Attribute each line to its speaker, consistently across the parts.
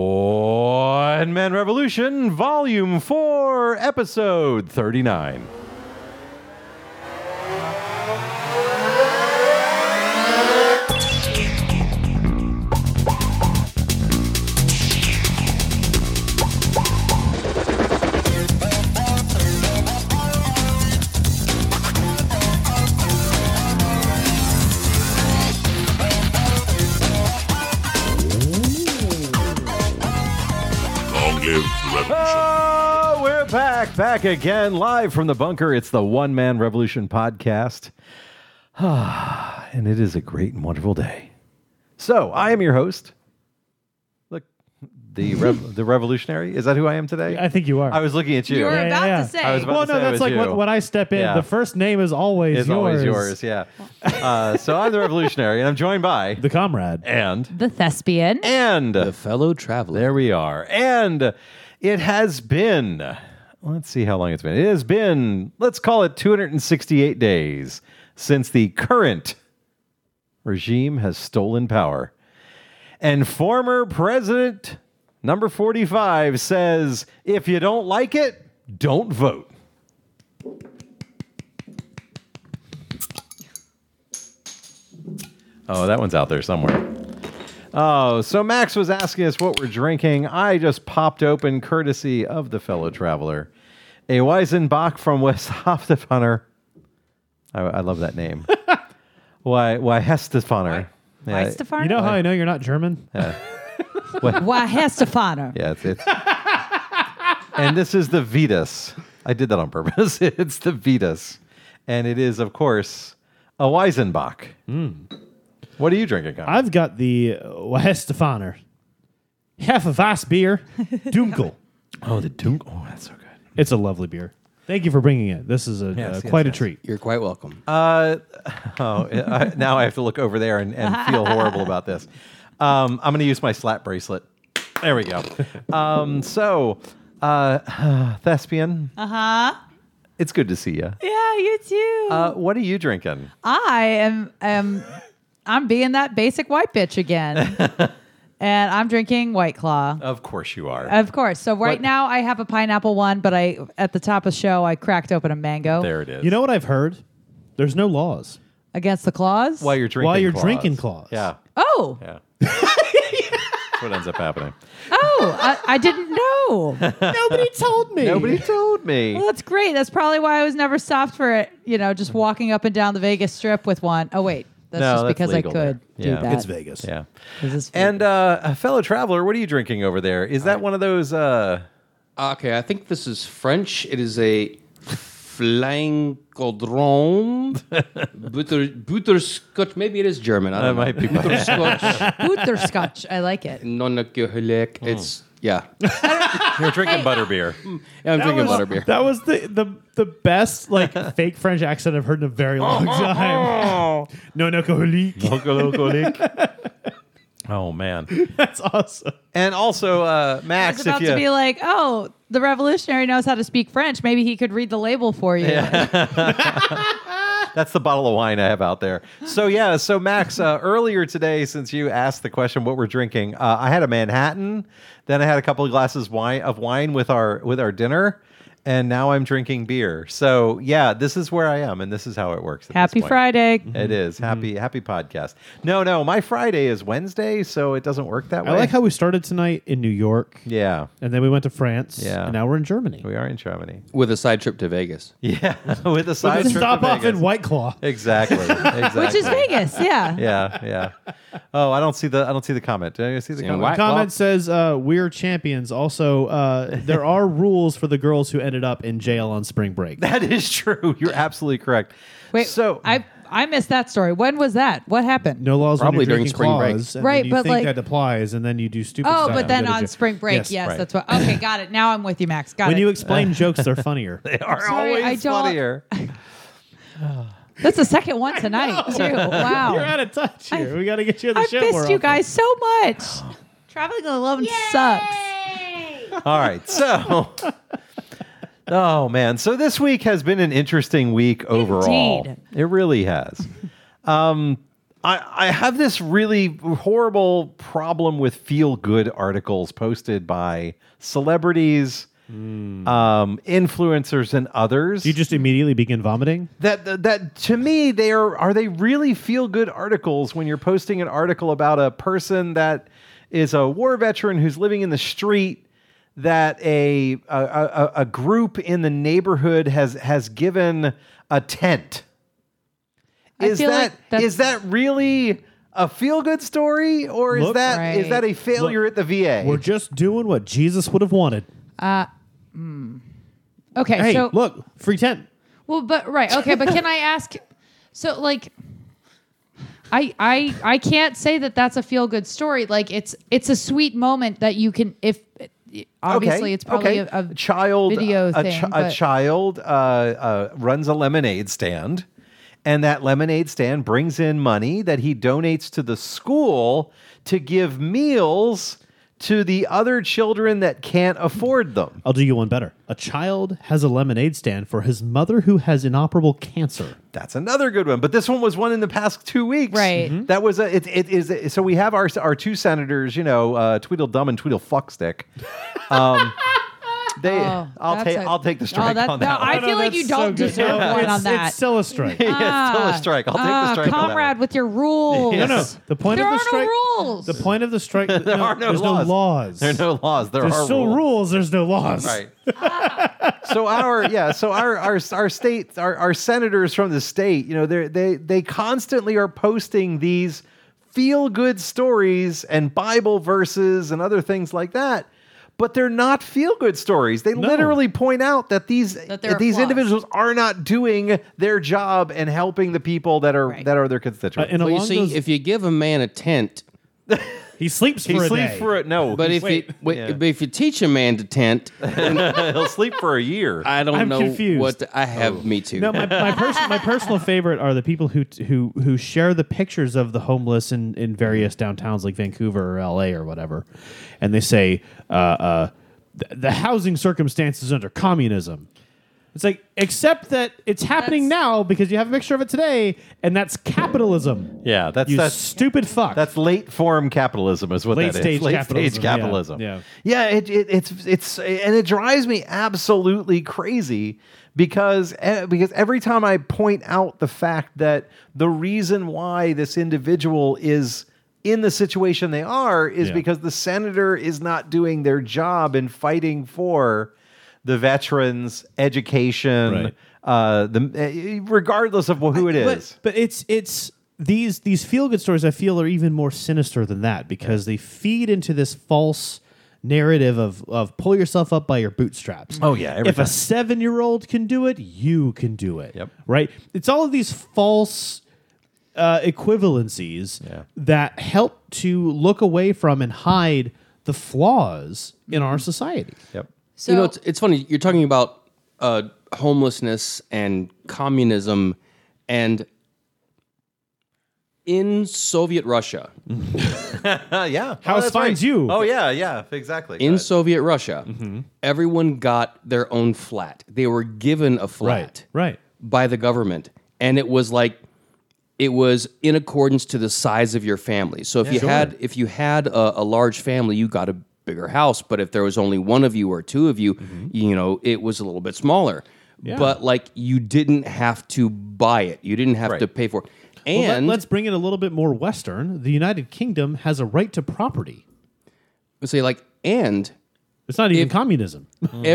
Speaker 1: One Man Revolution, Volume 4, Episode 39.
Speaker 2: Long live the revolution.
Speaker 1: Oh, we're back, back again, live from the bunker. It's the One Man Revolution podcast. and it is a great and wonderful day. So, I am your host. Look, the rev- the revolutionary. Is that who I am today?
Speaker 3: I think you are.
Speaker 1: I was looking at you.
Speaker 4: You were
Speaker 3: Yeah,
Speaker 4: about
Speaker 3: yeah,
Speaker 4: to say.
Speaker 3: yeah.
Speaker 1: I was about
Speaker 3: well,
Speaker 1: to
Speaker 3: no,
Speaker 1: say it was
Speaker 3: that's like
Speaker 1: you.
Speaker 3: when, when I step in.
Speaker 1: Yeah.
Speaker 3: The first name is always
Speaker 1: It's
Speaker 3: yours.
Speaker 1: always yours, yeah. Uh, so I'm the revolutionary, and I'm joined by
Speaker 3: The comrade.
Speaker 1: and
Speaker 4: the thespian.
Speaker 1: and
Speaker 5: The fellow traveler.
Speaker 1: there we are, and it has been. Let's see how long it's been. It has been. Let's call it 268 days since the current regime has stolen power, and former president number 45 says, "If you don't like it, don't vote." Oh, that one's out there somewhere. Oh, so Max was asking us what we're drinking. I just popped open, courtesy of the fellow traveler, a Weizenbach from West Hoftefunner. I, I love that name. why, why Hestefunner?
Speaker 4: Why
Speaker 1: Yeah,
Speaker 4: Stefano?
Speaker 3: You know how I know you're not German?
Speaker 4: Why has Stefano?
Speaker 1: yeah, it's, it's and this is the Vetus. I did that on purpose. it's the Vetus, and it is, of course, a Weizenbach. What are you drinking? Connor?
Speaker 3: I've got the uh, Westefaner. Half a Weiss beer. Dunkel.
Speaker 1: oh, the Dunk. Oh, that's so good.
Speaker 3: It's a lovely beer. Thank you for bringing it. This is a,
Speaker 1: Yes,
Speaker 3: uh, quite
Speaker 1: yes,
Speaker 3: a treat.
Speaker 5: You're quite welcome.
Speaker 1: Uh, oh, I, now I have to look over there and, and feel horrible about this. Um, I'm going to use my slap bracelet. There we go. Um, so, uh, thespian,
Speaker 4: Uh
Speaker 3: Uh-huh.
Speaker 4: huh.
Speaker 1: it's good to see you.
Speaker 4: Yeah, you too.
Speaker 1: Uh, what are you drinking?
Speaker 4: I am am I'm being that basic white bitch again, and I'm drinking White Claw.
Speaker 1: Of course you are.
Speaker 3: Uh,
Speaker 4: Of course. So right
Speaker 1: What-
Speaker 4: now I have a pineapple one, but I at the top of show I cracked open a mango
Speaker 1: there it is.
Speaker 3: You know what I've heard? There's no laws.
Speaker 4: against the claws.
Speaker 1: while you're drinking,
Speaker 3: While you're
Speaker 1: claws.
Speaker 3: drinking claws.
Speaker 1: Yeah,
Speaker 4: oh,
Speaker 1: yeah. That's what ends up happening.
Speaker 4: oh, I, I didn't know.
Speaker 3: Nobody told me.
Speaker 1: Nobody told me.
Speaker 4: Well, that's great. That's probably why I was never stopped for it. You know, just walking up and down the Vegas Strip with one. Oh wait, that's
Speaker 1: No,
Speaker 4: just
Speaker 1: that's
Speaker 4: because I
Speaker 1: legal there.
Speaker 4: could do
Speaker 1: Yeah.
Speaker 4: that.
Speaker 3: It's Vegas.
Speaker 1: Yeah.
Speaker 4: This is
Speaker 1: And uh, a fellow traveler, what are you drinking over there? Is that one of those? Uh,
Speaker 5: Okay, I think this is French. It is a flying codron, butter, butterscotch. Maybe it is German. I
Speaker 1: that
Speaker 5: don't know.
Speaker 1: might be.
Speaker 5: Butterscotch,
Speaker 4: Butterscotch. I like it.
Speaker 5: nonalcoholic. It's, yeah.
Speaker 1: You're drinking
Speaker 4: uh,
Speaker 1: butterbeer.
Speaker 5: Yeah, I'm
Speaker 3: That
Speaker 5: drinking
Speaker 3: was,
Speaker 5: butterbeer.
Speaker 3: that was the, the, the best like fake French accent I've heard in a very long time. no, no, colique.
Speaker 1: oh man.
Speaker 3: That's awesome.
Speaker 1: And also, uh,
Speaker 4: I
Speaker 1: Max,
Speaker 4: was about
Speaker 1: if you
Speaker 4: to be like, oh, the revolutionary knows how to speak French. Maybe he could read the label for you.
Speaker 1: that's the bottle of wine I have out there. So yeah, so Max, uh, earlier today, since you asked the question what we're drinking, uh, I had a Manhattan, then I had a couple of glasses wine of wine with our with our dinner, and now I'm drinking beer. So yeah, this is where I am, and this is how it works. at this
Speaker 4: Happy
Speaker 1: point.
Speaker 4: Friday.
Speaker 3: Mm-hmm.
Speaker 1: It is. happy happy podcast. No, no, my Friday is Wednesday, so it doesn't work that
Speaker 3: I
Speaker 1: way.
Speaker 3: like how we started tonight in New York,
Speaker 1: yeah,
Speaker 3: and then we went to France,
Speaker 1: Yeah.
Speaker 3: and now we're in Germany.
Speaker 1: we are in Germany.
Speaker 5: With a side trip to Vegas.
Speaker 1: Yeah, with a side
Speaker 3: Let's
Speaker 1: trip to
Speaker 3: stop off
Speaker 1: Vegas.
Speaker 3: in White Claw.
Speaker 1: Exactly. exactly.
Speaker 4: Which is Vegas, yeah.
Speaker 1: Yeah, yeah. Oh, I don't see the I don't see the comment. Did I see the
Speaker 5: Yeah,
Speaker 1: comment?
Speaker 5: why-
Speaker 3: Comment says uh, we're champions. Also, uh, there are rules for the girls who ended up in jail on spring break.
Speaker 1: That is true. You're absolutely correct.
Speaker 4: Wait,
Speaker 1: so
Speaker 4: I I missed that story. When was that? What happened?
Speaker 3: No laws
Speaker 5: Probably
Speaker 3: when you're
Speaker 5: during
Speaker 3: drinking
Speaker 5: spring break.
Speaker 3: claws, and
Speaker 4: Right,
Speaker 3: then you
Speaker 4: but,
Speaker 3: think
Speaker 4: like-
Speaker 3: that applies, and then you do stupid.
Speaker 4: Oh,
Speaker 3: stuff
Speaker 4: but
Speaker 3: and
Speaker 4: then
Speaker 3: go to
Speaker 4: on
Speaker 3: jail.
Speaker 4: spring break, yes,
Speaker 3: Yes,
Speaker 1: right.
Speaker 4: that's what. Okay, got it. Now I'm with you, Max. Got
Speaker 3: When
Speaker 4: it.
Speaker 3: you explain jokes, they're funnier.
Speaker 1: they are
Speaker 4: sorry, I
Speaker 1: always
Speaker 4: don't-
Speaker 1: funnier.
Speaker 4: That's the second one tonight, too.
Speaker 3: You're
Speaker 4: Wow.
Speaker 3: out of touch here. we got to get you on the
Speaker 4: I
Speaker 3: show. more
Speaker 4: missed you
Speaker 3: often.
Speaker 4: guys so much. Traveling alone sucks.
Speaker 1: All right. So Oh man. So this week has been an interesting week overall.
Speaker 4: Indeed.
Speaker 1: It really has. Um I, I have this really horrible problem with feel good articles posted by celebrities, um, influencers, and others.
Speaker 3: You just immediately begin vomiting.
Speaker 1: that, that that to me they are are they really feel good articles when you're posting an article about a person that is a war veteran who's living in the street that a a, a, a group in the neighborhood has has given a tent.
Speaker 4: I
Speaker 1: Is
Speaker 4: feel like
Speaker 1: that
Speaker 4: that's-
Speaker 1: is that really a feel good story or is
Speaker 3: Look-
Speaker 1: that is
Speaker 4: Right.
Speaker 1: that a failure at the VA?
Speaker 3: We're just doing what Jesus would have wanted.
Speaker 4: Okay,
Speaker 3: Hey,
Speaker 4: so
Speaker 3: look, free tent.
Speaker 4: Well, but right, okay, but can I ask? So, like, I I I can't say that that's a feel good story. Like, it's it's a sweet moment that you can if obviously
Speaker 1: Okay,
Speaker 4: it's probably
Speaker 1: okay.
Speaker 4: a, a
Speaker 1: child
Speaker 4: video
Speaker 1: a,
Speaker 4: thing.
Speaker 1: chi- a
Speaker 4: but-
Speaker 1: child uh, uh, runs a lemonade stand, and that lemonade stand brings in money that he donates to the school to give meals to the other children that can't afford them.
Speaker 3: I'll do you one better. A child has a lemonade stand for his mother who has inoperable cancer.
Speaker 1: That's another good one. But this one was one in the past two weeks.
Speaker 4: Right. Mhm.
Speaker 1: That was a, it, it is so we have our our two senators, you know, uh, Tweedledum and Tweedle Fuckstick. Um, they,
Speaker 4: Oh,
Speaker 1: I'll
Speaker 4: that's
Speaker 1: take, i
Speaker 4: a-
Speaker 1: I'll take the
Speaker 4: Oh,
Speaker 1: strike
Speaker 4: that-
Speaker 1: on
Speaker 4: no,
Speaker 1: that. one.
Speaker 4: I feel like you don't deserve one
Speaker 3: it's,
Speaker 4: on that.
Speaker 3: It's still a strike.
Speaker 1: yeah, still a
Speaker 4: Ah,
Speaker 1: strike. I'll take the
Speaker 4: ah,
Speaker 1: strike on that one.
Speaker 4: comrade, with your rules.
Speaker 1: No, no,
Speaker 3: the point
Speaker 4: there
Speaker 3: of the
Speaker 4: are
Speaker 3: strike-
Speaker 4: no rules.
Speaker 3: the point of the strike. there
Speaker 1: are no
Speaker 3: there's
Speaker 1: laws.
Speaker 3: no laws.
Speaker 1: There are no laws. There
Speaker 3: there's
Speaker 1: are
Speaker 3: still rules.
Speaker 1: rules.
Speaker 3: There's no laws.
Speaker 1: Right. so our yeah, so our our our state our, our senators from the state, you know, they they they constantly are posting these feel good stories and Bible verses and other things like that. But they're not feel good stories. They literally point out that these
Speaker 4: That
Speaker 1: that
Speaker 4: there are
Speaker 1: these
Speaker 4: flaws.
Speaker 1: individuals are not doing their job and helping the people that are
Speaker 4: Right.
Speaker 1: that are their
Speaker 3: Uh,
Speaker 1: constituents.
Speaker 3: and
Speaker 5: Well, you
Speaker 3: along
Speaker 5: see,
Speaker 3: those,
Speaker 5: if you give a man a tent,
Speaker 3: he sleeps for
Speaker 1: he
Speaker 3: a
Speaker 1: sleeps
Speaker 3: day.
Speaker 1: for a, no,
Speaker 5: but if you wait, but if you teach a man to tent,
Speaker 1: he'll sleep for a year.
Speaker 5: I don't
Speaker 3: I'm
Speaker 5: know
Speaker 3: confused.
Speaker 5: what to- I have. Me too.
Speaker 3: No, my my, pers- my personal favorite are the people who who who share the pictures of the homeless in, in various downtowns like Vancouver or L.A. or whatever, and they say uh, uh, th- the housing circumstances under communism. It's like except that it's happening
Speaker 4: That's-
Speaker 3: now because you have a picture of it today, and that's capitalism.
Speaker 1: yeah, that's
Speaker 3: you
Speaker 1: that's
Speaker 3: stupid fuck.
Speaker 1: That's late form capitalism, is what
Speaker 3: Late
Speaker 1: that is.
Speaker 3: stage
Speaker 1: late
Speaker 3: capitalism,
Speaker 1: stage
Speaker 3: yeah,
Speaker 1: capitalism.
Speaker 3: yeah.
Speaker 1: Yeah, it, it, it's it's and it drives me absolutely crazy because eh, because every time I point out the fact that the reason why this individual is in the situation they are is
Speaker 3: Yeah.
Speaker 1: because the senator is not doing their job in fighting for the veterans, education,
Speaker 3: Right.
Speaker 1: uh, the eh, regardless of who it is.
Speaker 3: But, but it's it's these these feel good stories I feel are even more sinister than that because they feed into this false narrative of of pull yourself up by your bootstraps.
Speaker 1: Oh, yeah, every
Speaker 3: if
Speaker 1: time.
Speaker 3: a seven year old can do it, you can do it.
Speaker 1: Yep.
Speaker 3: Right? It's all of these false uh, equivalencies
Speaker 1: Yeah.
Speaker 3: that help to look away from and hide the flaws in
Speaker 1: Mm-hmm.
Speaker 3: our society.
Speaker 1: yep.
Speaker 4: so,
Speaker 5: you know, it's, it's funny. You're talking about uh, homelessness and communism, and in Soviet Russia,
Speaker 1: Uh, yeah.
Speaker 3: House
Speaker 1: that's
Speaker 3: finds you.
Speaker 1: Oh yeah, yeah, exactly.
Speaker 5: in
Speaker 1: Uh,
Speaker 5: Soviet Russia, everyone got their own flat. They were given a flat.
Speaker 3: Right.
Speaker 5: by the government and it was like it was in accordance to the size of your family so if you had if you had a, a large family you got a bigger house but if there was only one of you or two of you
Speaker 3: Mm-hmm.
Speaker 5: you know it was a little bit smaller but like you didn't have to buy it you didn't have
Speaker 1: Right.
Speaker 5: to pay for it
Speaker 3: Well,
Speaker 5: and
Speaker 3: let, us bring it a little bit more Western. The United Kingdom has a right to property.
Speaker 5: let's say like and
Speaker 3: It's not even communism.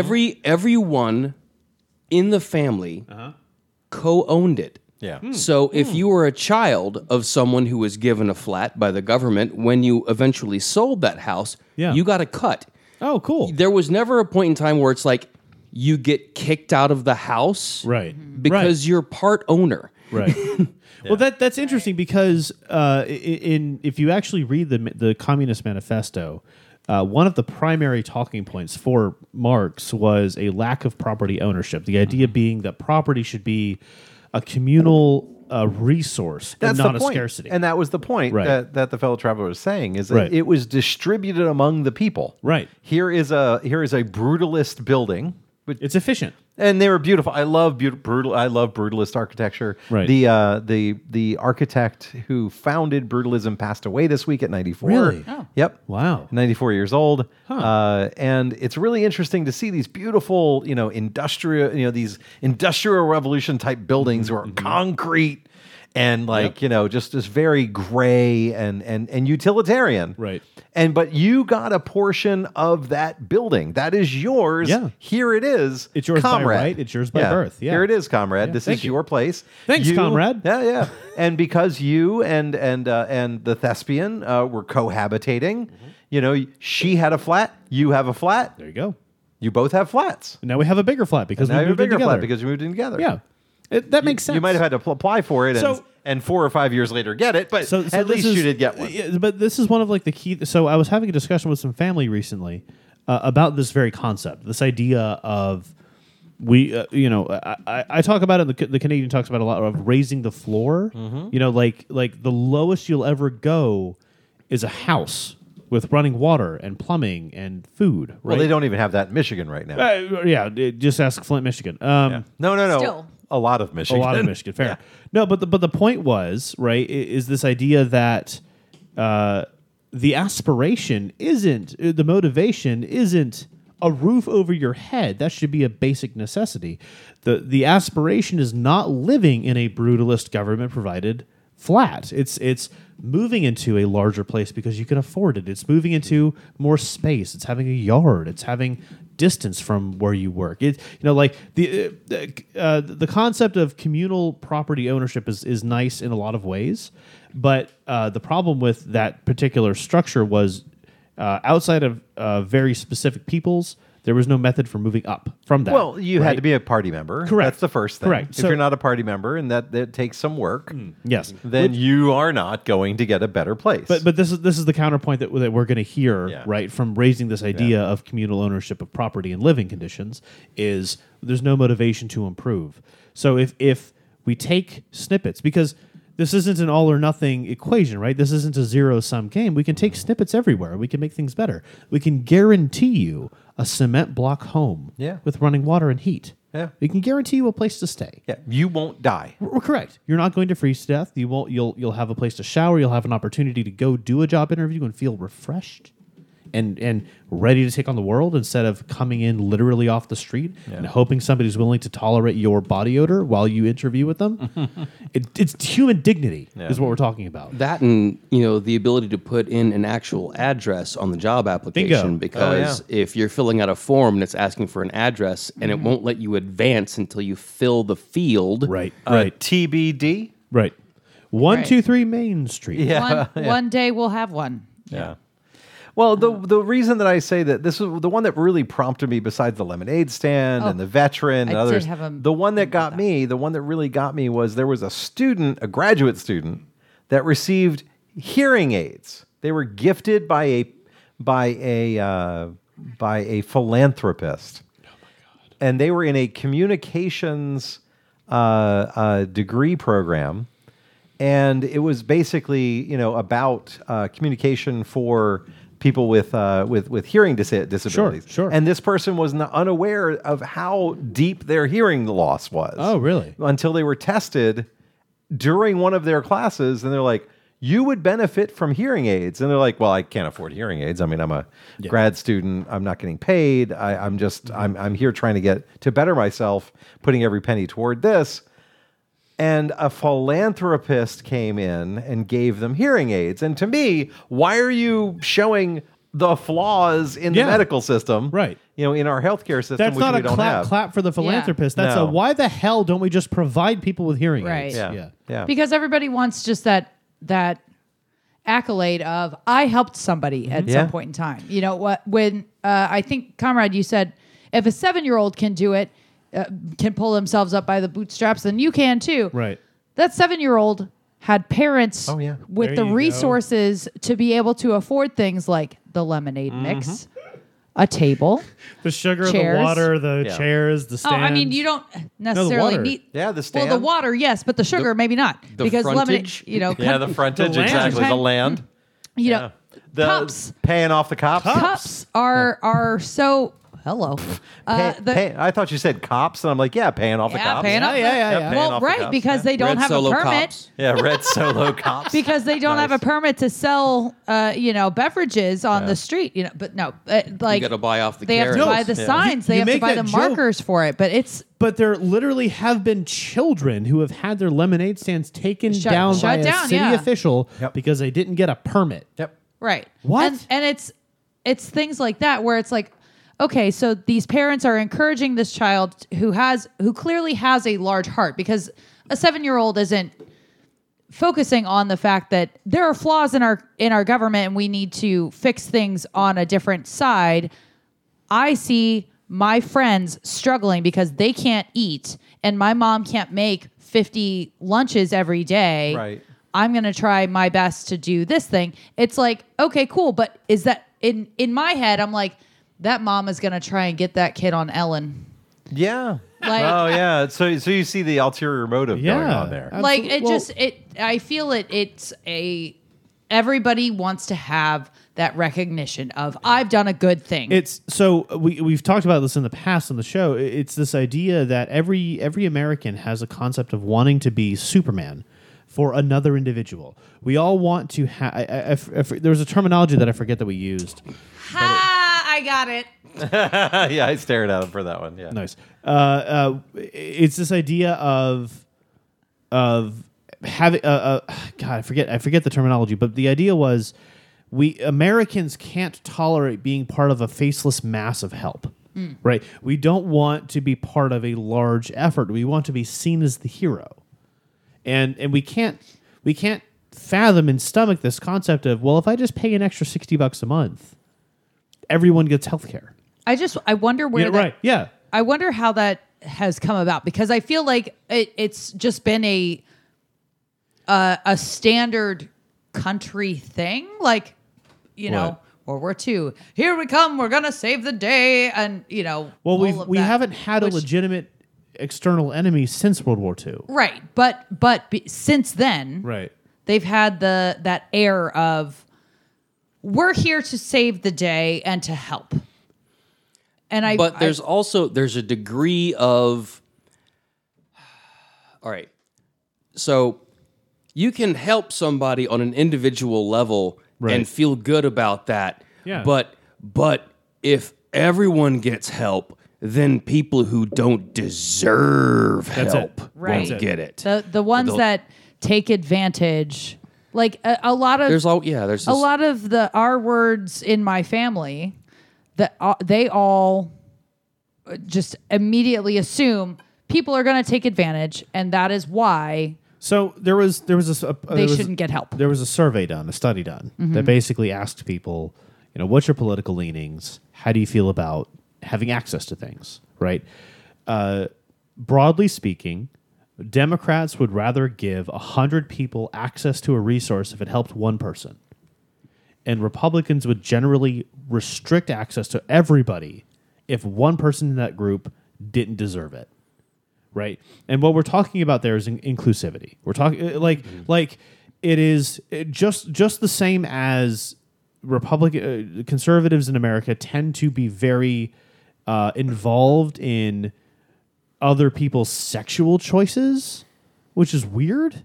Speaker 5: every everyone in the family
Speaker 3: Uh-huh.
Speaker 5: co-owned it.
Speaker 1: Yeah.
Speaker 3: Hmm.
Speaker 5: So if you were a child of someone who was given a flat by the government, when you eventually sold that house,
Speaker 3: Yeah.
Speaker 5: you got a cut.
Speaker 3: oh, cool.
Speaker 5: There was never a point in time where it's like you get kicked out of the house
Speaker 3: Right.
Speaker 5: because you're part owner.
Speaker 3: right. Well, that that's interesting because uh, i- in if you actually read the the Communist Manifesto, uh, one of the primary talking points for Marx was a lack of property ownership. The idea
Speaker 1: Mm-hmm.
Speaker 3: being that property should be a communal uh, resource,
Speaker 1: that's
Speaker 3: and not
Speaker 1: the
Speaker 3: a
Speaker 1: point.
Speaker 3: scarcity.
Speaker 1: And that was the point
Speaker 3: Right.
Speaker 1: that, that the fellow traveler was saying is that
Speaker 3: Right.
Speaker 1: it was distributed among the people.
Speaker 3: Right.
Speaker 1: Here is a here is a brutalist building. But
Speaker 3: It's efficient.
Speaker 1: and they were beautiful. I love beautiful, brutal. I love brutalist architecture.
Speaker 3: Right.
Speaker 1: The uh, the the architect who founded brutalism passed away this week at ninety four.
Speaker 3: Really?
Speaker 4: Oh.
Speaker 1: Yep.
Speaker 3: Wow.
Speaker 1: 94 years old.
Speaker 3: Huh.
Speaker 1: Uh, and it's really interesting to see these beautiful, you know, industrial, you know, these industrial revolution type buildings where
Speaker 3: Mm-hmm.
Speaker 1: concrete and like, you know, just this very gray and and and utilitarian.
Speaker 3: Right.
Speaker 1: And but you got a portion of that building. That is yours.
Speaker 3: Yeah.
Speaker 1: Here it is.
Speaker 3: It's yours by
Speaker 1: comrade.
Speaker 3: right, it's yours by birth, yeah.
Speaker 1: Here it is, comrade. this
Speaker 3: thank
Speaker 1: is
Speaker 3: you.
Speaker 1: your place.
Speaker 3: Thanks,
Speaker 1: You-
Speaker 3: comrade.
Speaker 1: Yeah, yeah. and because you and and uh, and the thespian uh, were cohabitating,
Speaker 3: Mm-hmm.
Speaker 1: you know, she had a flat, you have a flat,
Speaker 3: There you go.
Speaker 1: you both have flats.
Speaker 3: And now we have a bigger flat because
Speaker 1: Now
Speaker 3: we
Speaker 1: you have
Speaker 3: moved
Speaker 1: a
Speaker 3: in
Speaker 1: bigger
Speaker 3: together.
Speaker 1: flat because you moved in together.
Speaker 3: yeah, It- that makes sense.
Speaker 1: You might have had to pl- apply for it, and,
Speaker 3: So-
Speaker 1: and four or five years later get it, but
Speaker 3: so, so
Speaker 1: at
Speaker 3: this
Speaker 1: least
Speaker 3: is-
Speaker 1: you did get one.
Speaker 3: yeah, but this is one of like the key. So I was having a discussion with some family recently uh, about this very concept, this idea of we, uh, you know, I, I, I talk about it. The, the Canadian talks about a lot of raising the floor.
Speaker 1: Mm-hmm.
Speaker 3: You know, like like the lowest you'll ever go is a house with running water and plumbing and food. Right?
Speaker 1: Well, they don't even have that in Michigan right now.
Speaker 3: Uh, yeah, d- just ask Flint, Michigan. Um,
Speaker 1: No, no, no.
Speaker 4: Still.
Speaker 1: A lot of
Speaker 3: a
Speaker 1: Michigan.
Speaker 3: lot of Michigan. Fair. No, but the but the point was right i- is this idea that uh, the aspiration isn't uh, the motivation isn't a roof over your head. That should be a basic necessity. the The aspiration is not living in a brutalist government provided flat. It's it's moving into a larger place because you can afford it. It's moving into more space. It's having a yard. It's having distance from where you work. It you know like the uh, the, uh, the concept of communal property ownership is is nice in a lot of ways, but uh, the problem with that particular structure was uh, outside of uh, very specific peoples. There was no method for moving up from that.
Speaker 1: Well, you
Speaker 3: right?
Speaker 1: had to be a party member.
Speaker 3: Correct.
Speaker 1: That's the first thing.
Speaker 3: Correct.
Speaker 1: If
Speaker 3: So- Hmm.
Speaker 1: you're not a party member, and that, that takes some work,
Speaker 3: yes.
Speaker 1: then you are not going to get a better place.
Speaker 3: But but this is this is the counterpoint that, that we're going to hear
Speaker 1: Yeah.
Speaker 3: right from raising this idea of communal ownership of property and living conditions is there's no motivation to improve. So if if we take snippets because this isn't an all or nothing equation, right? This isn't a zero sum game. We can take
Speaker 1: Mm-hmm.
Speaker 3: snippets everywhere. We can make things better. We can guarantee you a cement block home
Speaker 1: Yeah.
Speaker 3: with running water and heat.
Speaker 1: Yeah.
Speaker 3: We can guarantee you a place to stay.
Speaker 1: yeah, you won't die.
Speaker 3: We're correct. You're not going to freeze to death. You won't. You'll you'll have a place to shower. You'll have an opportunity to go do a job interview and feel refreshed, and and ready to take on the world instead of coming in literally off the street and hoping somebody's willing to tolerate your body odor while you interview with them. it, it's human dignity is what we're talking about.
Speaker 5: That and you know the ability to put in an actual address on the job application
Speaker 3: Bingo.
Speaker 5: because
Speaker 1: Oh,
Speaker 5: if you're filling out a form and it's asking for an address and
Speaker 3: Mm-hmm.
Speaker 5: it won't let you advance until you fill the field.
Speaker 3: right.
Speaker 1: Uh,
Speaker 3: Right.
Speaker 1: TBD.
Speaker 3: Right. One
Speaker 4: Right.
Speaker 3: two three Main Street.
Speaker 1: Yeah.
Speaker 4: One, one day we'll have one.
Speaker 1: Yeah. Well, the the reason that I say that this is the one that really prompted me, besides the lemonade stand and the veteran and
Speaker 4: Oh, I did
Speaker 1: others.
Speaker 4: have a-
Speaker 1: the one that got me, the one that really got me was there was a student, a graduate student, that received hearing aids. They were gifted by a by a uh, by a philanthropist and they were in a communications uh, uh, degree program, and it was basically you know about uh, communication for people with uh, with with hearing dis- disabilities.
Speaker 3: sure.
Speaker 1: And this person was not unaware of how deep their hearing loss was.
Speaker 3: Oh, really?
Speaker 1: Until they were tested during one of their classes, and they're like. You would benefit from hearing aids, and they're like, "Well, I can't afford hearing aids. I mean, I'm a grad student. I'm not getting paid. I, I'm just, I'm, I'm here trying to get to better myself, putting every penny toward this." and a philanthropist came in and gave them hearing aids. And to me, why are you showing the flaws in
Speaker 3: Yeah.
Speaker 1: the medical system?
Speaker 3: Right.
Speaker 1: You know, in our healthcare system,
Speaker 3: That's
Speaker 1: which
Speaker 3: not
Speaker 1: we
Speaker 3: a
Speaker 1: don't
Speaker 3: clap
Speaker 1: have.
Speaker 3: clap for the philanthropist. That's
Speaker 1: No.
Speaker 3: a why the hell don't we just provide people with hearing
Speaker 4: Right.
Speaker 3: aids?
Speaker 1: Yeah. Yeah.
Speaker 3: yeah.
Speaker 4: Because everybody wants just that that accolade of I helped somebody at
Speaker 1: Mm-hmm. Yeah.
Speaker 4: some point in time. You know what? When uh, I think, comrade, you said if a seven year old can do it, uh, can pull themselves up by the bootstraps, then you can too.
Speaker 3: Right.
Speaker 4: That seven year old had parents
Speaker 1: Oh, yeah.
Speaker 4: with
Speaker 3: There
Speaker 4: the
Speaker 3: you go.
Speaker 4: resources to be able to afford things like the lemonade
Speaker 1: Mm-hmm.
Speaker 4: mix, a table.
Speaker 3: The sugar,
Speaker 4: Chairs.
Speaker 3: the water, the
Speaker 1: Yeah.
Speaker 3: chairs, the stands.
Speaker 4: Oh, I mean, you don't necessarily
Speaker 3: water.
Speaker 4: need.
Speaker 1: Yeah, the
Speaker 4: Well,
Speaker 1: stand.
Speaker 4: the water, yes, but the sugar, maybe not,
Speaker 5: the
Speaker 4: because
Speaker 5: frontage.
Speaker 4: lemonade, you know,
Speaker 1: Yeah,
Speaker 4: cup-
Speaker 1: the frontage,
Speaker 3: The land.
Speaker 1: exactly. The land.
Speaker 4: you
Speaker 1: Yeah.
Speaker 4: know,
Speaker 1: The
Speaker 4: cups,
Speaker 1: Paying off the cops.
Speaker 4: cups are are so hello. Uh,
Speaker 1: Pay-
Speaker 4: the-
Speaker 1: pay- I thought you said cops, and I'm like, yeah, paying off the
Speaker 4: yeah,
Speaker 1: cops.
Speaker 4: paying off.
Speaker 3: Yeah, yeah,
Speaker 4: the-
Speaker 3: yeah, yeah.
Speaker 1: Paying
Speaker 4: Well,
Speaker 1: off the
Speaker 4: right,
Speaker 1: cops,
Speaker 4: because they don't
Speaker 5: Red
Speaker 4: have
Speaker 5: solo
Speaker 4: a permit.
Speaker 5: cops.
Speaker 1: Yeah, red solo cops.
Speaker 4: Because they don't have a permit to sell, uh, you know, beverages on the street. You know, but no, uh, like
Speaker 5: gotta buy off the
Speaker 4: They have to
Speaker 5: carrots.
Speaker 4: buy the
Speaker 3: Yeah.
Speaker 4: signs.
Speaker 3: You-
Speaker 4: they
Speaker 3: you
Speaker 4: have to
Speaker 3: make
Speaker 4: buy the
Speaker 3: that joke-
Speaker 4: markers for it. But it's
Speaker 3: But there literally have been children who have had their lemonade stands taken
Speaker 4: Shut-
Speaker 3: down by
Speaker 4: shut
Speaker 3: a
Speaker 4: down,
Speaker 3: city
Speaker 4: yeah.
Speaker 3: official
Speaker 1: Yep.
Speaker 3: because they didn't get a permit.
Speaker 1: Yep.
Speaker 4: Right.
Speaker 3: What?
Speaker 4: And, and it's it's things like that where it's like, okay, so these parents are encouraging this child who has who clearly has a large heart because a seven year old isn't focusing on the fact that there are flaws in our in our government and we need to fix things on a different side. I see my friends struggling because they can't eat and my mom can't make 50 lunches every day.
Speaker 1: Right.
Speaker 4: I'm going to try my best to do this thing. It's like, okay, cool, but is that in in my head I'm like that mom is going to try and get that kid on Ellen.
Speaker 1: Yeah.
Speaker 4: Like-
Speaker 1: oh yeah. So so you see the ulterior motive going
Speaker 3: Yeah.
Speaker 1: on there.
Speaker 3: Absol-
Speaker 4: like it
Speaker 3: well-
Speaker 4: just it I feel it it's a everybody wants to have that recognition of I've done a good thing.
Speaker 3: It's so we we've talked about this in the past on the show. I- It's this idea that every every American has a concept of wanting to be Superman for another individual. We all want to have. There was a terminology that I forget that we used.
Speaker 4: ha, I got it.
Speaker 1: yeah, I stared at him for that one. Yeah.
Speaker 3: Nice. Uh, uh, it's this idea of of having. Uh, uh, God, I forget. I forget the terminology, but the idea was we Americans can't tolerate being part of a faceless mass of help.
Speaker 4: Hmm.
Speaker 3: Right. We don't want to be part of a large effort. We want to be seen as the hero and and we can't we can't fathom and stomach this concept of well if i just pay an extra 60 bucks a month everyone gets health care
Speaker 4: I just I wonder where
Speaker 3: yeah,
Speaker 4: that,
Speaker 3: right yeah
Speaker 4: I wonder how that has come about because I feel like it, it's just been a uh, a standard country thing, like you know, World War II. Here we come. We're gonna save the day, and you know,
Speaker 3: well we
Speaker 4: all of
Speaker 3: we
Speaker 4: that.
Speaker 3: haven't had
Speaker 4: Which-
Speaker 3: a legitimate external enemy since world war ii
Speaker 4: right, but but be, since then,
Speaker 3: right
Speaker 4: they've had the that air of we're here to save the day and to help. And I
Speaker 5: but
Speaker 4: I-
Speaker 5: there's also there's a degree of all right so you can help somebody on an individual level
Speaker 3: Right.
Speaker 5: and feel good about that
Speaker 3: Yeah.
Speaker 5: but but if everyone gets help then people who don't deserve
Speaker 3: That's it.
Speaker 5: help
Speaker 4: Right.
Speaker 5: won't get it
Speaker 4: the the ones
Speaker 5: They'll-
Speaker 4: that take advantage, like a, a lot of
Speaker 5: there's all yeah there's
Speaker 4: a
Speaker 5: this-
Speaker 4: lot of the R words in my family that uh, they all uh, just immediately assume people are going to take advantage, and that is why
Speaker 3: so there was Oh, there was a, a
Speaker 4: they shouldn't get help.
Speaker 3: there was a survey done, a study done that basically asked people, you know, what's your political leanings? How do you feel about having access to things? Right. Uh, broadly speaking, Democrats would rather give hundred people access to a resource if it helped one person, and Republicans would generally restrict access to everybody if one person in that group didn't deserve it right? And what we're talking about there is in- inclusivity. We're talking uh, like like it is uh, just just the same as Republican uh, conservatives in America tend to be very uh, involved in other people's sexual choices, which is weird.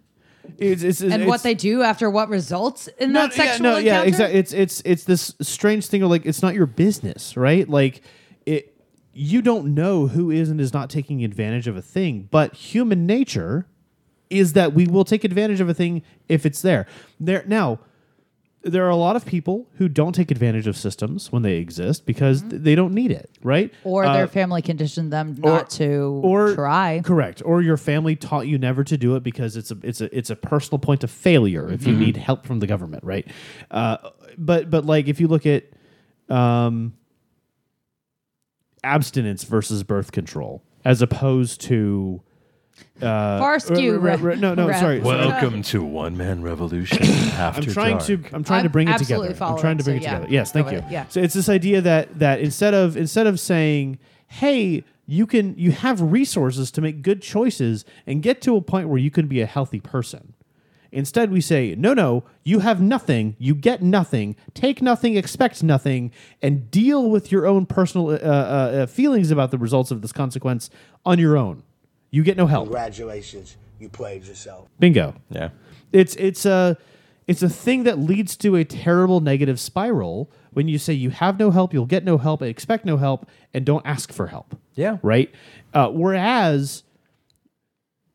Speaker 3: It's, it's,
Speaker 4: and
Speaker 3: it's-
Speaker 4: what they do after what results in that
Speaker 3: yeah,
Speaker 4: sexual
Speaker 3: no, yeah,
Speaker 4: encounter?
Speaker 3: exactly. It's it's it's this strange thing of like it's not your business, right? Like it, you don't know who is and is not taking advantage of a thing. But human nature is that we will take advantage of a thing if it's there. There now, there are a lot of people who don't take advantage of systems when they exist because
Speaker 4: Mm-hmm.
Speaker 3: th- they don't need it, right?
Speaker 4: Or
Speaker 3: Uh,
Speaker 4: their family conditioned them not to
Speaker 3: or
Speaker 4: try.
Speaker 3: correct or your family taught you never to do it because it's a it's a it's a personal point of failure if you need help from the government right uh, but but like if you look at um abstinence versus birth control as opposed to uh,
Speaker 4: Far skew.
Speaker 3: r- r- r- no no
Speaker 4: Rev.
Speaker 3: sorry
Speaker 6: Welcome to One Man Revolution After
Speaker 3: I'm trying to I'm trying to
Speaker 4: I'm
Speaker 3: bring it
Speaker 4: absolutely
Speaker 3: together. I'm
Speaker 4: following,
Speaker 3: trying to bring
Speaker 4: so
Speaker 3: it
Speaker 4: yeah.
Speaker 3: together. Yes, thank
Speaker 4: Go
Speaker 3: you.
Speaker 4: with it, yeah.
Speaker 3: So it's this idea that that instead of instead of saying, "Hey, you can you have resources to make good choices and get to a point where you can be a healthy person." Instead, we say, no, no, you have nothing, you get nothing, take nothing, expect nothing, and deal with your own personal uh, uh, uh, feelings about the results of this consequence on your own. You get no help.
Speaker 7: Congratulations, you played yourself.
Speaker 3: Bingo.
Speaker 1: Yeah.
Speaker 3: It's it's a it's a thing that leads to a terrible negative spiral when you say you have no help, you'll get no help, expect no help, and don't ask for help.
Speaker 1: Yeah.
Speaker 3: Right. Uh, whereas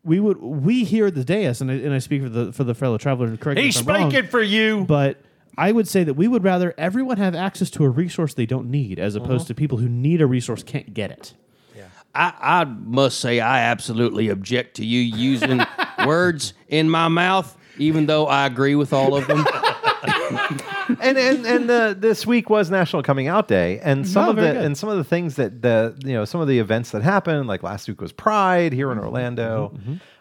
Speaker 3: we would we here at the dais, and I, and I speak for the for the fellow traveler. and Correct. me if I'm wrong,
Speaker 1: for you.
Speaker 3: but I would say that we would rather everyone have access to a resource they don't need, as
Speaker 1: Mm-hmm.
Speaker 3: opposed to people who need a resource can't get it.
Speaker 5: I, I must say I absolutely object to you using words in my mouth, even though I agree with all of them.
Speaker 1: and and and the, this week was National Coming Out Day, and some
Speaker 3: Oh,
Speaker 1: of the
Speaker 3: very good.
Speaker 1: and some of the things that the you know some of the events that happened, like last week was Pride here
Speaker 3: Mm-hmm.
Speaker 1: in Orlando.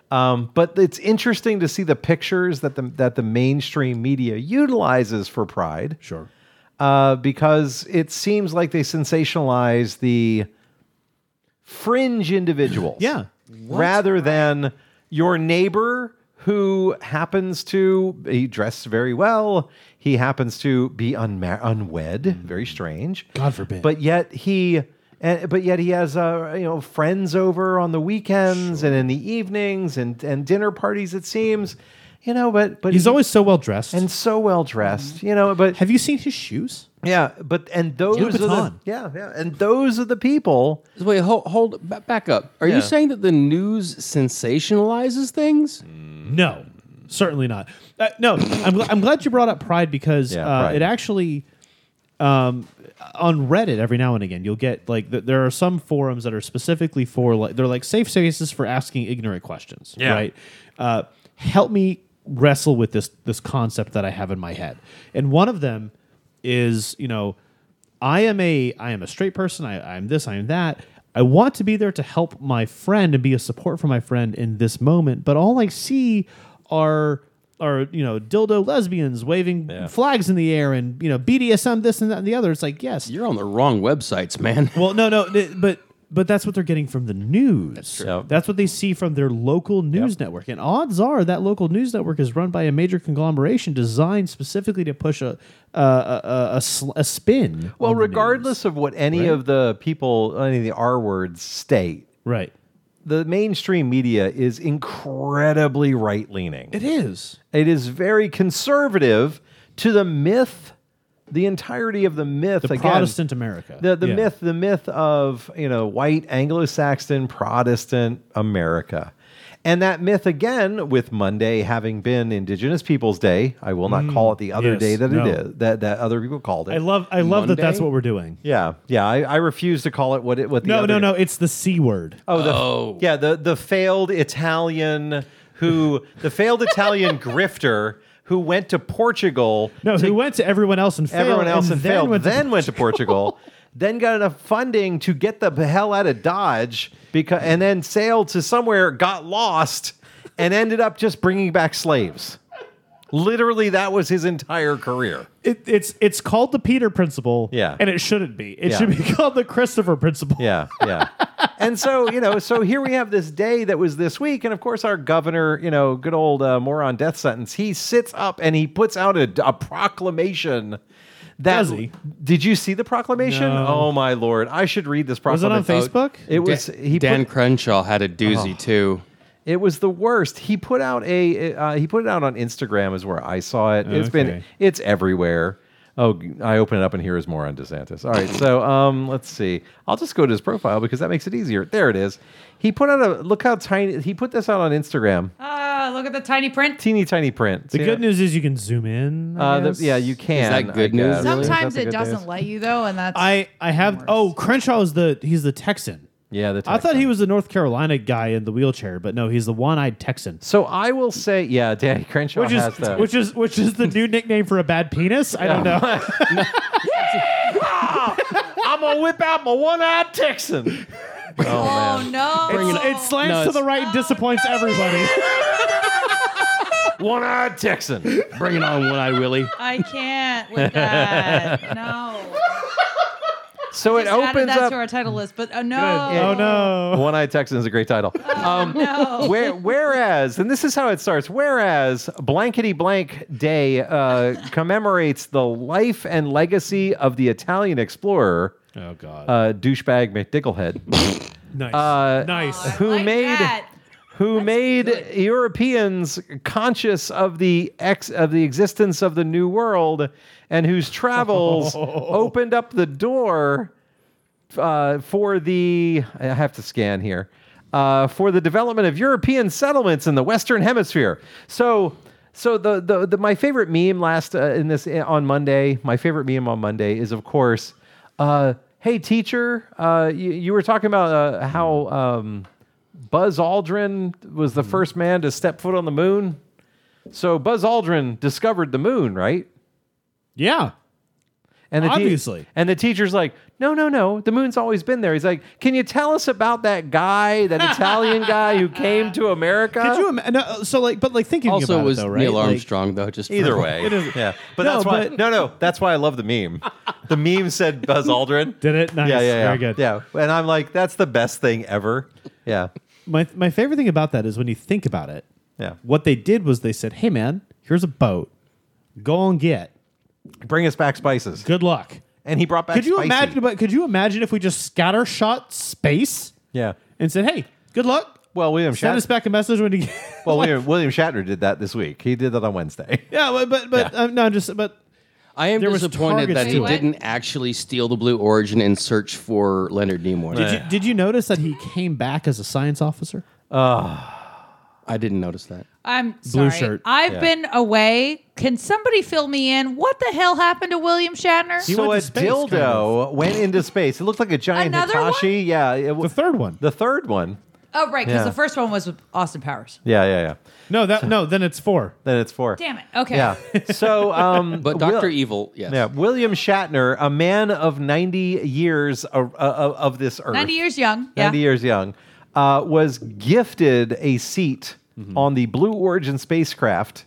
Speaker 1: Um, but it's interesting to see the pictures that the that the mainstream media utilizes for Pride,
Speaker 3: Sure.
Speaker 1: uh, because it seems like they sensationalize the fringe individuals,
Speaker 3: Yeah.
Speaker 1: rather than your neighbor who happens to he dressed very well he happens to be unma- unwed very strange
Speaker 3: Mm-hmm. God forbid.
Speaker 1: but yet he and, but yet he has uh, you know friends over on the weekends and in the evenings and and dinner parties it seems you know but but
Speaker 3: He's
Speaker 1: he-
Speaker 3: always so well dressed.
Speaker 1: and
Speaker 3: And
Speaker 1: so well dressed you know but
Speaker 3: have you seen his shoes?
Speaker 1: yeah but and those are the,
Speaker 3: Louboutin.
Speaker 1: yeah yeah and those are the people
Speaker 5: Wait, hold, hold ba- back up. Are
Speaker 1: Yeah.
Speaker 5: you saying that the news sensationalizes things?
Speaker 3: No, certainly not. Uh, no, I'm, gl- I'm glad you brought up Pride because
Speaker 1: Yeah,
Speaker 3: uh,
Speaker 1: Pride.
Speaker 3: it actually um, on Reddit every now and again you'll get like th- there are some forums that are specifically for like they're like safe spaces for asking ignorant questions.
Speaker 6: Yeah.
Speaker 3: Right. Uh, help me wrestle with this this concept that I have in my head, and one of them is you know I am a I am a straight person. I, I'm this. I'm that. I want to be there to help my friend and be a support for my friend in this moment. But all I see are are you know dildo lesbians waving flags in the air and you know BDSM this and that and the other. It's like yes,
Speaker 5: You're on the wrong websites, man.
Speaker 3: well, no, no, th- but but that's what they're getting from the news. That's
Speaker 1: true. Yep.
Speaker 3: what they see from their local news network. And odds are that local news network is run by a major conglomeration designed specifically to push a a, a, a, sl- a spin.
Speaker 1: well
Speaker 3: on the news.
Speaker 1: regardless of what any of the people any of the r words state
Speaker 3: right?
Speaker 1: the mainstream media is incredibly right leaning
Speaker 3: It is.
Speaker 1: It is very conservative to the myth, the entirety of the myth.
Speaker 3: The
Speaker 1: again,
Speaker 3: Protestant America.
Speaker 1: the, the
Speaker 3: Yeah.
Speaker 1: myth, the myth of you know white Anglo-Saxon Protestant America, and that myth again with Monday having been Indigenous Peoples Day. I will not call it the other
Speaker 3: Mm, yes,
Speaker 1: day that
Speaker 3: no.
Speaker 1: it is that that other people called it.
Speaker 3: I love. I love that. That's
Speaker 5: Monday?
Speaker 3: what we're doing.
Speaker 1: yeah, yeah. I, I refuse to call it what it what the
Speaker 3: No,
Speaker 1: other
Speaker 3: no, no. It's the c word.
Speaker 1: Oh, the, yeah, the the failed Italian who the failed Italian grifter who went to Portugal.
Speaker 3: no,
Speaker 1: to
Speaker 3: who went to everyone else and failed.
Speaker 1: everyone else and,
Speaker 3: then
Speaker 1: failed.
Speaker 3: went to-
Speaker 1: then went to Portugal. then got enough funding to get the hell out of Dodge because, and then sailed to somewhere, got lost, and ended up just bringing back slaves. Literally, that was his entire career.
Speaker 3: it, it's it's called the Peter principle.
Speaker 1: Yeah.
Speaker 3: and it shouldn't be. It
Speaker 1: Yeah.
Speaker 3: should be called the Christopher principle.
Speaker 1: Yeah, yeah. and so you know, so here we have this day that was this week, and of course our governor, you know, good old uh, moron death sentence. He sits up and he puts out a, a proclamation. That,
Speaker 3: Does he?
Speaker 1: Did you see the proclamation?
Speaker 3: No.
Speaker 1: Oh my lord! I should read this
Speaker 3: Was it
Speaker 1: proclamation.
Speaker 3: on Facebook?
Speaker 1: It was
Speaker 5: Dan,
Speaker 1: he.
Speaker 5: Dan
Speaker 1: put,
Speaker 5: Crenshaw had a doozy too.
Speaker 1: it was the worst. He put out a uh, he put it out on Instagram is where I saw it. It's been
Speaker 3: Okay.
Speaker 1: it's everywhere. Oh, I open it up and here is more on DeSantis. All right, so um, let's see. I'll just go to his profile because that makes it easier. There it is. He put out a look how tiny. He put this out on Instagram.
Speaker 4: Ah, look at the tiny print.
Speaker 1: Teeny tiny print.
Speaker 3: The
Speaker 1: See
Speaker 3: good
Speaker 1: it?
Speaker 3: news is you can zoom in. I
Speaker 1: Uh, the-
Speaker 3: guess.
Speaker 1: yeah, you can.
Speaker 5: that
Speaker 1: I
Speaker 5: good news,
Speaker 1: guess.
Speaker 5: really?
Speaker 1: Is that
Speaker 4: Sometimes
Speaker 1: the
Speaker 4: it
Speaker 1: good
Speaker 4: doesn't
Speaker 1: news?
Speaker 4: let you though, and that's
Speaker 3: I I have. Oh, Crenshaw is the he's the Texan.
Speaker 1: Yeah, the
Speaker 3: I thought
Speaker 1: Texan.
Speaker 3: he was the North Carolina guy in the wheelchair, but no, he's the one-eyed Texan.
Speaker 1: So I will say, yeah, Danny Crenshaw
Speaker 3: Which
Speaker 1: has
Speaker 3: is
Speaker 1: the
Speaker 3: which is which is the new nickname for a bad penis? I don't know.
Speaker 1: I'm gonna whip out my one-eyed Texan.
Speaker 4: oh, no.
Speaker 3: It slants
Speaker 5: No,
Speaker 3: to
Speaker 5: it's-
Speaker 3: the right and disappoints everybody.
Speaker 1: One-eyed Texan.
Speaker 5: Bring it on, One Eye Willie.
Speaker 4: I can't with that. No.
Speaker 1: So it
Speaker 4: Just added
Speaker 1: opens
Speaker 4: that
Speaker 1: up.
Speaker 4: to our title list, but oh no,
Speaker 3: Oh no.
Speaker 1: One Eye Texan is a great title. Um,
Speaker 4: Oh, no.
Speaker 1: where, whereas, and this is how it starts. Whereas Blankety Blank Day uh, commemorates the life and legacy of the Italian explorer,
Speaker 3: Oh god.
Speaker 1: uh, douchebag McDicklehead,
Speaker 3: nice.
Speaker 1: uh,
Speaker 3: nice.
Speaker 1: who
Speaker 4: Like
Speaker 1: made
Speaker 4: that.
Speaker 1: who made Europeans conscious of the ex of the existence of the New World, and whose travels opened up the door uh, for the I have to scan here uh, for the development of European settlements in the Western Hemisphere. So. So the, the, the my favorite meme last uh, in this on Monday, my favorite meme on Monday is of course, uh, hey teacher, uh, you, you were talking about uh, how um, Buzz Aldrin was the first man to step foot on the moon. So Buzz Aldrin discovered the moon, right?
Speaker 3: yeah.
Speaker 1: And the te-
Speaker 3: Obviously.
Speaker 1: and the teacher's like, no, no, no, the moon's always been there. He's like, can you tell us about that guy, that Italian guy who came to America?
Speaker 3: Could you imagine? No, so like, but like thinking
Speaker 5: also,
Speaker 3: about it
Speaker 5: was
Speaker 3: though, right?
Speaker 5: Neil
Speaker 3: Like,
Speaker 5: Armstrong though? Just for-
Speaker 1: Either way, yeah. But
Speaker 3: No,
Speaker 1: that's why.
Speaker 3: but-
Speaker 1: no, no, that's why I love the meme. The meme said Buzz Aldrin.
Speaker 3: Did it? Nice.
Speaker 1: Yeah, yeah, yeah.
Speaker 3: Very good.
Speaker 1: Yeah, and I'm like, that's the best thing ever. Yeah,
Speaker 3: My my favorite thing about that is when you think about it.
Speaker 1: yeah.
Speaker 3: What they did was they said, "Hey man, here's a boat. Go and get.
Speaker 1: Bring us back spices,
Speaker 3: Good luck."
Speaker 1: and he brought back.
Speaker 3: Could you
Speaker 1: spicy.
Speaker 3: imagine? But could you imagine if we just scattershot space
Speaker 1: Yeah.
Speaker 3: and said, "Hey, good luck.
Speaker 1: Well, William
Speaker 3: Send
Speaker 1: Shatner.
Speaker 3: us back a message when you." Get,
Speaker 1: Well, William, William Shatner did that this week. He did that on Wednesday.
Speaker 3: yeah, but but, but um, no, just but
Speaker 5: I am
Speaker 3: There was
Speaker 5: disappointed
Speaker 3: targets
Speaker 5: that
Speaker 3: to
Speaker 5: he
Speaker 4: it.
Speaker 5: didn't actually steal the Blue Origin and search for Leonard Nimoy.
Speaker 3: did you, did you notice that he came back as a science officer?
Speaker 5: I didn't notice that.
Speaker 4: I'm
Speaker 3: Blue
Speaker 4: sorry.
Speaker 3: shirt.
Speaker 4: I've been away. Can somebody fill me in? What the hell happened to William Shatner?
Speaker 3: He
Speaker 1: so
Speaker 3: went
Speaker 1: a
Speaker 3: to space,
Speaker 1: dildo
Speaker 3: kind of.
Speaker 1: went into space. It looked like a giant
Speaker 4: Another
Speaker 1: Hitachi. Yeah, it
Speaker 3: The
Speaker 1: was
Speaker 3: third one.
Speaker 1: the third one.
Speaker 4: oh, right, because
Speaker 1: Yeah.
Speaker 4: the first one was with Austin Powers.
Speaker 1: Yeah, yeah, yeah.
Speaker 3: No, that no. Then it's four.
Speaker 1: Then it's four.
Speaker 4: Damn it. Okay.
Speaker 1: Yeah. So, um,
Speaker 5: But
Speaker 1: Will-
Speaker 5: Doctor E- Evil, yes.
Speaker 1: yeah, William Shatner, a man of ninety years of, of, of this earth,
Speaker 4: 90 years young. Yeah.
Speaker 1: 90 years young, uh, was gifted a seat
Speaker 3: Mm-hmm.
Speaker 1: on the Blue Origin spacecraft,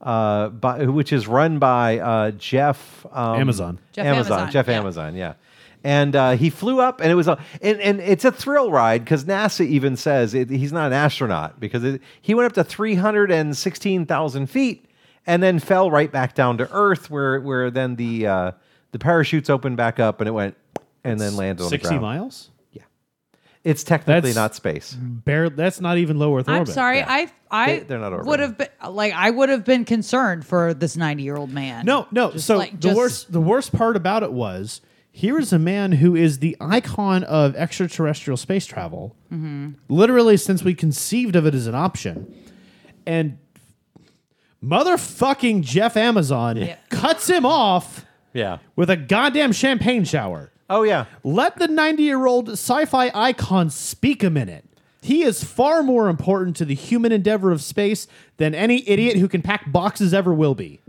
Speaker 1: uh, by, which is run by uh, Jeff um,
Speaker 3: Amazon.
Speaker 4: Jeff Amazon,
Speaker 1: Jeff
Speaker 4: yeah.
Speaker 1: Amazon, yeah. And uh, he flew up, and it was a and, and it's a thrill ride because NASA even says it, he's not an astronaut because it, he went up to three hundred and sixteen thousand feet and then fell right back down to Earth, where where then the uh, the parachutes opened back up and it went and then landed on the
Speaker 3: Sixty
Speaker 1: ground.
Speaker 3: miles.
Speaker 1: It's technically
Speaker 3: That's-
Speaker 1: not space.
Speaker 3: Bare, that's not even low Earth
Speaker 4: I'm
Speaker 3: orbit.
Speaker 4: sorry. I I
Speaker 1: They- they're not
Speaker 4: would
Speaker 1: orbiting.
Speaker 4: have been like I would have been concerned for this 90 year old man.
Speaker 3: No, no.
Speaker 4: Just
Speaker 3: so
Speaker 4: like-
Speaker 3: the
Speaker 4: just-
Speaker 3: worst the worst part about it was here is a man who is the icon of extraterrestrial space travel,
Speaker 4: Mm-hmm.
Speaker 3: literally since we conceived of it as an option, and motherfucking Jeff Amazon cuts him off
Speaker 1: Yeah.
Speaker 3: with a goddamn champagne shower.
Speaker 1: Oh yeah.
Speaker 3: Let the 90 year old sci fi icon speak a minute. He is far more important to the human endeavor of space than any idiot who can pack boxes ever will be.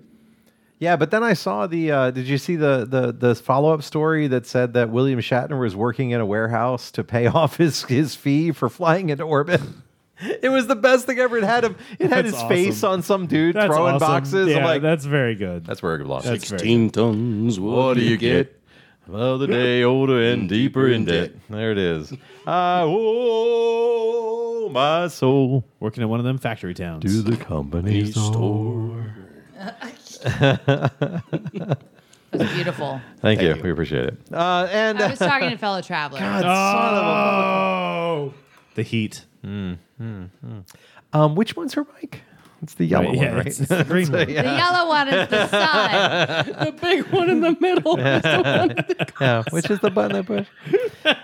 Speaker 1: Yeah, but then I saw the. Uh, did you see the the the follow up story that said that William Shatner was working in a warehouse to pay off his his fee for flying into orbit? It was the best thing ever. It had him. It had
Speaker 3: That's
Speaker 1: his face
Speaker 3: awesome.
Speaker 1: on some dude throwing boxes. I'm
Speaker 3: Yeah,
Speaker 1: like, that's,
Speaker 3: that's very good. That's,
Speaker 1: where it belongs.
Speaker 3: very good.
Speaker 5: 16 tons. What, do you get?
Speaker 1: Well, the day older and deeper
Speaker 5: in debt.
Speaker 1: There it is. I owe my soul
Speaker 3: Working in one of them factory towns.
Speaker 6: To the company store.
Speaker 4: It was beautiful.
Speaker 1: Thank, you. We appreciate it. Uh, and
Speaker 4: I was talking to fellow travelers.
Speaker 3: oh, the heat.
Speaker 1: um, which one's her mic? It's the yellow one, right?
Speaker 3: it's, it's the green one.
Speaker 4: The yellow one is the sun.
Speaker 5: The big one in the middle.
Speaker 1: yeah,
Speaker 4: Uh,
Speaker 1: which is the button I push.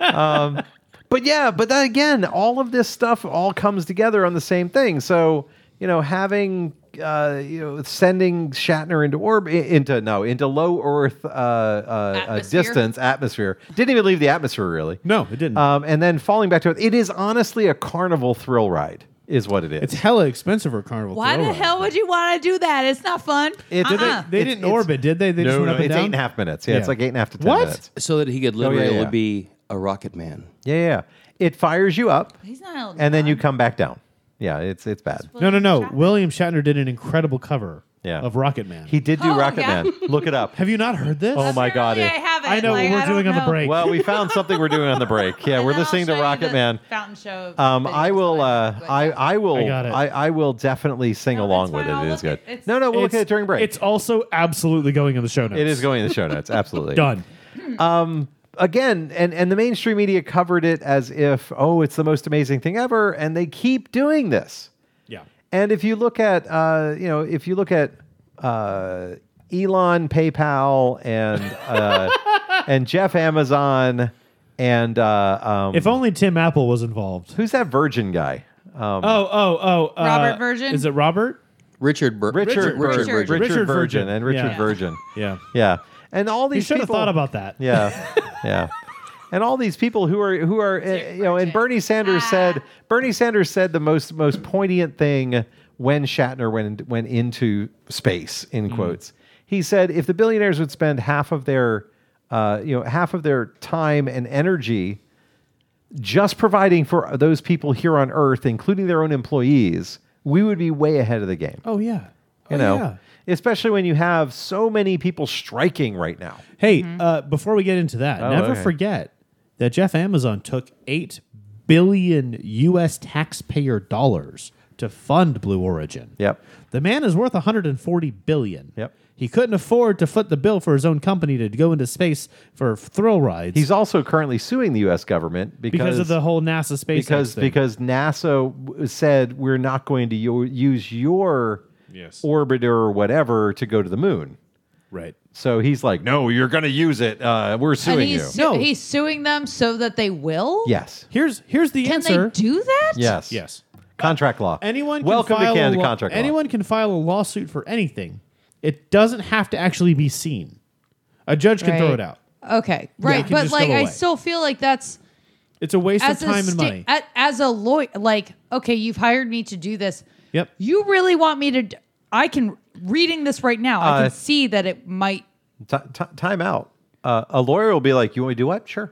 Speaker 1: Um, but yeah, but then again, all of this stuff all comes together on the same thing. So you know, having uh, you know, sending Shatner into orb i- into no into low Earth uh, uh, uh,
Speaker 4: Atmosphere.
Speaker 1: distance atmosphere didn't even leave the atmosphere really.
Speaker 3: No, it didn't.
Speaker 1: um, and then falling back to it. It is honestly a carnival thrill ride, is what it is.
Speaker 3: it's hella expensive for a carnival.
Speaker 4: Why
Speaker 3: throw
Speaker 4: the
Speaker 3: ride.
Speaker 4: hell would you want to do that? It's not fun.
Speaker 1: It's- Did
Speaker 4: Uh-uh.
Speaker 3: They
Speaker 1: It's-
Speaker 3: didn't
Speaker 1: it's-
Speaker 3: orbit, did they? They just
Speaker 1: no,
Speaker 3: went
Speaker 1: no,
Speaker 3: up and
Speaker 1: it's
Speaker 3: down.
Speaker 1: eight and a half minutes. Yeah, it's
Speaker 3: Yeah.
Speaker 1: like eight and a half to ten
Speaker 3: What?
Speaker 1: minutes.
Speaker 5: so that he could
Speaker 1: yeah,
Speaker 5: literally
Speaker 1: yeah.
Speaker 5: be a rocket man.
Speaker 1: Yeah, yeah, yeah. It fires you up,
Speaker 4: He's not Elton
Speaker 1: and then you
Speaker 4: John.
Speaker 1: come back down. Yeah, it's it's bad.
Speaker 3: No, no, no. William Shatner did an incredible cover
Speaker 1: Yeah.
Speaker 3: of Rocket Man.
Speaker 1: He did do
Speaker 4: Oh,
Speaker 1: Rocket
Speaker 4: yeah.
Speaker 1: Man. Look it up.
Speaker 3: Have you not heard this?
Speaker 1: Oh my God,
Speaker 4: Apparently
Speaker 1: it-
Speaker 4: I it.
Speaker 3: I know
Speaker 4: Like,
Speaker 3: what
Speaker 4: I
Speaker 3: we're doing
Speaker 4: don't
Speaker 3: on the
Speaker 4: know.
Speaker 3: break.
Speaker 1: Well, we found something we're doing on the break. Yeah,
Speaker 4: And
Speaker 1: we're
Speaker 4: then I'll
Speaker 1: listening to
Speaker 4: show you
Speaker 1: Rocket
Speaker 4: the
Speaker 1: Man.
Speaker 4: Fountain show.
Speaker 1: Um,
Speaker 4: videos
Speaker 1: I will.
Speaker 4: when I'm
Speaker 1: Uh,
Speaker 4: good.
Speaker 1: I I will.
Speaker 3: I got it.
Speaker 1: I, I will definitely sing
Speaker 4: No, that's
Speaker 1: along with it.
Speaker 4: fine. I'll
Speaker 1: It is
Speaker 4: look
Speaker 1: good.
Speaker 4: at- it's-
Speaker 1: no, no, we'll look
Speaker 3: It's-
Speaker 1: at it during break.
Speaker 3: It's also absolutely going in the show notes.
Speaker 1: it is going in the show notes. Absolutely
Speaker 3: done.
Speaker 1: again, and and the mainstream media covered it as if oh, it's the most amazing thing ever, and they keep doing this.
Speaker 3: Yeah.
Speaker 1: And if you look at, uh, you know, if you look at uh, Elon, PayPal, and uh, and Jeff Amazon, and uh, um,
Speaker 3: If only Tim Apple was involved.
Speaker 1: who's that Virgin guy? Um,
Speaker 3: Oh, oh, oh. uh,
Speaker 4: Robert Virgin?
Speaker 3: Is it Robert?
Speaker 5: Richard Bur-
Speaker 1: Richard,
Speaker 5: Richard
Speaker 1: Virgin,
Speaker 4: Virgin.
Speaker 1: Richard,
Speaker 3: Richard
Speaker 1: Virgin,
Speaker 3: Virgin.
Speaker 1: and Richard
Speaker 3: Yeah.
Speaker 1: Virgin.
Speaker 3: Yeah.
Speaker 1: Yeah, and all
Speaker 3: You
Speaker 1: these
Speaker 3: should have
Speaker 1: people
Speaker 3: thought about that.
Speaker 1: Yeah, yeah. And all these people who are who are uh, you know, and Bernie Sanders
Speaker 3: Ah.
Speaker 1: said Bernie Sanders said the most most poignant thing when Shatner went went into space in
Speaker 3: Mm.
Speaker 1: quotes. He said if the billionaires would spend half of their uh, you know half of their time and energy just providing for those people here on Earth, including their own employees, we would be way ahead of the game.
Speaker 3: Oh yeah.
Speaker 1: you
Speaker 3: Oh,
Speaker 1: know,
Speaker 3: yeah.
Speaker 1: especially when you have so many people striking right now.
Speaker 3: Hey, uh, before we get into that, never
Speaker 1: Oh, okay.
Speaker 3: forget that Jeff Amazon took eight billion U.S. taxpayer dollars to fund Blue Origin.
Speaker 1: Yep.
Speaker 3: The man is worth 140 billion.
Speaker 1: Yep.
Speaker 3: He couldn't afford to foot the bill for his own company to go into space for thrill rides.
Speaker 1: He's also currently suing the U.S. government because,
Speaker 3: because of the whole NASA space
Speaker 1: because
Speaker 3: thing.
Speaker 1: because NASA w- said we're not going to u- use your
Speaker 3: Yes.
Speaker 1: orbiter or whatever to go to the moon.
Speaker 3: right.
Speaker 1: So he's like, no, you're going to use it. Uh, we're
Speaker 4: And
Speaker 1: suing you.
Speaker 4: he's, su-
Speaker 3: No.
Speaker 4: he's suing them so that they will?
Speaker 1: yes.
Speaker 3: Here's here's the
Speaker 4: Can
Speaker 3: answer.
Speaker 4: they do that?
Speaker 1: Yes.
Speaker 3: yes. Uh,
Speaker 1: Contract law.
Speaker 3: Anyone can
Speaker 1: Welcome
Speaker 3: file
Speaker 1: to Canada
Speaker 3: a law-
Speaker 1: contract law.
Speaker 3: Anyone can file a lawsuit for anything. It doesn't have to actually be seen. A judge can throw
Speaker 4: Right.
Speaker 3: it out.
Speaker 4: Okay.
Speaker 3: it
Speaker 4: Right.
Speaker 3: can
Speaker 4: but
Speaker 3: just go
Speaker 4: like, I
Speaker 3: away.
Speaker 4: still feel like that's
Speaker 3: It's a waste
Speaker 4: as
Speaker 3: of
Speaker 4: a
Speaker 3: time and
Speaker 4: sta-
Speaker 3: money.
Speaker 4: a- as a lawyer. Like, okay, you've hired me to do this.
Speaker 3: yep.
Speaker 4: You really want me to? d- I can reading this right now. I
Speaker 1: Uh,
Speaker 4: can see that it might.
Speaker 1: Ti- ti- time out. Uh, a lawyer will be like, you want me to do what? Sure.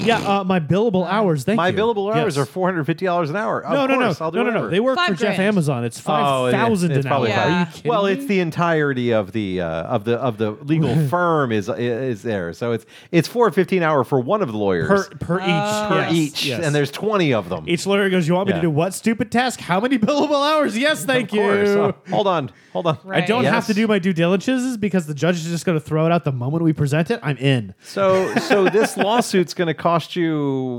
Speaker 3: Yeah, uh, my billable hours. Thank
Speaker 1: My
Speaker 3: you.
Speaker 1: billable hours
Speaker 3: Yes.
Speaker 1: are four hundred fifty dollars an hour. Of
Speaker 3: No, no, no,
Speaker 1: course, I'll do
Speaker 3: no, no, no.
Speaker 1: whatever. Oh,
Speaker 3: They work
Speaker 4: Five
Speaker 3: for Jeff
Speaker 4: grand.
Speaker 3: Amazon. Oh, It's five thousand
Speaker 1: it's
Speaker 3: an hour.
Speaker 1: probably
Speaker 4: Yeah.
Speaker 1: five.
Speaker 4: Are you
Speaker 3: kidding
Speaker 1: well,
Speaker 3: me?
Speaker 1: it's the entirety of the uh, of the of the legal firm is is there. So it's it's four fifteen hour for one of the lawyers
Speaker 3: per per
Speaker 4: Oh.
Speaker 3: each
Speaker 1: per
Speaker 3: yes,
Speaker 1: each,
Speaker 3: yes.
Speaker 1: and there's twenty of them.
Speaker 3: each lawyer goes. You want me
Speaker 1: Yeah.
Speaker 3: to do what stupid task? How many billable hours? Yes,
Speaker 1: of
Speaker 3: thank you.
Speaker 1: course. Oh, hold on, hold on.
Speaker 3: I
Speaker 4: Right.
Speaker 3: don't have
Speaker 1: Yes.
Speaker 3: to do my due diligences because the judge is just going to throw it out the moment we present it. I'm in.
Speaker 1: So so this lawsuit's going to cost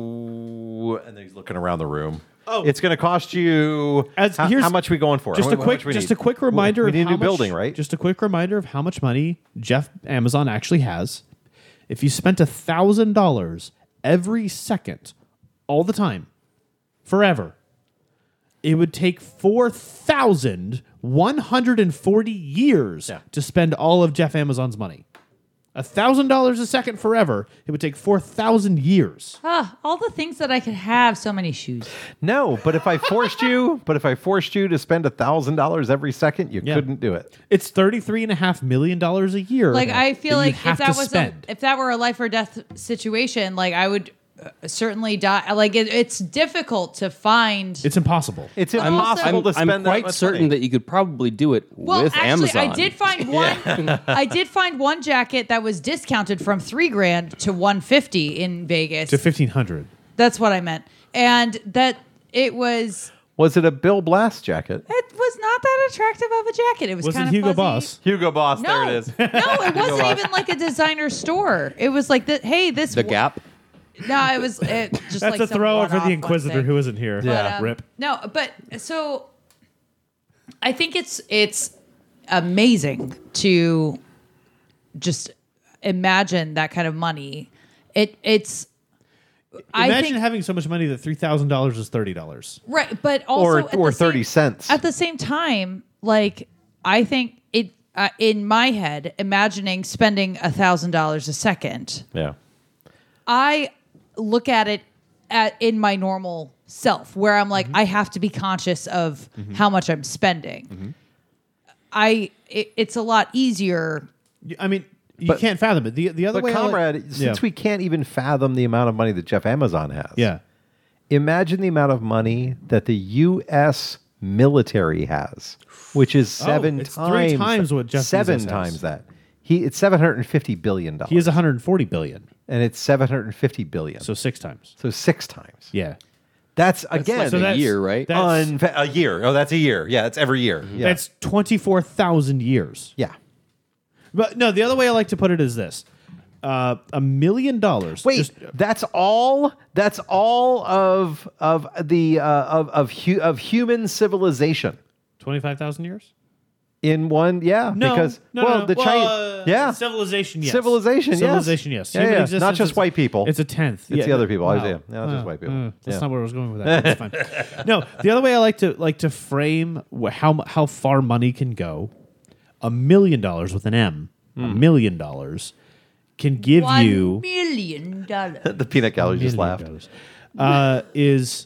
Speaker 1: you. And he's looking around the room. Oh, it's going to cost you.
Speaker 3: As-
Speaker 1: how,
Speaker 3: here's-
Speaker 1: how much we going for?
Speaker 3: Just
Speaker 1: How
Speaker 3: a
Speaker 1: mu- how
Speaker 3: quick,
Speaker 1: much we
Speaker 3: just
Speaker 1: need?
Speaker 3: a quick reminder.
Speaker 1: We
Speaker 3: of
Speaker 1: need a
Speaker 3: how
Speaker 1: new
Speaker 3: much-
Speaker 1: building, right?
Speaker 3: Just a quick reminder of how much money Jeff Amazon actually has. If you spent a thousand dollars every second, all the time, forever, it would take four thousand one hundred and forty years to spend all of Jeff Amazon's money. A thousand dollars a second forever. It would take four thousand years.
Speaker 4: Ah, all the things that I could have. So many shoes.
Speaker 1: no, but if I forced you, but if I forced you to spend a thousand dollars every second, you
Speaker 3: Yeah.
Speaker 1: couldn't do it.
Speaker 3: It's thirty-three and a half million dollars a year.
Speaker 4: Like I
Speaker 3: that
Speaker 4: feel
Speaker 3: you
Speaker 4: like
Speaker 3: have
Speaker 4: if
Speaker 3: to
Speaker 4: that was a,
Speaker 3: spend.
Speaker 4: if that were a life or death situation, like I would uh, certainly die. Like it, it's difficult to find.
Speaker 3: It's impossible.
Speaker 1: It's
Speaker 4: But also-
Speaker 1: impossible
Speaker 5: I'm,
Speaker 1: to spend
Speaker 5: I'm
Speaker 1: that
Speaker 5: quite
Speaker 1: much
Speaker 5: certain
Speaker 1: money.
Speaker 5: that you could probably do it
Speaker 4: well,
Speaker 5: with
Speaker 4: actually,
Speaker 5: Amazon.
Speaker 4: I did find one. I did find one jacket that was discounted from three grand to one fifty in Vegas.
Speaker 3: to fifteen hundred.
Speaker 4: That's what I meant, and that it was.
Speaker 1: Was it a Bill Blast jacket?
Speaker 4: It was not that attractive of a jacket. It was,
Speaker 3: Was
Speaker 4: kind
Speaker 3: it
Speaker 4: of
Speaker 3: Hugo
Speaker 4: fuzzy.
Speaker 3: Boss?
Speaker 1: Hugo Boss.
Speaker 4: No, no, it wasn't even like a designer store. It was like the hey, this
Speaker 5: the Gap.
Speaker 4: No, it was it just
Speaker 3: That's
Speaker 4: like
Speaker 3: a
Speaker 4: some
Speaker 3: throw for
Speaker 4: one-off
Speaker 3: the
Speaker 4: one
Speaker 3: Inquisitor
Speaker 4: thing.
Speaker 3: who isn't here.
Speaker 4: But, um,
Speaker 3: Rip.
Speaker 4: No, but so I think it's it's amazing to just imagine that kind of money. It it's I
Speaker 3: Imagine
Speaker 4: think
Speaker 3: having so much money that three thousand dollars is thirty dollars.
Speaker 4: right, but also
Speaker 1: Or
Speaker 4: at the
Speaker 1: or
Speaker 4: same-
Speaker 1: thirty cents.
Speaker 4: At the same time, like I think it uh, in my head, imagining spending a thousand dollars a second
Speaker 1: yeah.
Speaker 4: I look at it at in my normal self where I'm
Speaker 3: Mm-hmm.
Speaker 4: like I have to be conscious of how much I'm spending.
Speaker 3: Mm-hmm.
Speaker 4: I it, it's a lot easier.
Speaker 3: I mean, you
Speaker 1: But-
Speaker 3: can't fathom it. The the other
Speaker 1: But
Speaker 3: way, I like-
Speaker 1: comrade, since
Speaker 3: yeah.
Speaker 1: we can't even fathom the amount of money that Jeff Amazon has,
Speaker 3: yeah,
Speaker 1: imagine the amount of money that the U.S. military has, which is
Speaker 3: Oh,
Speaker 1: seven
Speaker 3: it's
Speaker 1: times
Speaker 3: three times what Jeff
Speaker 1: seven
Speaker 3: Bezos has.
Speaker 1: times that. He it's seven hundred and fifty billion dollars,
Speaker 3: He is 140 billion,
Speaker 1: and it's seven hundred and fifty billion. So,
Speaker 3: so six times.
Speaker 1: so six times.
Speaker 3: Yeah,
Speaker 1: That's again
Speaker 5: like
Speaker 3: so
Speaker 5: a
Speaker 3: that's-
Speaker 5: year, right?
Speaker 3: that's-
Speaker 1: unfa- a year. Oh, that's a year. Yeah, that's every year. Yeah.
Speaker 3: that's 24,000 years.
Speaker 1: yeah.
Speaker 3: But no, the other way I like to put it is this: uh, a million dollars.
Speaker 1: Wait,
Speaker 3: just-
Speaker 1: that's all. That's all of of the uh, of of hu- of human civilization
Speaker 3: 25,000 years?
Speaker 1: in one. Yeah,
Speaker 3: No,
Speaker 1: because
Speaker 3: no, no,
Speaker 1: well,
Speaker 3: no.
Speaker 1: the Chinese.
Speaker 3: Well, uh,
Speaker 1: yeah,
Speaker 3: civilization, yes.
Speaker 1: Civilization, yes.
Speaker 3: civilization, yes.
Speaker 1: Yeah,
Speaker 3: Human
Speaker 1: yeah. Not
Speaker 3: existence
Speaker 1: just
Speaker 3: is-
Speaker 1: white people.
Speaker 3: It's a tenth.
Speaker 1: It's the other people. I was-
Speaker 3: Wow.
Speaker 1: yeah, no, it's just white people.
Speaker 3: Uh, that's
Speaker 1: Yeah.
Speaker 3: not where I was going with that. That's fine. No, the other way I like to like to frame wh- how mu- how far money can go. A million dollars with an M. A
Speaker 1: Hmm.
Speaker 3: million dollars can give
Speaker 4: One
Speaker 3: you
Speaker 4: million dollars.
Speaker 1: the Mm-hmm. peanut gallery just
Speaker 3: Million
Speaker 1: laughed.
Speaker 3: dollars. Uh, is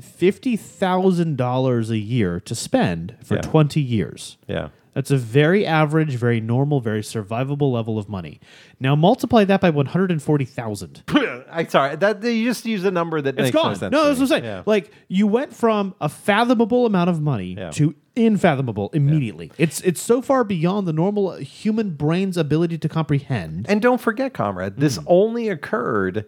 Speaker 3: fifty thousand dollars a year to spend for
Speaker 1: Yeah.
Speaker 3: twenty years.
Speaker 1: Yeah,
Speaker 3: That's a very average, very normal, very survivable level of money. Now multiply that by one hundred and forty thousand.
Speaker 1: I'm sorry. That you just use a number that
Speaker 3: It's
Speaker 1: makes no
Speaker 3: gone.
Speaker 1: sense.
Speaker 3: No,
Speaker 1: to
Speaker 3: that's
Speaker 1: me.
Speaker 3: what I'm saying.
Speaker 1: Yeah.
Speaker 3: Like you went from a fathomable amount of money
Speaker 1: Yeah.
Speaker 3: to infathomable immediately. It's it's so far beyond the normal human brain's ability to comprehend.
Speaker 1: And don't forget, comrade, this only occurred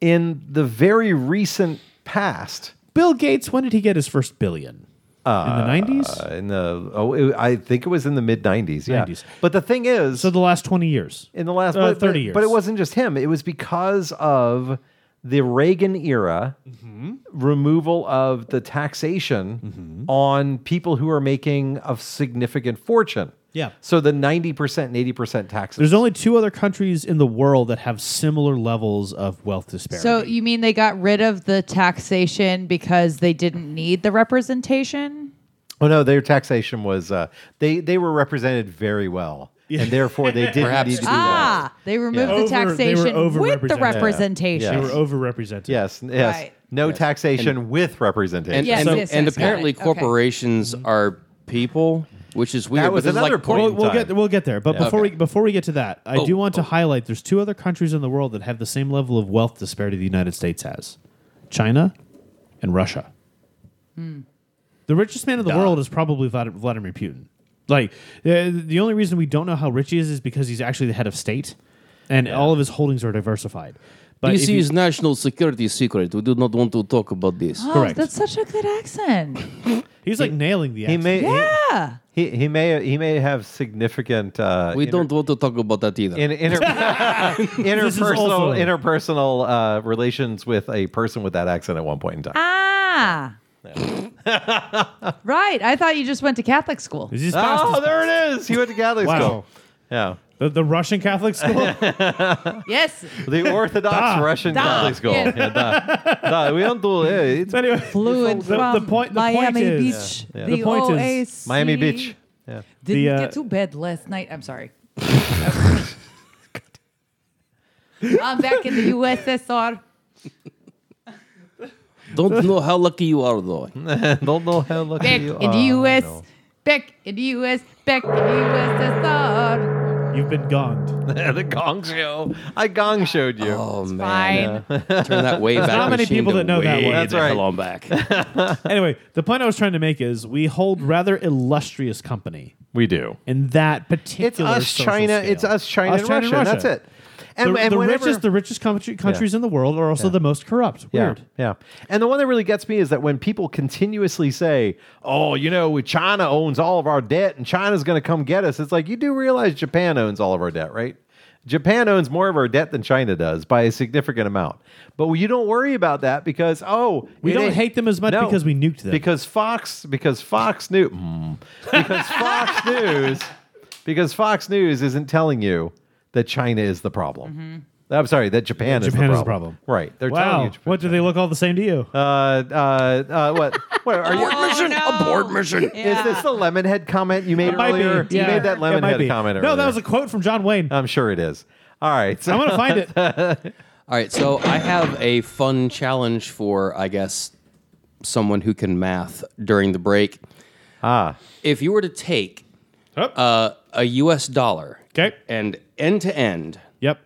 Speaker 1: in the very recent past.
Speaker 3: Bill Gates, when did he get his first billion? in the nineties.
Speaker 1: Uh, in the oh, it, I think it was in the mid '90s. Yeah,
Speaker 3: 90s.
Speaker 1: but the thing is,
Speaker 3: so the last twenty years.
Speaker 1: in the last
Speaker 3: uh,
Speaker 1: but-
Speaker 3: 30
Speaker 1: but-
Speaker 3: years.
Speaker 1: But it wasn't just him. It was because of the Reagan era
Speaker 3: Mm-hmm.
Speaker 1: removal of the taxation on people who are making a significant fortune.
Speaker 3: Yeah.
Speaker 1: So the ninety percent and eighty percent taxes.
Speaker 3: There's only two other countries in the world that have similar levels of wealth disparity.
Speaker 4: So you mean they got rid of the taxation because they didn't need the representation?
Speaker 1: oh no, their taxation was uh, they they were represented very well, and therefore they didn't
Speaker 5: Perhaps
Speaker 1: need to do that.
Speaker 4: Ah, they removed
Speaker 3: Over-
Speaker 4: the
Speaker 3: they were
Speaker 4: taxation with
Speaker 3: overrepresented.
Speaker 4: the
Speaker 3: Yeah.
Speaker 4: representation. Oh,
Speaker 3: they
Speaker 1: Yeah.
Speaker 3: were overrepresented.
Speaker 1: Yes, yes.
Speaker 4: Right.
Speaker 1: No taxation with representation.
Speaker 5: and
Speaker 4: Yes,
Speaker 5: and,
Speaker 4: yes,
Speaker 5: and
Speaker 4: yes, got
Speaker 5: apparently
Speaker 4: it. Okay. Mm-hmm.
Speaker 5: corporations are people, which is weird.
Speaker 1: was
Speaker 5: but this is
Speaker 1: another
Speaker 5: like
Speaker 1: point.
Speaker 3: We'll,
Speaker 1: in
Speaker 3: we'll
Speaker 1: time.
Speaker 3: get we'll get there, but before we before we get to that, I do
Speaker 5: Oh,
Speaker 3: want to highlight there's two other countries in the world that have the same level of wealth disparity the United States has: China and Russia.
Speaker 4: Hmm.
Speaker 3: The richest man in the world is probably Vlad- Vladimir Putin. Like uh, the only reason we don't know how rich he is is because he's actually the head of state, and all of his holdings are diversified. But
Speaker 5: This
Speaker 3: if you-
Speaker 5: is national security secret. We do not want to talk about this.
Speaker 4: Oh,
Speaker 3: Correct.
Speaker 4: that's such a good accent.
Speaker 3: he's like nailing the
Speaker 1: he
Speaker 3: accent.
Speaker 1: may
Speaker 4: Yeah.
Speaker 1: he, he may he may have significant uh,
Speaker 5: We
Speaker 1: inter-
Speaker 5: don't want to talk about that either.
Speaker 1: in inter-
Speaker 3: is also-
Speaker 1: interpersonal interpersonal uh, relations with a person with that accent at one point in time.
Speaker 4: Ah. right. I thought you just went to Catholic school.
Speaker 3: Is he fast
Speaker 1: Oh,
Speaker 3: as-
Speaker 1: there it is. He went to Catholic
Speaker 3: Wow.
Speaker 1: school. Yeah,
Speaker 3: the, the Russian Catholic school?
Speaker 4: Yes.
Speaker 1: the Orthodox Russian
Speaker 4: Duh.
Speaker 1: Catholic school.
Speaker 4: Yeah.
Speaker 1: Yeah, duh. Duh, We don't do it. It's
Speaker 3: anyway,
Speaker 4: Fluid
Speaker 3: The-
Speaker 4: from
Speaker 3: the point- the point
Speaker 4: Miami
Speaker 3: is-
Speaker 4: Beach.
Speaker 1: Yeah.
Speaker 4: The,
Speaker 3: The point is-
Speaker 4: OAC.
Speaker 1: Miami Beach. Yeah.
Speaker 4: Didn't
Speaker 3: The, uh,
Speaker 4: get to bed last night. I'm sorry. I'm back in the USSR.
Speaker 5: Don't know how lucky you are, though.
Speaker 1: Don't know how lucky
Speaker 4: Back
Speaker 1: you
Speaker 4: in the
Speaker 1: are.
Speaker 4: US.
Speaker 1: No.
Speaker 4: Back in the US. Back in the USSR.
Speaker 3: you've been gonged.
Speaker 1: the gong show. I gong showed you.
Speaker 5: Oh man,
Speaker 4: Fine.
Speaker 5: turn that way back.
Speaker 3: not many
Speaker 5: machine
Speaker 3: people
Speaker 5: to
Speaker 3: that know that
Speaker 5: way
Speaker 3: one.
Speaker 1: That's
Speaker 5: the
Speaker 1: right.
Speaker 5: hell on back.
Speaker 3: anyway, the point I was trying to make is we hold rather illustrious company
Speaker 1: We do.
Speaker 3: in that particular.
Speaker 1: It's us,
Speaker 3: social
Speaker 1: China.
Speaker 3: scale.
Speaker 1: It's us, China, and Russia. That's it.
Speaker 3: The,
Speaker 1: And, and
Speaker 3: the
Speaker 1: whenever-
Speaker 3: richest, the richest country, countries in the world are also the most corrupt.
Speaker 1: Yeah,
Speaker 3: Weird.
Speaker 1: Yeah. And the one that really gets me is that when people continuously say, oh, you know, China owns all of our debt and China's going to come get us, it's like, you do realize Japan owns all of our debt, right? Japan owns more of our debt than China does by a significant amount. But you don't worry about that because, oh,
Speaker 3: We
Speaker 1: it
Speaker 3: don't
Speaker 1: ain't-
Speaker 3: hate them as much
Speaker 1: No.
Speaker 3: because we nuked them.
Speaker 1: Because Fox, because Fox News, because Fox News, because Fox News isn't telling you that China is the problem. I'm sorry, that Japan, is the
Speaker 3: Mm-hmm. Japan
Speaker 1: problem.
Speaker 3: is the problem.
Speaker 1: Right. They're telling you
Speaker 3: wow.
Speaker 1: Japan-
Speaker 3: What do they look all the same to you?
Speaker 1: uh, uh, uh, what? what are you?
Speaker 4: mission. Abort mission.
Speaker 1: Is this the lemonhead comment you made
Speaker 3: It might be.
Speaker 1: earlier? You
Speaker 3: Yeah.
Speaker 1: made that
Speaker 3: It might
Speaker 1: lemonhead
Speaker 3: be.
Speaker 1: comment earlier.
Speaker 3: No, that was a quote from John Wayne.
Speaker 1: I'm sure it is. All right. So
Speaker 3: I'm gonna find it.
Speaker 1: Oh.
Speaker 5: All right, so I have a fun challenge for, I guess, someone who can math during the break.
Speaker 1: ah,
Speaker 5: If you were to take
Speaker 3: Up.
Speaker 5: uh, a U.S. dollar
Speaker 3: Okay.
Speaker 5: and end to end,
Speaker 3: Yep.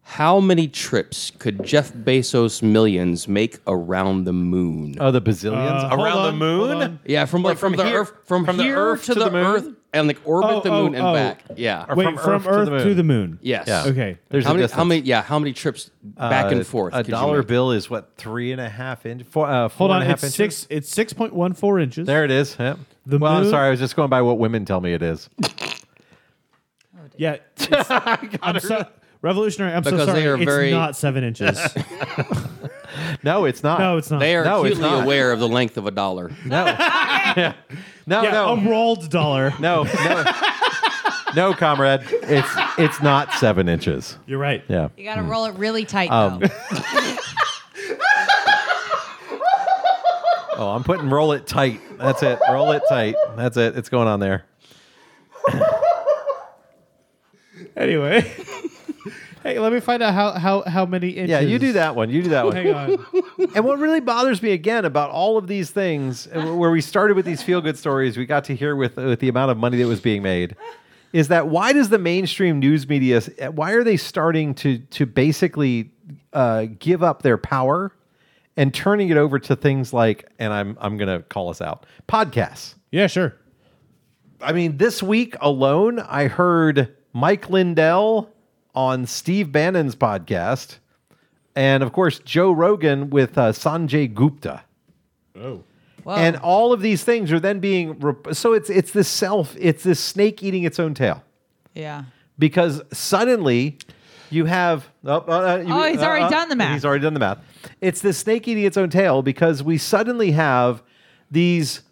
Speaker 5: how many trips could Jeff Bezos' millions make around the moon?
Speaker 1: oh, the bazillions
Speaker 3: Uh, hold
Speaker 1: around the
Speaker 3: on, hold
Speaker 1: moon.
Speaker 3: on.
Speaker 5: yeah, from like, from, the
Speaker 1: here-
Speaker 5: earth from,
Speaker 1: from the
Speaker 5: here
Speaker 1: Earth
Speaker 5: to, the,
Speaker 1: moon?
Speaker 5: earth and like orbit
Speaker 3: Oh,
Speaker 5: the
Speaker 3: oh,
Speaker 5: moon and
Speaker 3: oh.
Speaker 5: back. Yeah.
Speaker 1: Or
Speaker 3: Wait,
Speaker 1: from
Speaker 3: from,
Speaker 1: Earth to the
Speaker 3: Earth,
Speaker 1: moon.
Speaker 3: to the moon.
Speaker 5: Yes.
Speaker 1: Yeah.
Speaker 3: Okay.
Speaker 1: There's
Speaker 5: how
Speaker 1: a
Speaker 5: many?
Speaker 1: distance.
Speaker 5: How many? Yeah. How many trips back
Speaker 1: Uh,
Speaker 5: and forth?
Speaker 1: A
Speaker 5: could you
Speaker 1: dollar
Speaker 5: make?
Speaker 1: bill is what three and a half inch, four, uh, four and
Speaker 3: Hold on.
Speaker 1: a half
Speaker 3: It's
Speaker 1: inches?
Speaker 3: six. It's six point one four inches.
Speaker 1: There it is. Yep.
Speaker 3: The
Speaker 1: well, I'm
Speaker 3: moon-
Speaker 1: sorry. I was just going by what women tell me it is.
Speaker 3: Yeah. it's- I'm so- revolutionary. I'm so
Speaker 5: Because
Speaker 3: sorry.
Speaker 5: they are
Speaker 3: it's
Speaker 5: very-
Speaker 3: not seven inches.
Speaker 1: No, it's not.
Speaker 3: no, it's not.
Speaker 5: They are
Speaker 1: No, it's
Speaker 5: acutely
Speaker 1: not.
Speaker 5: aware of the length of a dollar.
Speaker 1: No. Yeah. No,
Speaker 3: Yeah,
Speaker 1: no.
Speaker 3: a rolled dollar.
Speaker 1: no, no. No, comrade. It's it's not seven inches.
Speaker 3: You're right.
Speaker 1: Yeah.
Speaker 4: You got to roll it really tight,
Speaker 1: Um,
Speaker 4: though.
Speaker 1: Oh, I'm putting roll it tight. That's it. Roll it tight. That's it. It's going on there.
Speaker 3: Anyway. hey, let me find out how how how many inches.
Speaker 1: Yeah, you do that one. You do that one.
Speaker 3: Hang on.
Speaker 1: And what really bothers me again about all of these things, and where we started with these feel good stories, we got to here with with the amount of money that was being made, is that why does the mainstream news media why are they starting to to basically uh, give up their power and turning it over to things like and I'm I'm gonna call us out podcasts.
Speaker 3: yeah, sure.
Speaker 1: I mean, this week alone, I heard Mike Lindell on Steve Bannon's podcast, and of course, Joe Rogan with uh, Sanjay Gupta.
Speaker 4: Whoa.
Speaker 1: And all of these things are then being rep- so it's it's this self it's this snake eating its own tail
Speaker 4: yeah.
Speaker 1: because suddenly you have oh, oh, uh, you-
Speaker 4: Oh, he's
Speaker 1: uh,
Speaker 4: already
Speaker 1: uh,
Speaker 4: done the math.
Speaker 1: He's already done the math. It's the snake eating its own tail because we suddenly have these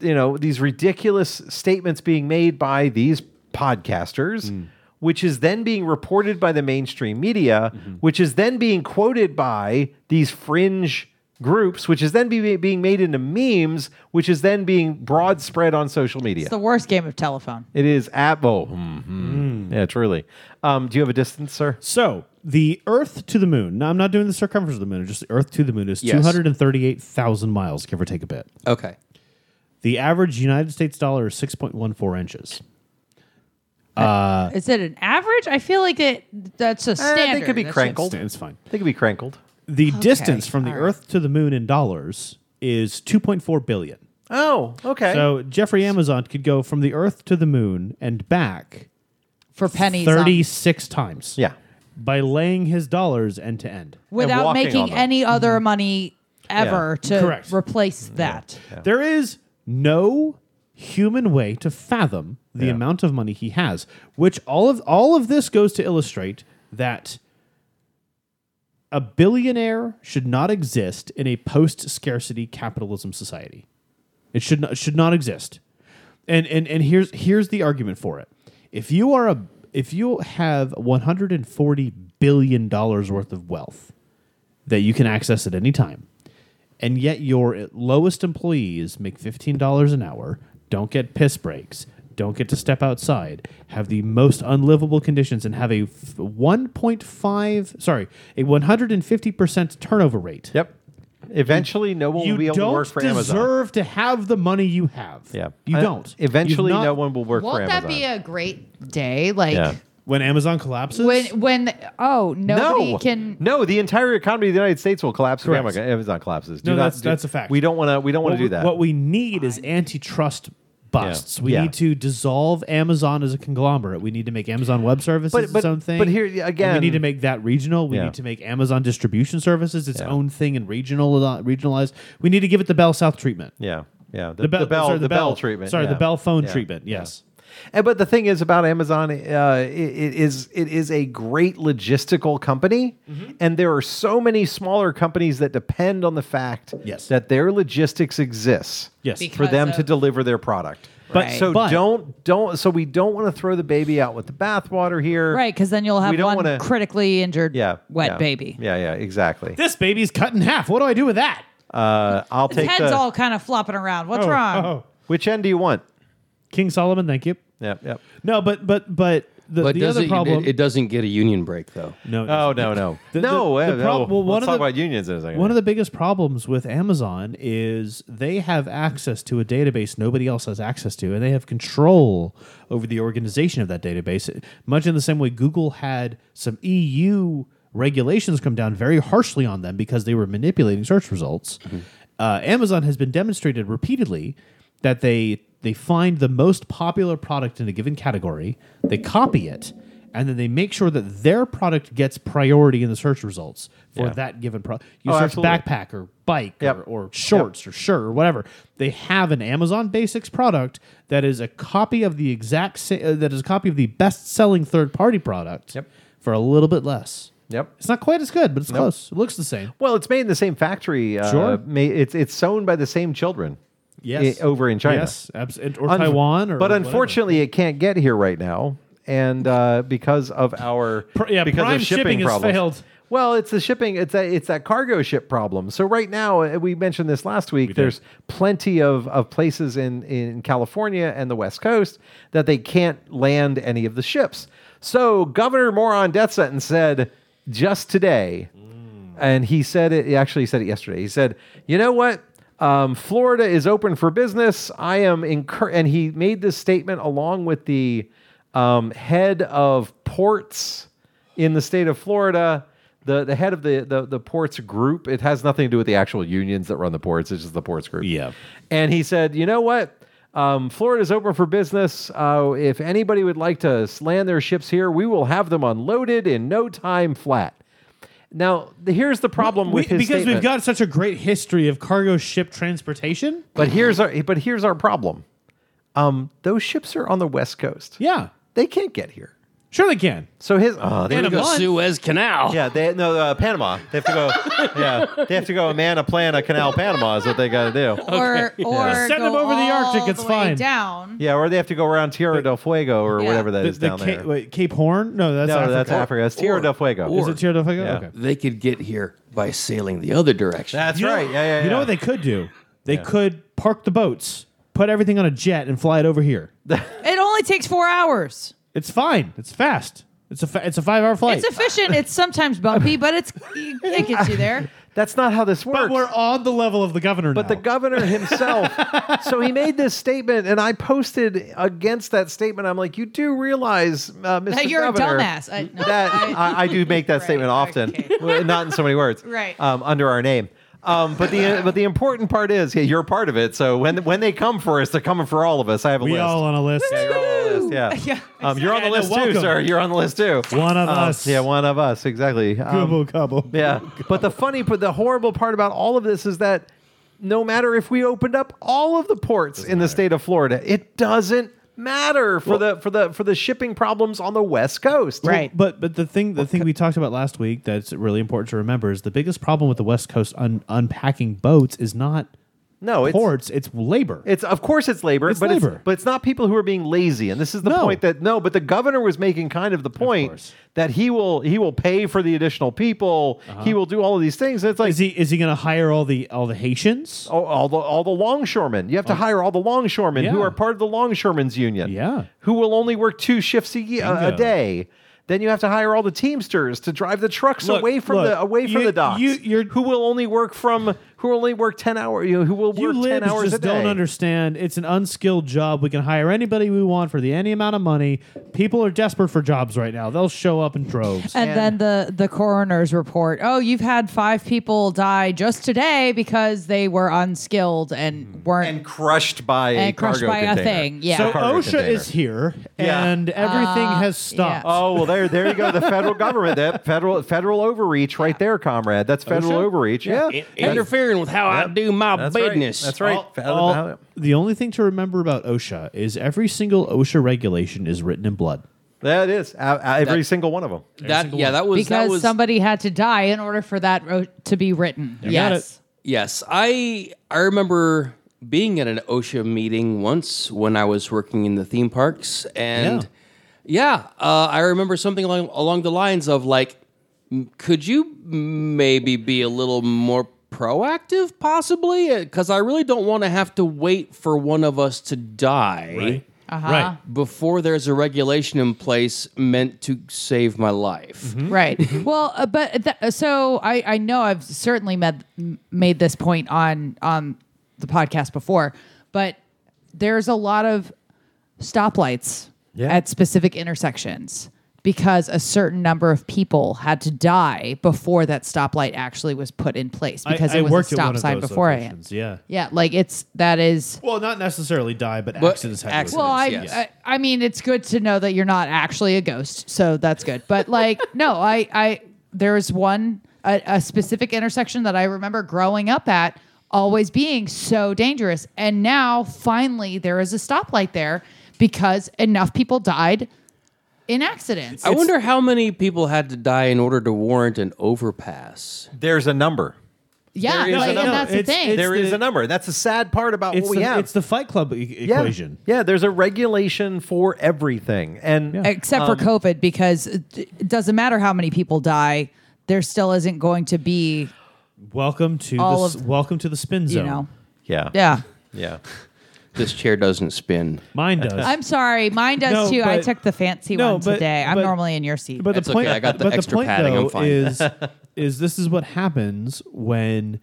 Speaker 1: you know these ridiculous statements being made by these podcasters which is then being reported by the mainstream media which is then being quoted by these fringe groups which is then be, being made into memes which is then being broad spread on social media
Speaker 4: It's the worst game of telephone.
Speaker 1: it is at oh, Yeah, truly. Um, do you have a distance, sir?
Speaker 3: So the Earth to the moon. Now I'm not doing the circumference of the moon. Just the Earth to the moon is
Speaker 5: Yes.
Speaker 3: 238,000 miles, give or take a bit.
Speaker 5: Okay.
Speaker 3: The average United States dollar is 6.14 inches.
Speaker 4: Is it an average? I feel like it. That's a
Speaker 1: Eh, they
Speaker 4: standard.
Speaker 1: could be
Speaker 4: That's
Speaker 1: crankled.
Speaker 4: just-
Speaker 1: Gold.
Speaker 3: It's fine.
Speaker 1: They could be crankled.
Speaker 3: The distance from the
Speaker 4: all right.
Speaker 3: Earth to the moon in dollars is 2.4 billion.
Speaker 1: Oh, okay.
Speaker 3: So Jeffrey Amazon could go from the Earth to the moon and back
Speaker 4: for pennies. on-
Speaker 3: 36 times.
Speaker 1: yeah.
Speaker 3: By laying his dollars end to end.
Speaker 4: without
Speaker 1: walking on
Speaker 4: making
Speaker 1: them.
Speaker 4: any other money ever to
Speaker 3: Correct.
Speaker 1: Mm-hmm.
Speaker 4: replace that.
Speaker 3: There is no human way to fathom the amount of money he has, which all of all of this goes to illustrate that a billionaire should not exist in a post-scarcity capitalism society. It should not should not exist. And and and here's here's the argument for it. If you are a if you have 140 billion dollars worth of wealth that you can access at any time, and yet your lowest employees make $15 an hour, don't get piss breaks, don't get to step outside, have the most unlivable conditions, and have a f- 1.5, sorry, a 150% turnover rate.
Speaker 1: Yep. Eventually, no one
Speaker 3: You
Speaker 1: will be able
Speaker 3: don't
Speaker 1: to work for
Speaker 3: deserve
Speaker 1: Amazon.
Speaker 3: to have the money you have.
Speaker 1: Yeah.
Speaker 3: You
Speaker 1: Uh,
Speaker 3: don't.
Speaker 1: Eventually,
Speaker 3: You've not-
Speaker 1: no one will work for
Speaker 4: Won't
Speaker 1: Amazon.
Speaker 4: that be a great day? Like
Speaker 1: Yeah.
Speaker 3: When Amazon collapses?
Speaker 4: when when oh nobody
Speaker 1: no,
Speaker 4: can
Speaker 1: no. The entire economy of the United States will collapse if
Speaker 3: Correct.
Speaker 1: Amazon, Amazon collapses. Do
Speaker 3: No,
Speaker 1: not
Speaker 3: that's-
Speaker 1: do-
Speaker 3: that's a fact.
Speaker 1: We don't want to. We don't want to
Speaker 3: what
Speaker 1: do
Speaker 3: we-
Speaker 1: that.
Speaker 3: What we need is antitrust busts.
Speaker 1: Yeah.
Speaker 3: We
Speaker 1: Yeah.
Speaker 3: need to dissolve Amazon as a conglomerate. We need to make Amazon Web Services
Speaker 1: But- but-
Speaker 3: its own thing.
Speaker 1: but here, yeah,
Speaker 3: And
Speaker 1: again-
Speaker 3: we need to make that regional. We
Speaker 1: Yeah.
Speaker 3: need to make Amazon Distribution Services its own thing and regional uh, regionalized. We need to give it the Bell South treatment.
Speaker 1: yeah. Yeah. The, the bell.
Speaker 3: sorry,
Speaker 1: the bell, treatment.
Speaker 3: Sorry,
Speaker 1: yeah.
Speaker 3: the Bell phone
Speaker 1: Yeah.
Speaker 3: treatment. Yes.
Speaker 1: And, but the thing is about Amazon, uh, it, it is it is a great logistical company,
Speaker 3: Mm-hmm.
Speaker 1: and there are so many smaller companies that depend on the fact
Speaker 3: Yes.
Speaker 1: that their logistics exists
Speaker 3: Yes.
Speaker 1: for them
Speaker 4: Because
Speaker 1: to
Speaker 4: of-
Speaker 1: deliver their product.
Speaker 3: But-
Speaker 4: Right.
Speaker 1: so
Speaker 3: but-
Speaker 1: don't don't so we don't want to throw the baby out with the bathwater here,
Speaker 4: right because then you'll have
Speaker 1: we don't
Speaker 4: one
Speaker 1: wanna-
Speaker 4: critically injured
Speaker 1: Yeah,
Speaker 4: wet
Speaker 1: yeah.
Speaker 4: baby.
Speaker 1: Yeah, yeah, exactly.
Speaker 3: This baby's cut in half. What do I do with that?
Speaker 1: Uh, I'll
Speaker 4: His
Speaker 1: take
Speaker 4: head's
Speaker 1: the,
Speaker 4: all kind of flopping around. What's
Speaker 3: Oh,
Speaker 4: wrong?
Speaker 3: oh.
Speaker 1: which end do you want?
Speaker 3: King Solomon, thank you.
Speaker 1: Yep, yep.
Speaker 3: No, but but but the,
Speaker 5: But
Speaker 3: the
Speaker 5: does
Speaker 3: other
Speaker 5: it,
Speaker 3: problem.
Speaker 5: it, it doesn't get a union break though.
Speaker 3: no, it
Speaker 1: Oh no, no,
Speaker 3: The-
Speaker 1: no.
Speaker 3: the-
Speaker 1: eh,
Speaker 3: the prob-
Speaker 1: no.
Speaker 3: well, one
Speaker 1: Let's
Speaker 3: of
Speaker 1: talk
Speaker 3: the-
Speaker 1: about unions in a second.
Speaker 3: One of the biggest problems with Amazon is they have access to a database nobody else has access to, and they have control over the organization of that database. Much in the same way Google had some EU regulations come down very harshly on them because they were
Speaker 1: Mm-hmm.
Speaker 3: manipulating search results. Uh, Amazon has been demonstrated repeatedly that they they find the most popular product in a given category, they copy it, and then they make sure that their product gets priority in the search results for
Speaker 1: Yeah.
Speaker 3: that given product. You
Speaker 1: Oh,
Speaker 3: search
Speaker 1: absolutely.
Speaker 3: backpack or bike
Speaker 1: Yep.
Speaker 3: or, or shorts or shirt or whatever. They have an Amazon Basics product that is a copy of the exact sa- uh, that is a copy of the best-selling third-party product
Speaker 1: Yep.
Speaker 3: for a little bit less.
Speaker 1: Yep.
Speaker 3: It's not quite as good, but it's close. It looks the same.
Speaker 1: Well, it's made in the same factory. Uh,
Speaker 3: Sure.
Speaker 1: ma- it's it's sewn by the same children. i- over in China.
Speaker 3: Yes, abs- and- or
Speaker 1: Unf-
Speaker 3: Taiwan, or
Speaker 1: but
Speaker 3: whatever.
Speaker 1: unfortunately, it can't get here right now, and uh, because of our
Speaker 3: Pr- yeah,
Speaker 1: because
Speaker 3: Prime
Speaker 1: of shipping,
Speaker 3: shipping has
Speaker 1: problems.
Speaker 3: failed.
Speaker 1: Well, it's the shipping. It's that it's that cargo ship problem. So right now, uh, we mentioned this last week. there's plenty of, of places in in California and the West Coast that they can't land any of the ships. So Governor Moron Death Sentence said just today and he said it. He actually said it yesterday. He said, "You know what? Um, Florida is open for business. I am incur." And he made this statement along with the um, head of ports in the state of Florida. The, the head of the, the the ports group. It has nothing to do with the actual unions that run the ports. It's just the ports group.
Speaker 3: Yeah.
Speaker 1: And he said, you know what? Um, Florida's open for business. Uh, if anybody would like to s- land their ships here, we will have them unloaded in no time flat. Now, the, here's the problem
Speaker 3: We-
Speaker 1: with his
Speaker 3: because we've
Speaker 1: statement.
Speaker 3: got such a great history of cargo ship transportation.
Speaker 1: but here's our but here's our problem. Um, those ships are on the west coast.
Speaker 3: Yeah,
Speaker 1: They can't get here.
Speaker 3: sure they can.
Speaker 1: So his oh, there we
Speaker 3: And
Speaker 1: go.
Speaker 3: a month.
Speaker 5: Suez Canal.
Speaker 1: Yeah, they no uh, Panama. They have to go. yeah, they have to go a man a plan a canal Panama is what they got to do.
Speaker 4: Or or
Speaker 3: Just send
Speaker 4: go
Speaker 3: them over the
Speaker 4: all
Speaker 3: Arctic,
Speaker 4: the
Speaker 3: it's
Speaker 4: way
Speaker 3: fine.
Speaker 4: Down.
Speaker 1: Yeah, or they have to go around Tierra del Fuego or
Speaker 4: Yeah.
Speaker 1: whatever that
Speaker 3: The,
Speaker 1: is
Speaker 3: the
Speaker 1: down
Speaker 3: Ca-
Speaker 1: there.
Speaker 3: wait, Cape Horn? No, that's
Speaker 1: no,
Speaker 3: Africa.
Speaker 1: that's Africa. It's Tierra
Speaker 5: Or-
Speaker 1: del Fuego.
Speaker 5: or-
Speaker 3: Is it Tierra del Fuego?
Speaker 1: Yeah.
Speaker 3: Okay.
Speaker 5: They could get here by sailing the other direction.
Speaker 1: That's
Speaker 3: You know-
Speaker 1: right. yeah, yeah, yeah.
Speaker 3: You know what
Speaker 1: they
Speaker 3: they could do? They could park the boats, put everything on a jet, and fly it over here.
Speaker 4: It only takes four hours.
Speaker 3: It's fine. It's fast. It's a fa- it's a five hour flight.
Speaker 4: It's efficient. It's sometimes bumpy, but it's it gets you there.
Speaker 1: That's not how this works.
Speaker 3: but we're on the level of the governor
Speaker 1: But the governor himself, so he made this statement, and I posted against that statement. I'm like, you do realize, uh, Mr.
Speaker 4: That you're a
Speaker 1: Governor,
Speaker 4: dumbass. I- no,
Speaker 1: that
Speaker 4: I-
Speaker 1: I, I do make that statement often,
Speaker 4: okay.
Speaker 1: Well, not in so many words,
Speaker 4: Right.
Speaker 1: Um, under our name. Um, but the but the important part is, yeah, you're part of it. So when when they come for us, they're coming for all of us. I have a
Speaker 3: we
Speaker 1: list.
Speaker 3: all on a list.
Speaker 1: You're on the list, yeah.
Speaker 4: Yeah,
Speaker 1: Um, you're on the
Speaker 3: Yeah, no,
Speaker 1: list too,
Speaker 3: welcome.
Speaker 1: sir. You're on the list too.
Speaker 3: One of
Speaker 1: Um,
Speaker 3: us.
Speaker 1: Yeah, one of us. Exactly. Um,
Speaker 3: Gobble, gobble.
Speaker 1: yeah. But the funny, but the horrible part about all of this is that no matter if we opened up all of the ports in the state of Florida, it doesn't matter for the for the for the shipping problems on the West Coast.
Speaker 4: Right.
Speaker 3: But but the thing the thing we talked about last week that's really important to remember is the biggest problem with the West Coast un- unpacking boats is not
Speaker 1: No, Oh, it's
Speaker 3: ports, it's labor.
Speaker 1: It's of course it's labor,
Speaker 3: It's
Speaker 1: but
Speaker 3: labor.
Speaker 1: it's but it's not people who are being lazy. And this is the
Speaker 3: No.
Speaker 1: point that no, but the governor was making kind of the point
Speaker 3: course.
Speaker 1: that he will he will pay for the additional people.
Speaker 3: Uh-huh.
Speaker 1: He will do all of these things. And it's like
Speaker 3: is he is he going to hire all the all the Haitians?
Speaker 1: Oh, all the all the longshoremen. You have to hire all the longshoremen who
Speaker 3: Oh. Yeah.
Speaker 1: are part of the longshoremen's union.
Speaker 3: Yeah.
Speaker 1: who will only work two shifts a, ye- a, a
Speaker 3: Bingo.
Speaker 1: day. Then you have to hire all the teamsters to drive the trucks
Speaker 3: Look,
Speaker 1: away from
Speaker 3: look,
Speaker 1: the away from
Speaker 3: you-
Speaker 1: the docks.
Speaker 3: you- you're-
Speaker 1: who will only work from who will only work ten hours. You know, who will
Speaker 3: You
Speaker 1: work ten
Speaker 3: libs
Speaker 1: hours a
Speaker 3: just
Speaker 1: day.
Speaker 3: don't understand. It's an unskilled job. We can hire anybody we want for the any amount of money. People are desperate for jobs right now. They'll show up in droves.
Speaker 4: And then the the coroner's report. Oh, you've had five people die just today because they were unskilled and weren't
Speaker 1: and crushed by a
Speaker 4: and crushed
Speaker 1: cargo
Speaker 4: by
Speaker 1: container.
Speaker 4: a thing. Yeah.
Speaker 3: so
Speaker 1: cargo
Speaker 3: OSHA
Speaker 1: container.
Speaker 3: is here,
Speaker 1: Yeah.
Speaker 3: and everything has
Speaker 4: Uh, yeah.
Speaker 3: stopped.
Speaker 1: Oh well, there, there you go. The federal government, that federal, federal overreach, right there, comrade. That's federal
Speaker 3: OSHA?
Speaker 1: overreach. Yeah,
Speaker 5: In- interfering with how I do my
Speaker 1: That's right.
Speaker 5: business.
Speaker 1: That's right.
Speaker 3: All- all- the only thing to remember about OSHA is every single OSHA regulation is written in blood.
Speaker 1: That is uh, uh, every single one of them.
Speaker 5: That yeah, that was that
Speaker 4: because
Speaker 5: was
Speaker 4: somebody had to die in order for that ro- to be written.
Speaker 3: got
Speaker 4: yes.
Speaker 5: yes. I I remember being at an OSHA meeting once when I was working in the theme parks, and yeah, uh, I remember something along along the lines of like, "M- could you maybe be a little more proactive, possibly? Because I really don't want to have to wait for one of us to die.
Speaker 4: Uh-huh.
Speaker 3: Right.
Speaker 5: Before there's a regulation in place meant to save my life.
Speaker 3: Mm-hmm.
Speaker 4: Right. well, uh, but th- so I, I know I've certainly med- m- made this point on on the podcast before, but there's a lot of stoplights at specific intersections because a certain number of people had to die before that stoplight actually was put in place because
Speaker 3: I,
Speaker 4: it
Speaker 3: I
Speaker 4: was
Speaker 3: worked
Speaker 4: a
Speaker 3: at one
Speaker 4: stop
Speaker 3: of
Speaker 4: sign
Speaker 3: those
Speaker 4: beforehand.
Speaker 3: locations, Yeah.
Speaker 4: Yeah, like it's that is.
Speaker 3: Well, not necessarily die, but, accidents happen.
Speaker 5: accidents.
Speaker 4: Well, I,
Speaker 5: Yes.
Speaker 4: I I mean it's good to know that you're not actually a ghost, so that's good. But like no, I I there's one a, a specific intersection that I remember growing up at always being so dangerous, and now finally there is a stoplight there because enough people died in accidents.
Speaker 5: I wonder how many people had to die in order to warrant an overpass.
Speaker 1: There's a number.
Speaker 4: yeah,
Speaker 1: there is
Speaker 4: like,
Speaker 1: a
Speaker 4: and
Speaker 1: number.
Speaker 4: that's the
Speaker 3: It's-
Speaker 4: thing.
Speaker 3: it's-
Speaker 1: There is
Speaker 3: the-
Speaker 1: a number. That's the sad part about
Speaker 3: It's,
Speaker 1: what we
Speaker 3: the,
Speaker 1: have.
Speaker 3: it's the Fight Club e-
Speaker 1: yeah.
Speaker 3: equation.
Speaker 1: Yeah, there's a regulation for everything. And
Speaker 4: except for COVID, because it doesn't matter how many people die, there still isn't going to be,
Speaker 3: Welcome to
Speaker 4: All
Speaker 3: the, s-
Speaker 4: of-
Speaker 3: welcome to the spin
Speaker 4: you
Speaker 3: zone.
Speaker 4: know.
Speaker 1: yeah.
Speaker 4: Yeah.
Speaker 1: Yeah.
Speaker 5: This chair doesn't spin.
Speaker 3: Mine does.
Speaker 4: I'm sorry, mine does
Speaker 3: No,
Speaker 4: too. I
Speaker 3: but-
Speaker 4: took the fancy
Speaker 3: No,
Speaker 4: one
Speaker 3: but-
Speaker 4: today. I'm
Speaker 3: but-
Speaker 4: normally in your seat.
Speaker 3: But
Speaker 5: That's
Speaker 3: the point
Speaker 5: okay, I got the
Speaker 3: but
Speaker 5: extra
Speaker 3: the point,
Speaker 5: padding, I'm
Speaker 3: though,
Speaker 5: fine.
Speaker 3: Is is this is what happens when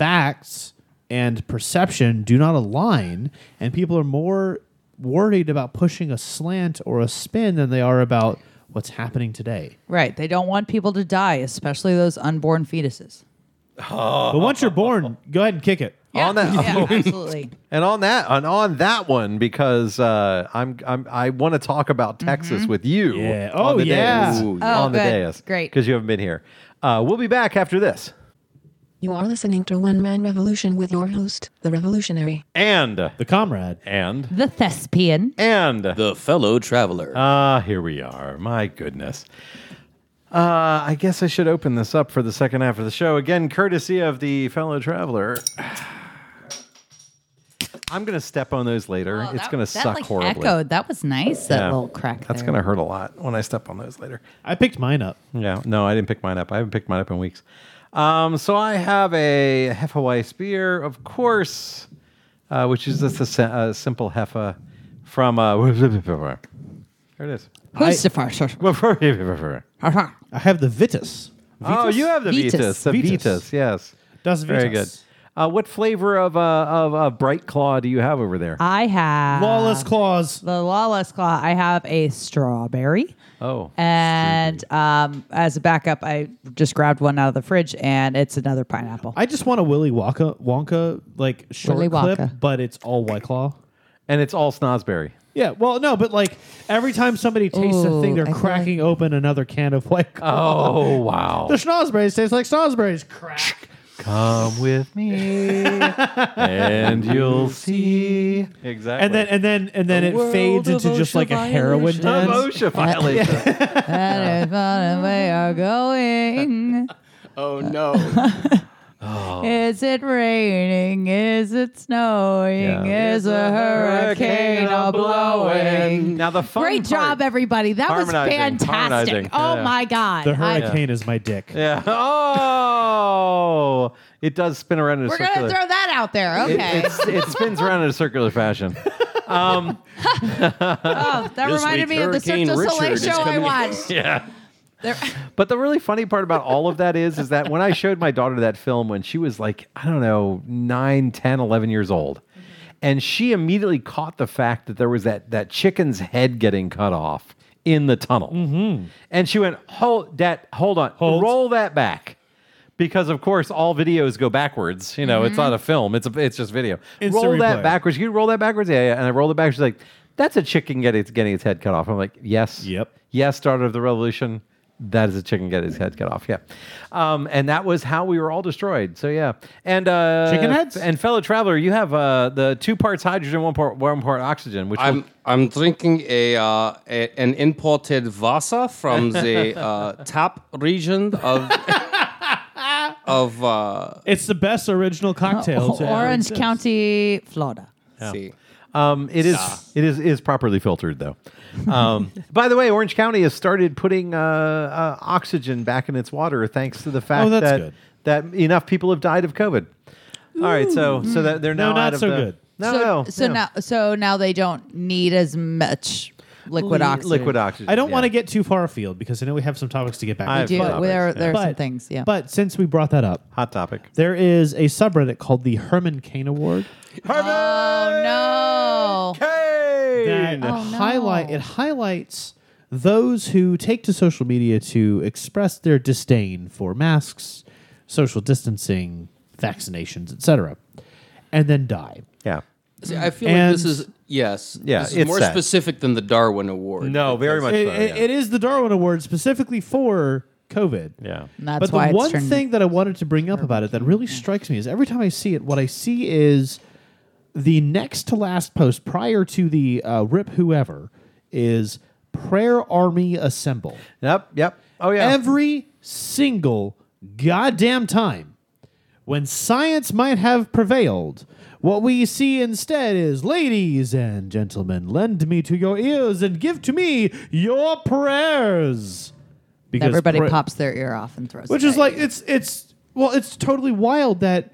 Speaker 3: facts and perception do not align, and people are more worried about pushing a slant or a spin than they are about what's happening today.
Speaker 4: right, they don't want people to die, especially those unborn fetuses.
Speaker 3: But once you're born, go ahead and kick it.
Speaker 1: On that
Speaker 4: yeah, absolutely.
Speaker 1: And on that, and on that one, because uh, I'm, I'm I want to talk about Texas with you.
Speaker 3: Yeah.
Speaker 1: on
Speaker 3: Oh,
Speaker 1: the
Speaker 3: yeah.
Speaker 1: dais.
Speaker 3: Ooh,
Speaker 4: Mm-hmm. yeah.
Speaker 1: on the
Speaker 4: Oh, good.
Speaker 1: dais.
Speaker 4: Great.
Speaker 1: because you haven't been here. Uh, we'll be back after this.
Speaker 8: You are listening to One Man Revolution with your host, The Revolutionary.
Speaker 1: And
Speaker 3: The comrade.
Speaker 1: and
Speaker 4: The thespian.
Speaker 1: and
Speaker 5: The fellow traveler.
Speaker 1: ah, here we are. My goodness. Uh, I guess I should open this up for the second half of the show again, courtesy of the fellow traveler. I'm gonna step on those later.
Speaker 4: Oh,
Speaker 1: it's gonna suck horribly.
Speaker 4: Echoed. That was nice. That
Speaker 1: Yeah.
Speaker 4: little crack.
Speaker 1: That's
Speaker 4: there.
Speaker 1: gonna hurt a lot when I step on those later.
Speaker 3: I picked mine up.
Speaker 1: Yeah, no, I didn't pick mine up. I haven't picked mine up in weeks. Um, so I have a Heffa Weiss beer, of course, uh, which is just a, si- a simple Heffa from. Uh, there it is.
Speaker 4: Who's the first?
Speaker 1: oh,
Speaker 3: I have the Vitus.
Speaker 4: Oh,
Speaker 1: you have the Vitas.
Speaker 4: Vitas.
Speaker 1: The Vitas,
Speaker 3: Vitas.
Speaker 1: yes.
Speaker 3: Das
Speaker 1: Very good.
Speaker 3: Vitus.
Speaker 1: Uh, what flavor of, uh, of uh, Bright Claw do you have over there?
Speaker 4: I have
Speaker 3: Lawless claws.
Speaker 4: the lawless claw. I have a strawberry.
Speaker 1: Oh,
Speaker 4: And um, as a backup, I just grabbed one out of the fridge, and it's another pineapple.
Speaker 3: I just want a Willy Wonka, Wonka like short
Speaker 4: Willy
Speaker 3: clip,
Speaker 4: Wonka.
Speaker 3: but it's all White Claw.
Speaker 1: and it's all snozberry.
Speaker 3: Yeah, well, no, but like every time somebody tastes a thing,
Speaker 4: Ooh,
Speaker 3: they're
Speaker 4: I feel
Speaker 3: cracking open another can of White Claw.
Speaker 1: Oh, wow.
Speaker 3: The schnozberries taste like schnozberries. Crack.
Speaker 1: Come with me, and you'll see. Exactly.
Speaker 3: And then and then and then it fades into just like a heroin den.
Speaker 1: OSHA violation.
Speaker 4: That is what we are going.
Speaker 5: oh no.
Speaker 4: Is it raining? Is it snowing?
Speaker 1: Yeah.
Speaker 4: Is a hurricane a blowing?
Speaker 1: Now the fun
Speaker 4: Great
Speaker 1: part-
Speaker 4: job, everybody. That was
Speaker 1: Harmonizing,
Speaker 4: fantastic.
Speaker 1: harmonizing.
Speaker 4: Oh
Speaker 1: Yeah.
Speaker 4: my God.
Speaker 3: The
Speaker 4: I-
Speaker 3: hurricane is my dick.
Speaker 1: Yeah. Oh, it does spin around in a
Speaker 4: we're going to
Speaker 1: circular.
Speaker 4: throw that out there.
Speaker 1: it,
Speaker 4: Okay.
Speaker 1: it's- it spins around in a circular fashion.
Speaker 4: oh, that
Speaker 5: This
Speaker 4: reminded
Speaker 5: week,
Speaker 4: me of the Cirque
Speaker 5: Hurricane
Speaker 4: du Soleil
Speaker 5: Richard is
Speaker 4: show I
Speaker 5: coming.
Speaker 4: watched.
Speaker 1: yeah.
Speaker 4: There-
Speaker 1: But the really funny part about all of that is, is that when I showed my daughter that film when she was like, I don't know, 9, 10, 11 years old, and she immediately caught the fact that there was that, that chicken's head getting cut off in the tunnel. And she went, hold that, hold on,
Speaker 3: Hold.
Speaker 1: roll that back. Because of course all videos go backwards. You know, it's not a film; it's a, it's just video.
Speaker 3: Instant
Speaker 1: roll that
Speaker 3: replay.
Speaker 1: backwards. You roll that backwards, yeah, yeah. And I rolled it back. She's like, "That's a chicken getting its, getting its head cut off." I'm like, "Yes,
Speaker 3: Yep.
Speaker 1: Yes, starter of the revolution. That is a chicken get his head cut off. Yeah. Um, and that was how we were all destroyed. So, yeah. And uh,
Speaker 3: Chicken heads?
Speaker 1: And fellow traveler, you have uh, the two parts hydrogen, one part, one part oxygen, which
Speaker 5: I'm I'm drinking a, uh, a an imported Vasa from the uh, top region of of uh,
Speaker 3: It's the best original cocktail. to ever
Speaker 4: Oh, Orange
Speaker 3: exist.
Speaker 4: County, Florida.
Speaker 5: see.
Speaker 1: will- um, it is it is is properly filtered, though. Um, by the way, Orange County has started putting uh, uh, oxygen back in its water thanks to the fact
Speaker 3: Oh, that's
Speaker 1: that,
Speaker 3: good.
Speaker 1: that enough people have died of COVID. All right. So, so that they're now
Speaker 3: No, not
Speaker 1: out of
Speaker 3: so
Speaker 1: the-
Speaker 3: good.
Speaker 1: No,
Speaker 4: so,
Speaker 1: no.
Speaker 4: So
Speaker 1: no.
Speaker 4: now, so now they don't need as much liquid oxygen.
Speaker 1: Liquid oxygen.
Speaker 3: I don't
Speaker 1: yeah.
Speaker 3: want to get too far afield because I know we have some topics to get back
Speaker 1: I
Speaker 3: to.
Speaker 4: Do
Speaker 1: Liquid oxygen,
Speaker 4: there, there are
Speaker 3: But-
Speaker 4: some things. Yeah.
Speaker 3: But since we brought that up,
Speaker 1: hot topic.
Speaker 3: there is a subreddit called the Herman Cain Award
Speaker 1: Herman
Speaker 4: oh no.
Speaker 1: Cain. Oh,
Speaker 3: that highlight it highlights those who take to social media to express their disdain for masks, social distancing, vaccinations, etc., and then die.
Speaker 1: Yeah.
Speaker 5: See, I feel
Speaker 3: And-
Speaker 5: like this is yes,
Speaker 1: Yeah,
Speaker 5: This is
Speaker 1: it's
Speaker 5: more
Speaker 1: sad.
Speaker 5: specific than the Darwin Award.
Speaker 1: No, very much.
Speaker 3: It-
Speaker 1: so,
Speaker 3: it-
Speaker 1: yeah.
Speaker 3: it is the Darwin Award specifically for COVID.
Speaker 1: yeah.
Speaker 4: And that's
Speaker 3: but the
Speaker 4: why it's
Speaker 3: one
Speaker 4: turned-
Speaker 3: thing that I wanted to bring up about it that really strikes me is every time I see it, what I see is the next to last post prior to the uh, rip whoever is prayer army assemble.
Speaker 1: Yep. Yep. Oh yeah.
Speaker 3: Every single goddamn time when science might have prevailed, what we see instead is ladies and gentlemen, lend me to your ears and give to me your prayers. Because
Speaker 4: Everybody
Speaker 3: pra-
Speaker 4: pops their ear off and throws
Speaker 3: which
Speaker 4: it
Speaker 3: is
Speaker 4: at
Speaker 3: like
Speaker 4: you.
Speaker 3: it's it's well it's totally wild that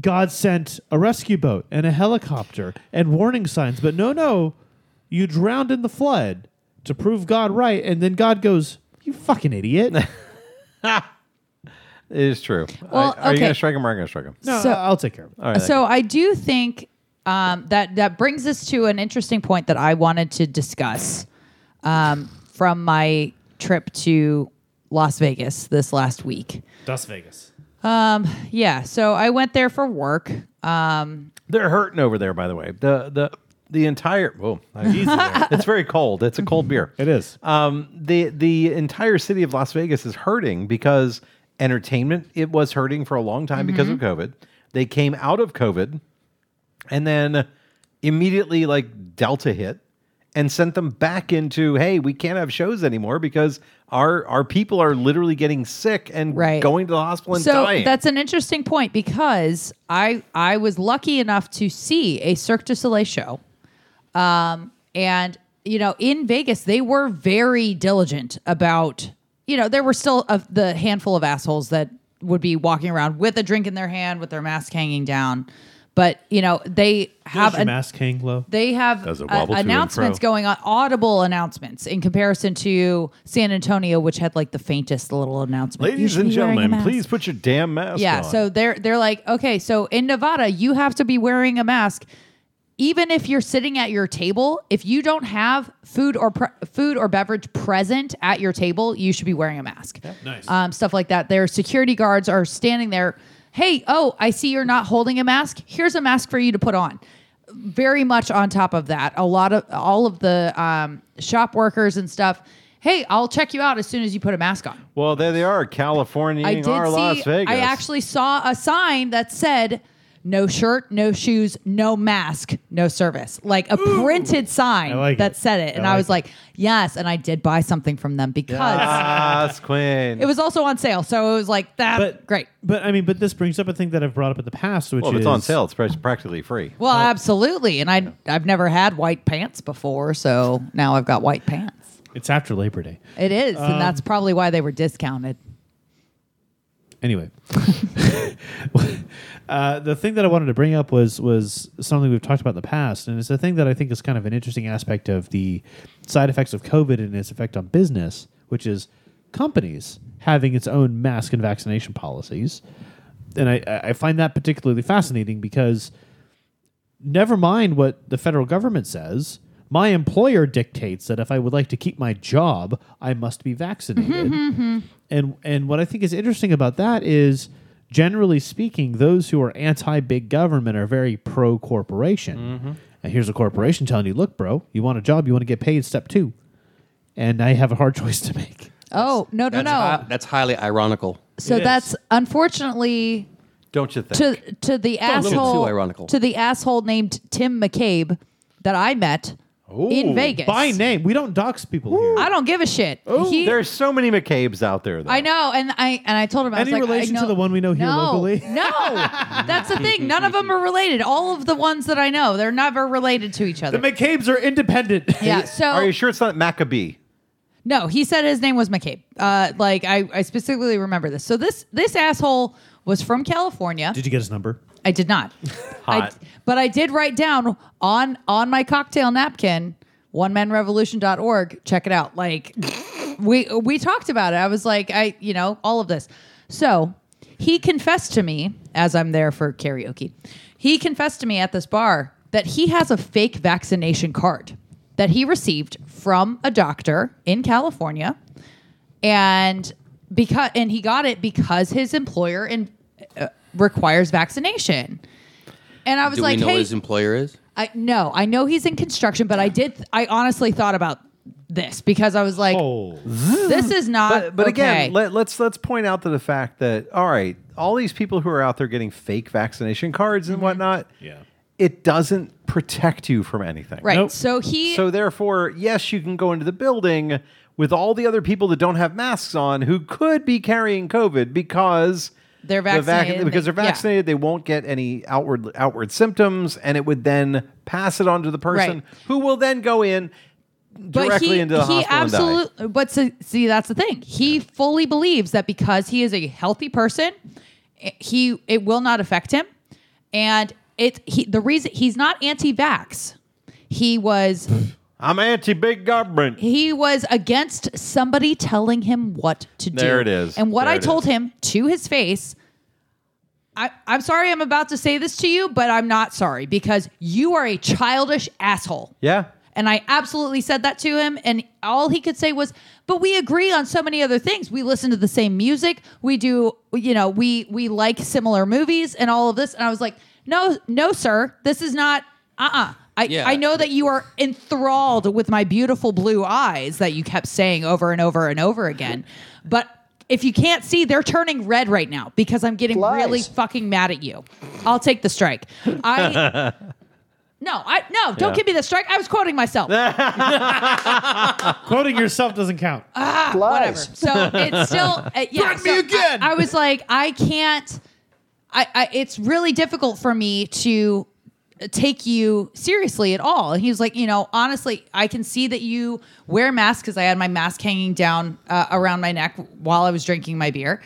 Speaker 3: god sent a rescue boat and a helicopter and warning signs but no no you drowned in the flood to prove god right and then god goes you fucking idiot
Speaker 1: It is true.
Speaker 4: Well,
Speaker 1: I- are you
Speaker 4: okay.
Speaker 1: gonna strike him or I'm gonna strike him?
Speaker 3: no
Speaker 4: So-
Speaker 3: I- i'll take care of it
Speaker 4: so I do think um, that that brings us to an interesting point that I wanted to discuss um, from my trip to Las Vegas this last week.
Speaker 3: las vegas
Speaker 4: Yeah, so I went there for work. Um,
Speaker 1: They're hurting over there, by the way. The the the entire whoa, it's very cold. It's a cold beer.
Speaker 3: it is
Speaker 1: Um, the the entire city of Las Vegas is hurting because entertainment it was hurting for a long time because of
Speaker 4: Mm-hmm.
Speaker 1: COVID. They came out of COVID, and then immediately like Delta hit and sent them back into hey we can't have shows anymore because our our people are literally getting sick and
Speaker 4: Right.
Speaker 1: going to the hospital and
Speaker 4: so
Speaker 1: dying.
Speaker 4: that's an interesting point because I I was lucky enough to see a Cirque du Soleil show, um, and you know in Vegas they were very diligent about you know there were still of the handful of assholes that would be walking around with a drink in their hand with their mask hanging down, but you know they have
Speaker 3: Does your
Speaker 4: an-
Speaker 3: mask hang low
Speaker 4: they have
Speaker 6: Does it
Speaker 4: uh,
Speaker 6: wobble to and
Speaker 4: announcements
Speaker 6: fro?
Speaker 4: going on, audible announcements in comparison to San Antonio, which had like the faintest little announcement. You
Speaker 1: Ladies
Speaker 4: should
Speaker 1: and
Speaker 4: be wearing a
Speaker 1: gentlemen,
Speaker 4: mask.
Speaker 1: please put your damn mask
Speaker 4: Yeah,
Speaker 1: on.
Speaker 4: so they're they're like, okay, so in Nevada, you have to be wearing a mask, even if you're sitting at your table. If you don't have food or pre- food or beverage present at your table, you should be wearing a mask.
Speaker 3: Nice.
Speaker 4: um, stuff like that. Their security guards are standing there. Hey, oh, I see you're not holding a mask. Here's a mask for you to put on. Very much on top of that, a lot of all of the um, shop workers and stuff. Hey, I'll check you out as soon as you put a mask on.
Speaker 1: well, there they are, California
Speaker 4: I did see.
Speaker 1: or Las Vegas.
Speaker 4: I actually saw a sign that said, "No shirt, no shoes, no mask, no service." Like a printed sign
Speaker 3: like
Speaker 4: that
Speaker 3: it.
Speaker 4: said it, and
Speaker 3: I
Speaker 4: I,
Speaker 3: like
Speaker 4: was like, "Yes," and I did buy something from them because
Speaker 1: Yes, Queen.
Speaker 4: it was also on sale. So it was like that.
Speaker 3: But-
Speaker 4: great.
Speaker 3: but i mean but this brings up a thing that i've brought up in the past which
Speaker 1: well, if
Speaker 3: is
Speaker 1: it's on sale. It's prac- practically free.
Speaker 4: Well, absolutely, and I I've never had white pants before, so now I've got white pants.
Speaker 3: it's after labor day
Speaker 4: It is, and
Speaker 3: Um,
Speaker 4: that's probably why they were discounted.
Speaker 3: anyway uh, the thing that i wanted to bring up was was something we've talked about in the past and it's a thing that i think is kind of an interesting aspect of the side effects of covid and its effect on business which is companies having its own mask and vaccination policies and i, I find that particularly fascinating because never mind what the federal government says my employer dictates that if i would like to keep my job i must be vaccinated and and what I think is interesting about that is generally speaking, those who are anti big government are very pro corporation.
Speaker 4: Mm-hmm.
Speaker 3: And here's a corporation telling you, look, bro, you want a job, you want to get paid, step two. And I have a hard choice to make.
Speaker 4: Oh no no
Speaker 5: that's,
Speaker 4: no!
Speaker 5: hi- that's highly ironical.
Speaker 4: so
Speaker 3: It is.
Speaker 4: that's unfortunately
Speaker 1: Don't you think?
Speaker 4: to to the
Speaker 5: little bit
Speaker 4: asshole
Speaker 5: too ironical.
Speaker 4: to the asshole named Tim McCabe that I met in Vegas.
Speaker 3: By name. We don't dox people here.
Speaker 4: I don't give a shit. He-
Speaker 1: There's so many McCabe's out there. Though.
Speaker 4: I know, and I and I told him I was
Speaker 3: Any
Speaker 4: like, I
Speaker 3: relation to
Speaker 4: know-
Speaker 3: the one we know here
Speaker 4: no,
Speaker 3: locally?
Speaker 4: No, that's the thing. None of them are related. All of the ones that I know, they're never related to each other.
Speaker 3: The McCabe's are independent.
Speaker 4: yeah. So
Speaker 1: Are you sure it's not Maccabee?
Speaker 4: No, he said his name was McCabe. Uh, like I, I specifically remember this. So this this asshole was from California.
Speaker 3: Did you get his number?
Speaker 4: I did not. I,
Speaker 1: Hot.
Speaker 4: but I did write down on on my cocktail napkin, onemanrevolution.org. Check it out. Like we we talked about it. I was like, I you know, all of this. So he confessed to me as I'm there for karaoke. He confessed to me at this bar that he has a fake vaccination card that he received from a doctor in California, and because and he got it because his employer in, uh, requires vaccination. And I was
Speaker 5: Do
Speaker 4: like,
Speaker 5: we know
Speaker 4: hey,
Speaker 5: what his employer is?
Speaker 4: I no, I know he's in construction, but I did. I honestly thought about this because I was like,
Speaker 3: Oh,
Speaker 4: this is not.
Speaker 1: But, but
Speaker 4: okay.
Speaker 1: again, let, let's let's point out to the fact that all right, all these people who are out there getting fake vaccination cards
Speaker 4: Mm-hmm.
Speaker 1: and whatnot,
Speaker 3: yeah.
Speaker 1: it doesn't protect you from anything.
Speaker 4: right.
Speaker 3: Nope.
Speaker 4: So he.
Speaker 1: So therefore, yes, you can go into the building with all the other people that don't have masks on who could be carrying COVID because
Speaker 4: They're
Speaker 1: the vac-
Speaker 4: vaccinated and
Speaker 1: because
Speaker 4: they-
Speaker 1: they're vaccinated, they won't get any outward outward symptoms, and it would then pass it on to the person
Speaker 4: Right.
Speaker 1: who will then go in directly into the
Speaker 4: he
Speaker 1: hospital. and die.
Speaker 4: absolutely but see, see that's the thing he fully believes that because he is a healthy person i- he it will not affect him and it he the reason he's not anti-vax he was
Speaker 1: I'm anti big government.
Speaker 4: he was against somebody telling him what to do.
Speaker 1: There it is.
Speaker 4: And what
Speaker 1: There
Speaker 4: I
Speaker 1: it
Speaker 4: told
Speaker 1: is.
Speaker 4: him to his face, I, I'm sorry I'm about to say this to you, but I'm not sorry because you are a childish asshole.
Speaker 1: Yeah.
Speaker 4: And I absolutely said that to him. And all he could say was, but we agree on so many other things. We listen to the same music. We do, you know, we we like similar movies and all of this. And I was like, no, no, sir. This is not uh-uh. I,
Speaker 5: Yeah.
Speaker 4: I know that you are enthralled with my beautiful blue eyes that you kept saying over and over and over again. But if you can't see, they're turning red right now because I'm getting really fucking mad at you. I'll take the strike. I No, I no, don't give me the strike. I was quoting myself.
Speaker 3: Quoting yourself doesn't count.
Speaker 4: Whatever. So it's still uh, yeah.
Speaker 5: Burn me
Speaker 4: so
Speaker 5: again!
Speaker 4: I, I was like, I can't. I, I it's really difficult for me to take you seriously at all. And he was like, you know, honestly, I can see that you wear masks because I had my mask hanging down uh, around my neck while I was drinking my beer.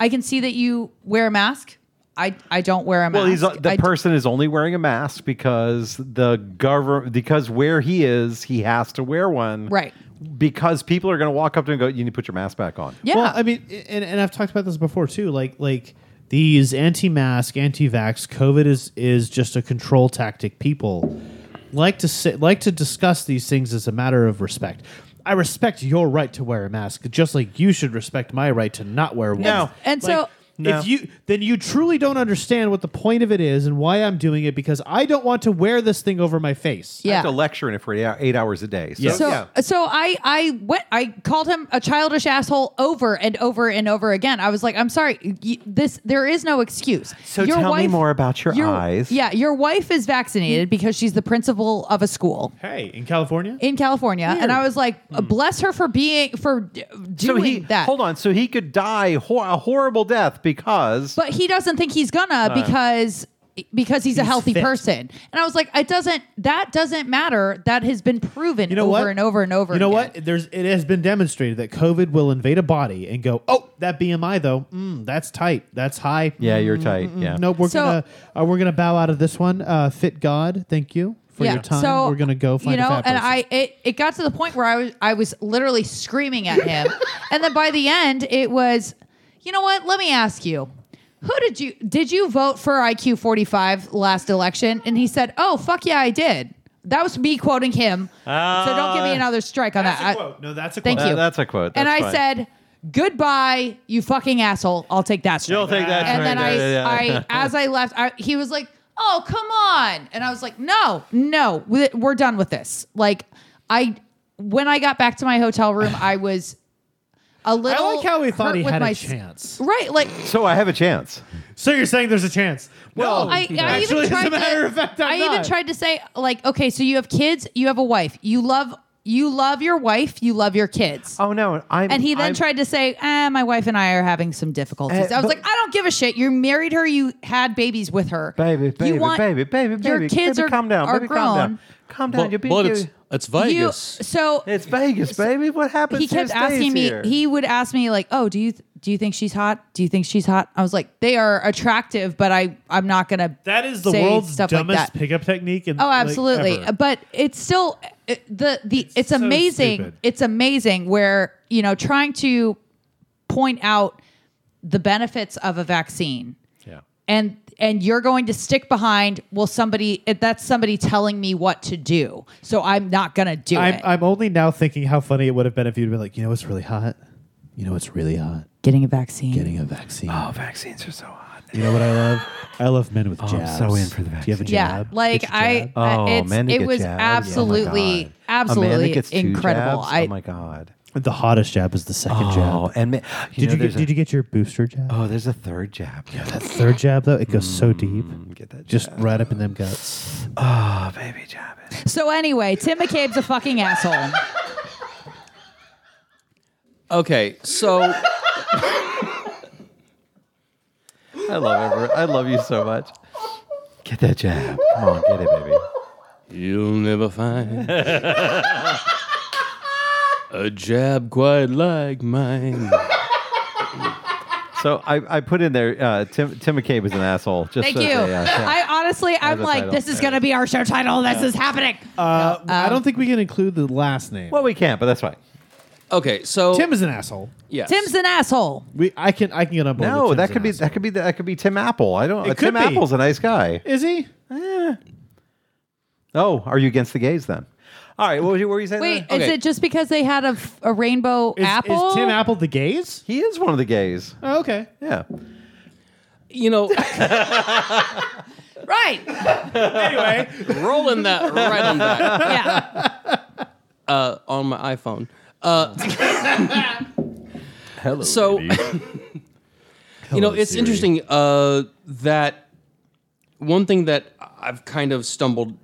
Speaker 4: I can see that you wear a mask. I, I don't wear a mask.
Speaker 1: Well, he's the
Speaker 4: I d-
Speaker 1: person is only wearing a mask because the government because where he is, he has to wear one.
Speaker 4: Right.
Speaker 1: Because people are going to walk up to him and go, "You need to put your mask back on."
Speaker 4: Yeah.
Speaker 3: Well, I mean, i- and, and I've talked about this before too. Like like these anti-mask, anti-vax, COVID is is just a control tactic. People like to sit, like to discuss these things as a matter of respect. I respect your right to wear a mask, just like you should respect my right to not wear one.
Speaker 1: No.
Speaker 4: And so-
Speaker 1: No.
Speaker 3: If you then you truly don't understand what the point of it is and why I'm doing it because I don't want to wear this thing over my face.
Speaker 1: I
Speaker 4: yeah.
Speaker 1: have to lecture in it for eight hou- eight hours a day. So,
Speaker 3: Yeah.
Speaker 4: So,
Speaker 1: yeah.
Speaker 4: so I, I went, I called him a childish asshole over and over and over again. I was like, I'm sorry, y this, there is no excuse.
Speaker 1: So tell me more about your eyes.
Speaker 4: Yeah. Your wife is vaccinated because she's the principal of a school
Speaker 3: Hey, in California?
Speaker 4: in California. And I was like, bless her for being, for d-
Speaker 1: Hmm. So
Speaker 4: doing
Speaker 1: he
Speaker 4: that.
Speaker 1: hold on. So he could die ho- a horrible death because
Speaker 4: But he doesn't think he's gonna
Speaker 1: Uh.
Speaker 4: because because he's, a healthy
Speaker 3: fit.
Speaker 4: person. And I was like, it doesn't, that doesn't matter. That has been proven
Speaker 3: you know
Speaker 4: over
Speaker 3: what?
Speaker 4: and over and over
Speaker 3: You know
Speaker 4: again.
Speaker 3: what? There's it has been demonstrated that COVID will invade a body and go, oh, that BMI though, mm, that's tight, that's high.
Speaker 1: yeah, you're
Speaker 3: Mm,
Speaker 1: tight.
Speaker 3: mm,
Speaker 1: Yeah.
Speaker 3: Nope, we're
Speaker 4: So-
Speaker 3: gonna uh, we're gonna bow out of this one. Uh, fit God, thank you for your time.
Speaker 4: So,
Speaker 3: we're gonna go find
Speaker 4: you know,
Speaker 3: a fat
Speaker 4: and
Speaker 3: person.
Speaker 4: I it, it got to the point where I was I was literally screaming at him, and then by the end it was, you know what? Let me ask you, who did you did you vote for IQ forty five last election? And he said, oh fuck yeah, I did. That was me quoting him. so don't give me another strike on
Speaker 3: Ah. that's
Speaker 4: that.
Speaker 3: a
Speaker 4: I-
Speaker 3: quote. No, that's a quote.
Speaker 4: thank
Speaker 1: Uh,
Speaker 4: you.
Speaker 1: that's a quote.
Speaker 4: and I
Speaker 1: That's fine.
Speaker 4: said. Goodbye, you fucking asshole. I'll take that strike
Speaker 1: You'll take that
Speaker 4: and
Speaker 1: strike.
Speaker 4: then I,
Speaker 1: Yeah, yeah, yeah.
Speaker 4: I, as I left, I, he was like, "Oh, come on!" And I was like, "No, no, we- we're done with this." Like, I, when I got back to my hotel room, I was a little.
Speaker 3: I like how we
Speaker 4: hurt
Speaker 3: thought he
Speaker 4: with
Speaker 3: had
Speaker 4: my
Speaker 3: a
Speaker 4: s-
Speaker 3: chance.
Speaker 4: Right, like.
Speaker 1: So I have a chance.
Speaker 3: So you're saying there's a chance?
Speaker 4: Well,
Speaker 3: no,
Speaker 4: I, I
Speaker 3: actually,
Speaker 4: even tried
Speaker 3: as a matter
Speaker 4: to,
Speaker 3: of fact, I'm
Speaker 4: I even
Speaker 3: not.
Speaker 4: tried to say like, okay, so you have kids, you have a wife, you love, you love your wife, you love your kids.
Speaker 1: Oh no, I'm.
Speaker 4: And he then
Speaker 1: I'm-
Speaker 4: tried to say, eh, my wife and I are having some difficulties.
Speaker 1: Uh,
Speaker 4: I was
Speaker 1: but-
Speaker 4: like, I don't give a shit. You married her. You had babies with her.
Speaker 1: Baby, baby,
Speaker 4: you want,
Speaker 1: baby, baby, baby.
Speaker 4: Your kids
Speaker 1: baby,
Speaker 4: are,
Speaker 1: calm down.
Speaker 4: are
Speaker 1: baby,
Speaker 4: grown.
Speaker 1: calm down. Calm down. you're being.
Speaker 5: it's,
Speaker 1: cute.
Speaker 5: it's
Speaker 4: You,
Speaker 5: Vegas.
Speaker 4: so
Speaker 1: It's Vegas, baby. What happens?
Speaker 4: he kept
Speaker 1: here stays
Speaker 4: asking me.
Speaker 1: here.
Speaker 4: He would ask me like, "Oh, do you do you think she's hot? Do you think she's hot?" I was like, "They are attractive, but I I'm not gonna."
Speaker 3: that is the
Speaker 4: say
Speaker 3: world's
Speaker 4: stuff
Speaker 3: dumbest
Speaker 4: like that.
Speaker 3: pickup technique. In,
Speaker 4: Oh, absolutely.
Speaker 3: Like, ever.
Speaker 4: but it's still it- the the it's,
Speaker 3: so
Speaker 4: amazing.
Speaker 3: stupid.
Speaker 4: It's amazing where, you know, trying to point out the benefits of a vaccine
Speaker 1: Yeah.
Speaker 4: and and you're going to stick behind well somebody if that's somebody telling me what to do so i'm not going to do
Speaker 3: I'm,
Speaker 4: it
Speaker 3: I'm only now thinking how funny it would have been if you'd been like, you know what's really hot? You know what's really hot?
Speaker 4: getting a vaccine
Speaker 3: Getting a vaccine.
Speaker 1: Oh, vaccines are so hot.
Speaker 3: You know what I love? I love men with jabs.
Speaker 1: so in for the
Speaker 3: Do you have a
Speaker 1: vaccine.
Speaker 4: yeah
Speaker 3: jab?
Speaker 4: like
Speaker 3: Get your
Speaker 4: i
Speaker 3: jab.
Speaker 4: I-
Speaker 1: Oh,
Speaker 4: Uh, it's,
Speaker 1: man,
Speaker 4: it was absolutely absolutely incredible
Speaker 1: oh
Speaker 4: i
Speaker 1: my god.
Speaker 3: the hottest jab is the second
Speaker 1: Oh,
Speaker 3: jab.
Speaker 1: and ma- you
Speaker 3: Did
Speaker 1: know,
Speaker 3: you
Speaker 1: there's
Speaker 3: get, did
Speaker 1: a,
Speaker 3: you get your booster jab?
Speaker 1: Oh, there's a third jab. Yeah,
Speaker 3: That third jab though, it goes so deep,
Speaker 1: get that.
Speaker 3: just right up in them guts.
Speaker 1: Oh, baby jab. it.
Speaker 4: so anyway tim mccabe's a fucking asshole
Speaker 5: Okay, so
Speaker 1: I love Everett. I love you so much. Get that jab. Come on, get it, baby.
Speaker 5: you'll never find a jab quite like mine.
Speaker 1: So I, I put in there. Uh, Tim Tim McCabe is an asshole. Just
Speaker 4: Thank
Speaker 1: so- uh,
Speaker 4: you.
Speaker 1: yeah, yeah.
Speaker 4: I honestly, I'm
Speaker 1: a
Speaker 4: like,
Speaker 1: title.
Speaker 4: this is going to be our show title. This is happening.
Speaker 3: Uh, I don't think we can include the last name.
Speaker 1: well, we can't, but that's fine.
Speaker 5: Okay, so
Speaker 3: Tim is an asshole.
Speaker 5: yes.
Speaker 4: Tim's an asshole.
Speaker 3: We I can I can get on board.
Speaker 1: No,
Speaker 3: with
Speaker 1: that
Speaker 3: Tim's
Speaker 1: could
Speaker 3: an
Speaker 1: be
Speaker 3: asshole.
Speaker 1: that could be that could be Tim Apple. I don't.
Speaker 3: It
Speaker 1: uh,
Speaker 3: could
Speaker 1: Tim
Speaker 3: be.
Speaker 1: Apple's a nice guy.
Speaker 3: Is he?
Speaker 1: Oh, are you against the gays then? All right. What were you, what were you saying?
Speaker 4: Wait,
Speaker 1: there?
Speaker 4: is
Speaker 5: Okay.
Speaker 4: it just because they had a, f- a rainbow
Speaker 3: Is,
Speaker 4: apple?
Speaker 3: is Tim Apple the gays?
Speaker 1: he is one of the gays.
Speaker 3: Oh, okay.
Speaker 1: Yeah.
Speaker 5: you know,
Speaker 4: Right.
Speaker 3: Anyway,
Speaker 5: rolling that right on back.
Speaker 4: Yeah.
Speaker 5: uh, on my iPhone. Uh, Hello. So, you know, it's interesting uh, that one thing that I've kind of stumbled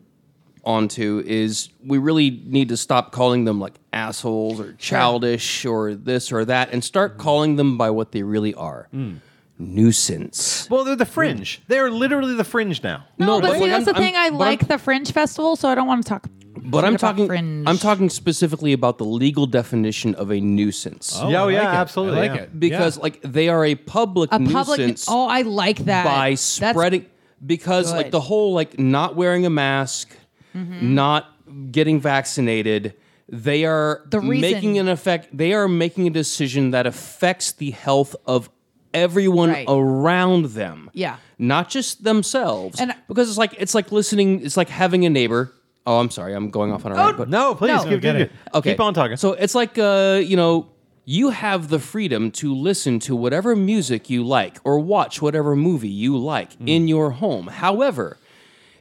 Speaker 5: onto is we really need to stop calling them like assholes or childish or this or that and
Speaker 4: Mm-hmm.
Speaker 5: start calling them by what they really are
Speaker 4: Mm.
Speaker 5: nuisance.
Speaker 1: Well, they're the fringe. They're literally the fringe now.
Speaker 4: No, but, see,
Speaker 5: like,
Speaker 4: that's
Speaker 5: I'm-
Speaker 4: the thing. i
Speaker 5: I'm- but I'm-
Speaker 4: like the Fringe Festival, so I don't want to talk.
Speaker 5: But I'm
Speaker 4: about
Speaker 5: talking.
Speaker 4: Fringe.
Speaker 5: I'm talking specifically about the legal definition of a nuisance.
Speaker 4: Oh,
Speaker 1: yeah,
Speaker 3: Oh, I
Speaker 1: Oh, yeah,
Speaker 3: like it. I
Speaker 1: absolutely.
Speaker 3: like
Speaker 1: yeah.
Speaker 3: it.
Speaker 5: because like they are a public
Speaker 4: A public.
Speaker 5: nuisance
Speaker 4: Oh, I like that.
Speaker 5: by
Speaker 4: That's-
Speaker 5: spreading because like
Speaker 4: good. Mm-hmm.
Speaker 5: the whole like not wearing a mask, not getting vaccinated, they are
Speaker 4: The reason-
Speaker 5: making an effect. They are making a decision that affects the health of everyone
Speaker 4: Right.
Speaker 5: around them.
Speaker 4: Yeah.
Speaker 5: not just themselves.
Speaker 4: And-
Speaker 5: because it's like it's like listening. It's like having a neighbor. Oh, I'm sorry, I'm going off on a
Speaker 4: Oh,
Speaker 5: rant. But
Speaker 1: No, please
Speaker 4: No.
Speaker 1: keep,
Speaker 3: Get
Speaker 1: keep,
Speaker 3: it.
Speaker 5: Okay.
Speaker 1: keep on talking.
Speaker 5: So it's like, uh, you know, you have the freedom to listen to whatever music you like or watch whatever movie you like
Speaker 1: Hmm.
Speaker 5: in your home. However,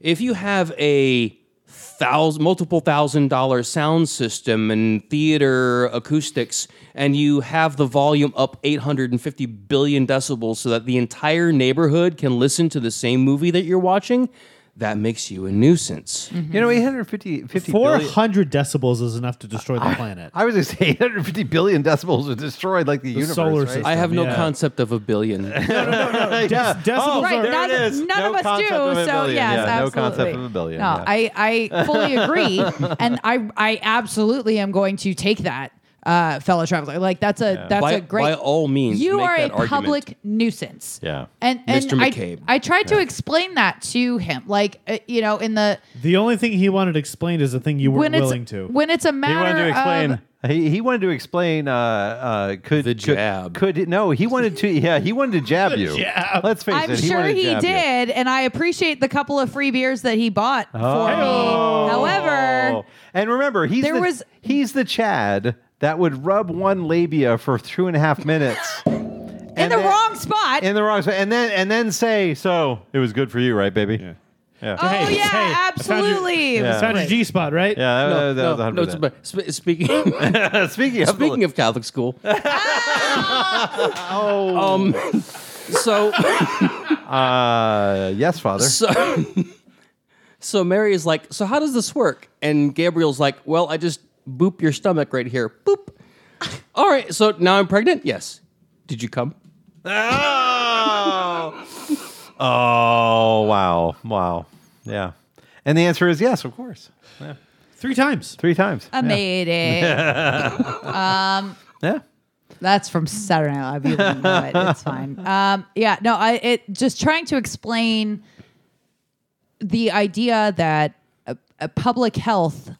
Speaker 5: if you have a thousand, multiple thousand dollar sound system and theater acoustics, and you have the volume up 850 billion decibels so that the entire neighborhood can listen to the same movie that you're watching, that makes you a nuisance.
Speaker 1: you know, 850 50
Speaker 3: Four
Speaker 1: billion-
Speaker 3: hundred decibels is enough to destroy the planet.
Speaker 1: I was going to say 850 billion decibels are destroyed like the, universe.
Speaker 3: solar
Speaker 1: right?
Speaker 3: system.
Speaker 5: I have no
Speaker 3: Yeah.
Speaker 5: concept of a billion.
Speaker 1: Yeah.
Speaker 3: decibels
Speaker 1: Oh,
Speaker 4: Right,
Speaker 1: there
Speaker 4: none,
Speaker 1: it is.
Speaker 4: none
Speaker 1: No
Speaker 4: of us do.
Speaker 1: concept of a
Speaker 4: so
Speaker 1: billion.
Speaker 4: yes,
Speaker 1: yeah,
Speaker 4: absolutely.
Speaker 1: No concept of a billion.
Speaker 4: No,
Speaker 1: yeah.
Speaker 4: I I fully agree, and I I absolutely am going to take that, uh, fellow traveler. Like that's a that's
Speaker 5: By-
Speaker 4: a great.
Speaker 5: by all means,
Speaker 4: you
Speaker 5: make
Speaker 4: are
Speaker 5: that
Speaker 4: a
Speaker 5: argument.
Speaker 4: public nuisance.
Speaker 1: Yeah.
Speaker 4: and, and
Speaker 5: Mr.
Speaker 4: I-
Speaker 5: McCabe.
Speaker 4: I, tried to explain that to him, like uh, you know, in the
Speaker 3: The only thing he wanted explained is the thing you
Speaker 4: when
Speaker 3: weren't
Speaker 4: it's
Speaker 3: willing to.
Speaker 4: when it's a
Speaker 1: He
Speaker 4: matter
Speaker 1: wanted to
Speaker 4: of
Speaker 1: explain. He, he wanted to explain. Uh, uh, could
Speaker 5: The
Speaker 1: could-
Speaker 5: jab.
Speaker 1: Could, no? He wanted to. Yeah, he wanted to jab you.
Speaker 3: jab.
Speaker 1: Let's face
Speaker 4: I'm
Speaker 1: it. he
Speaker 4: sure
Speaker 1: wanted to
Speaker 4: he
Speaker 1: jab you.
Speaker 4: did, and I appreciate the couple of free beers that he bought for me. However,
Speaker 1: Oh. and remember, he's
Speaker 4: there
Speaker 1: the,
Speaker 4: was-
Speaker 1: he's the Chad that would rub one labia for two and a half minutes in
Speaker 4: in the wrong spot.
Speaker 1: In the wrong spot, and then and then say, "So it was good for you, right, baby?" Yeah,
Speaker 4: oh
Speaker 3: Hey, hey,
Speaker 4: yeah,
Speaker 3: I found your-
Speaker 4: absolutely.
Speaker 1: Yeah.
Speaker 3: Found your G spot, right?
Speaker 1: that,
Speaker 5: No,
Speaker 1: that was
Speaker 5: no,
Speaker 1: 100.
Speaker 5: no, it's- but sp- speaking
Speaker 1: speaking of
Speaker 5: speaking of Catholic school.
Speaker 3: Oh.
Speaker 5: um, so
Speaker 1: uh, yes, Father.
Speaker 5: so so Mary is like, so how does this work? And Gabriel's like, well, I just boop your stomach right here. Boop. All right, so now I'm pregnant. Yes. Did you come?
Speaker 1: Oh. oh, wow. Wow. Yeah. And the answer is yes, of course.
Speaker 3: Three times.
Speaker 1: Three times.
Speaker 4: I made it.
Speaker 1: Yeah.
Speaker 4: That's from Saturday Night Live. You don't know it. It's fine. Um, yeah, no, I it just trying to explain the idea that a, a public health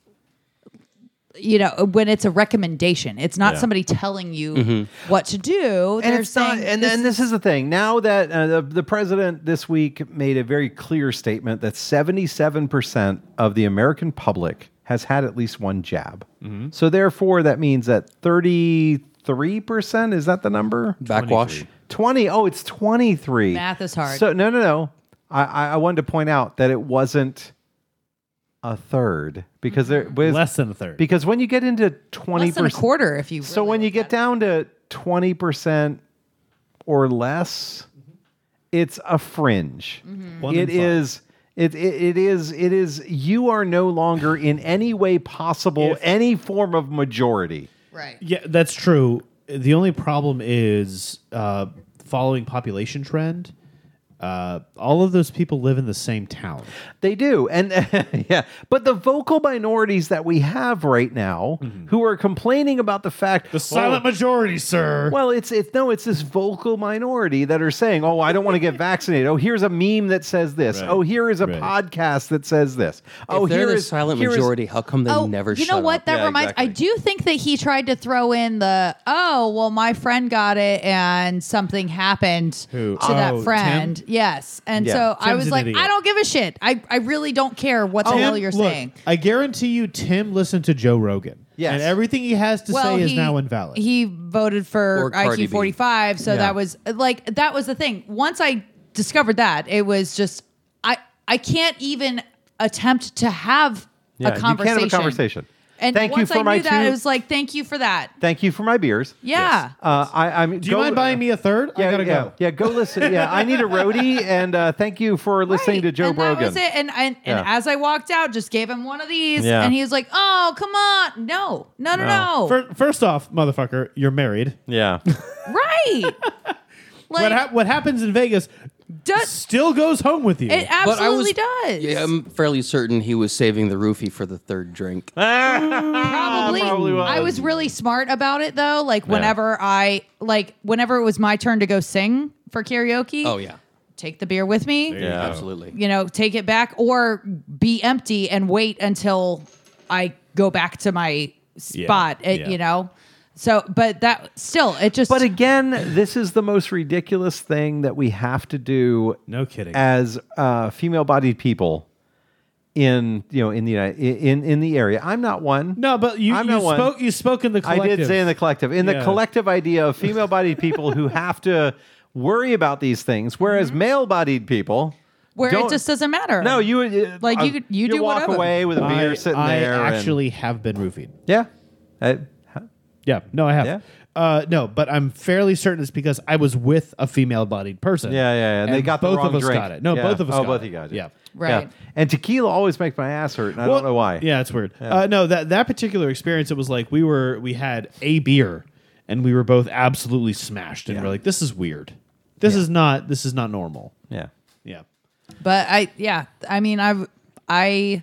Speaker 4: you know when it's a recommendation it's not somebody telling you what to do
Speaker 1: and
Speaker 4: they're
Speaker 1: it's not,
Speaker 4: saying
Speaker 1: and then this is the thing. Now that uh, the, the president this week made a very clear statement that 77% of the American public has had at least one jab. So therefore, that means that 33% is that the number?
Speaker 5: Backwash.
Speaker 1: 20 oh it's 23
Speaker 4: Math is hard.
Speaker 1: so no no no i i, I wanted to point out that it wasn't a third because there with,
Speaker 3: Less than a third.
Speaker 1: because when you get into 20
Speaker 4: less than a quarter if you
Speaker 1: so
Speaker 4: really
Speaker 1: when you
Speaker 4: look
Speaker 1: get
Speaker 4: at it.
Speaker 1: down to 20% or less it's a fringe
Speaker 3: One
Speaker 1: It
Speaker 3: in five.
Speaker 1: is it, it, it is it is you are no longer in any way possible any form of majority
Speaker 4: right
Speaker 3: Yeah, that's true. The only problem is uh, following population trend. Uh, all of those people live in the same town.
Speaker 1: They do. And yeah, but the vocal minorities that we have right now who are complaining about the fact "Oh, the
Speaker 3: majority, sir.
Speaker 1: well, it's it's no, it's this vocal minority that are saying, "Oh, I don't want to get vaccinated. Oh, here's a meme that says this. Oh, here is a
Speaker 3: Right.
Speaker 1: podcast that says this. Oh,
Speaker 5: if they're
Speaker 1: here
Speaker 5: the
Speaker 1: is
Speaker 5: silent
Speaker 1: here is-
Speaker 5: majority, how come they
Speaker 4: Oh,
Speaker 5: never
Speaker 4: you
Speaker 5: shut
Speaker 4: know what?
Speaker 5: up?
Speaker 4: That
Speaker 1: Yeah,
Speaker 4: reminds. I
Speaker 1: exactly.
Speaker 4: do think that he tried to throw in the oh well, my friend got it and something happened
Speaker 3: Who?
Speaker 4: to that
Speaker 3: Oh,
Speaker 4: friend.
Speaker 3: Tim?
Speaker 4: Yes, and
Speaker 1: Yeah.
Speaker 4: so I
Speaker 3: Tim's
Speaker 4: was
Speaker 3: an
Speaker 4: like,
Speaker 3: idiot. Oh,
Speaker 4: I don't give a shit. I, I really don't care what the hell you're saying.
Speaker 3: I guarantee you, Tim listened to Joe Rogan.
Speaker 1: Yes.
Speaker 3: and everything he has to
Speaker 4: well,
Speaker 3: say is
Speaker 4: he-
Speaker 3: now invalid.
Speaker 4: He voted
Speaker 5: Or
Speaker 4: for
Speaker 5: Cardi B.
Speaker 4: IQ 45, so that was like that was the thing. Once I discovered that, it was just I I can't even attempt to have
Speaker 1: Yeah, you
Speaker 4: a
Speaker 1: can't have a
Speaker 4: conversation.
Speaker 1: conversation.
Speaker 4: And
Speaker 1: Thank you
Speaker 4: once
Speaker 1: for
Speaker 4: I
Speaker 1: my
Speaker 4: knew that,
Speaker 1: two-
Speaker 4: it was like, thank you for that.
Speaker 1: Thank you for my beers.
Speaker 4: Yeah.
Speaker 1: Uh, I, I'm.
Speaker 3: Do you mind buying me a third?
Speaker 1: Yeah,
Speaker 3: I gotta
Speaker 1: yeah,
Speaker 3: go.
Speaker 1: yeah. Go listen. Yeah, I need a roadie, and uh, thank you for listening
Speaker 4: Right.
Speaker 1: to Joe
Speaker 4: and
Speaker 1: Brogan.
Speaker 4: That was it. And and,
Speaker 1: Yeah.
Speaker 4: and as I walked out, just gave him one of these,
Speaker 1: Yeah.
Speaker 4: and he was like, "Oh, come on, no, no, no, no,
Speaker 3: Fir- First off, motherfucker, you're married.
Speaker 1: Yeah,
Speaker 4: right."
Speaker 3: What,
Speaker 4: like
Speaker 3: hap what happens in Vegas
Speaker 4: does,
Speaker 3: still goes home with you.
Speaker 4: it
Speaker 5: But I was-
Speaker 4: absolutely does.
Speaker 5: Yeah,
Speaker 1: Mm,
Speaker 5: I'm fairly certain he was saving the roofie for the third drink.
Speaker 4: probably,
Speaker 1: probably was.
Speaker 4: I was really smart about it though. Like whenever I like whenever it was my turn to go sing for karaoke.
Speaker 5: Oh yeah,
Speaker 4: Take the beer with me.
Speaker 1: yeah.
Speaker 5: absolutely.
Speaker 4: You know, take it back or be empty and wait until I go back to my spot. it-
Speaker 3: yeah.
Speaker 4: You know. So, but that still, it just
Speaker 1: But again, this is the most ridiculous thing that we have to do
Speaker 3: no kidding.
Speaker 1: as uh, female-bodied people in you know in the Uni- in in the area. I'm not one.
Speaker 3: no, but you,
Speaker 1: I'm
Speaker 3: you
Speaker 1: not one.
Speaker 3: spoke. You spoke in the collective.
Speaker 1: I did say in the collective. In the
Speaker 3: Yeah.
Speaker 1: collective idea of female-bodied people who have to worry about these things, whereas
Speaker 3: Mm-hmm.
Speaker 1: male-bodied people
Speaker 4: where
Speaker 1: don't-
Speaker 4: it just doesn't matter.
Speaker 1: no, you uh,
Speaker 4: Like, you could- you do
Speaker 1: walk
Speaker 4: whatever.
Speaker 1: away with a beer
Speaker 3: I,
Speaker 1: sitting
Speaker 3: I
Speaker 1: there. and-
Speaker 3: actually have been roofied.
Speaker 1: yeah, I-
Speaker 3: Yeah, no, I have.
Speaker 1: Yeah?
Speaker 3: Uh, no, but I'm fairly certain it's because I was with a female-bodied person.
Speaker 1: yeah, yeah, yeah. And, they got
Speaker 3: both
Speaker 1: the wrong
Speaker 3: of us
Speaker 1: drink.
Speaker 3: got it. No,
Speaker 1: Yeah.
Speaker 3: both of us.
Speaker 1: Oh,
Speaker 3: got
Speaker 1: both
Speaker 3: it.
Speaker 1: you got it.
Speaker 3: Yeah.
Speaker 4: Right.
Speaker 1: Yeah. And tequila always makes my ass hurt, and I
Speaker 3: Well,
Speaker 1: don't know why.
Speaker 3: Yeah, it's weird. Uh, no, that that particular experience, it was like we were we had a beer and we were both absolutely smashed, and we're like, this is weird. This is not this is not normal.
Speaker 1: Yeah.
Speaker 3: Yeah.
Speaker 4: But I, yeah, I mean, I've, I,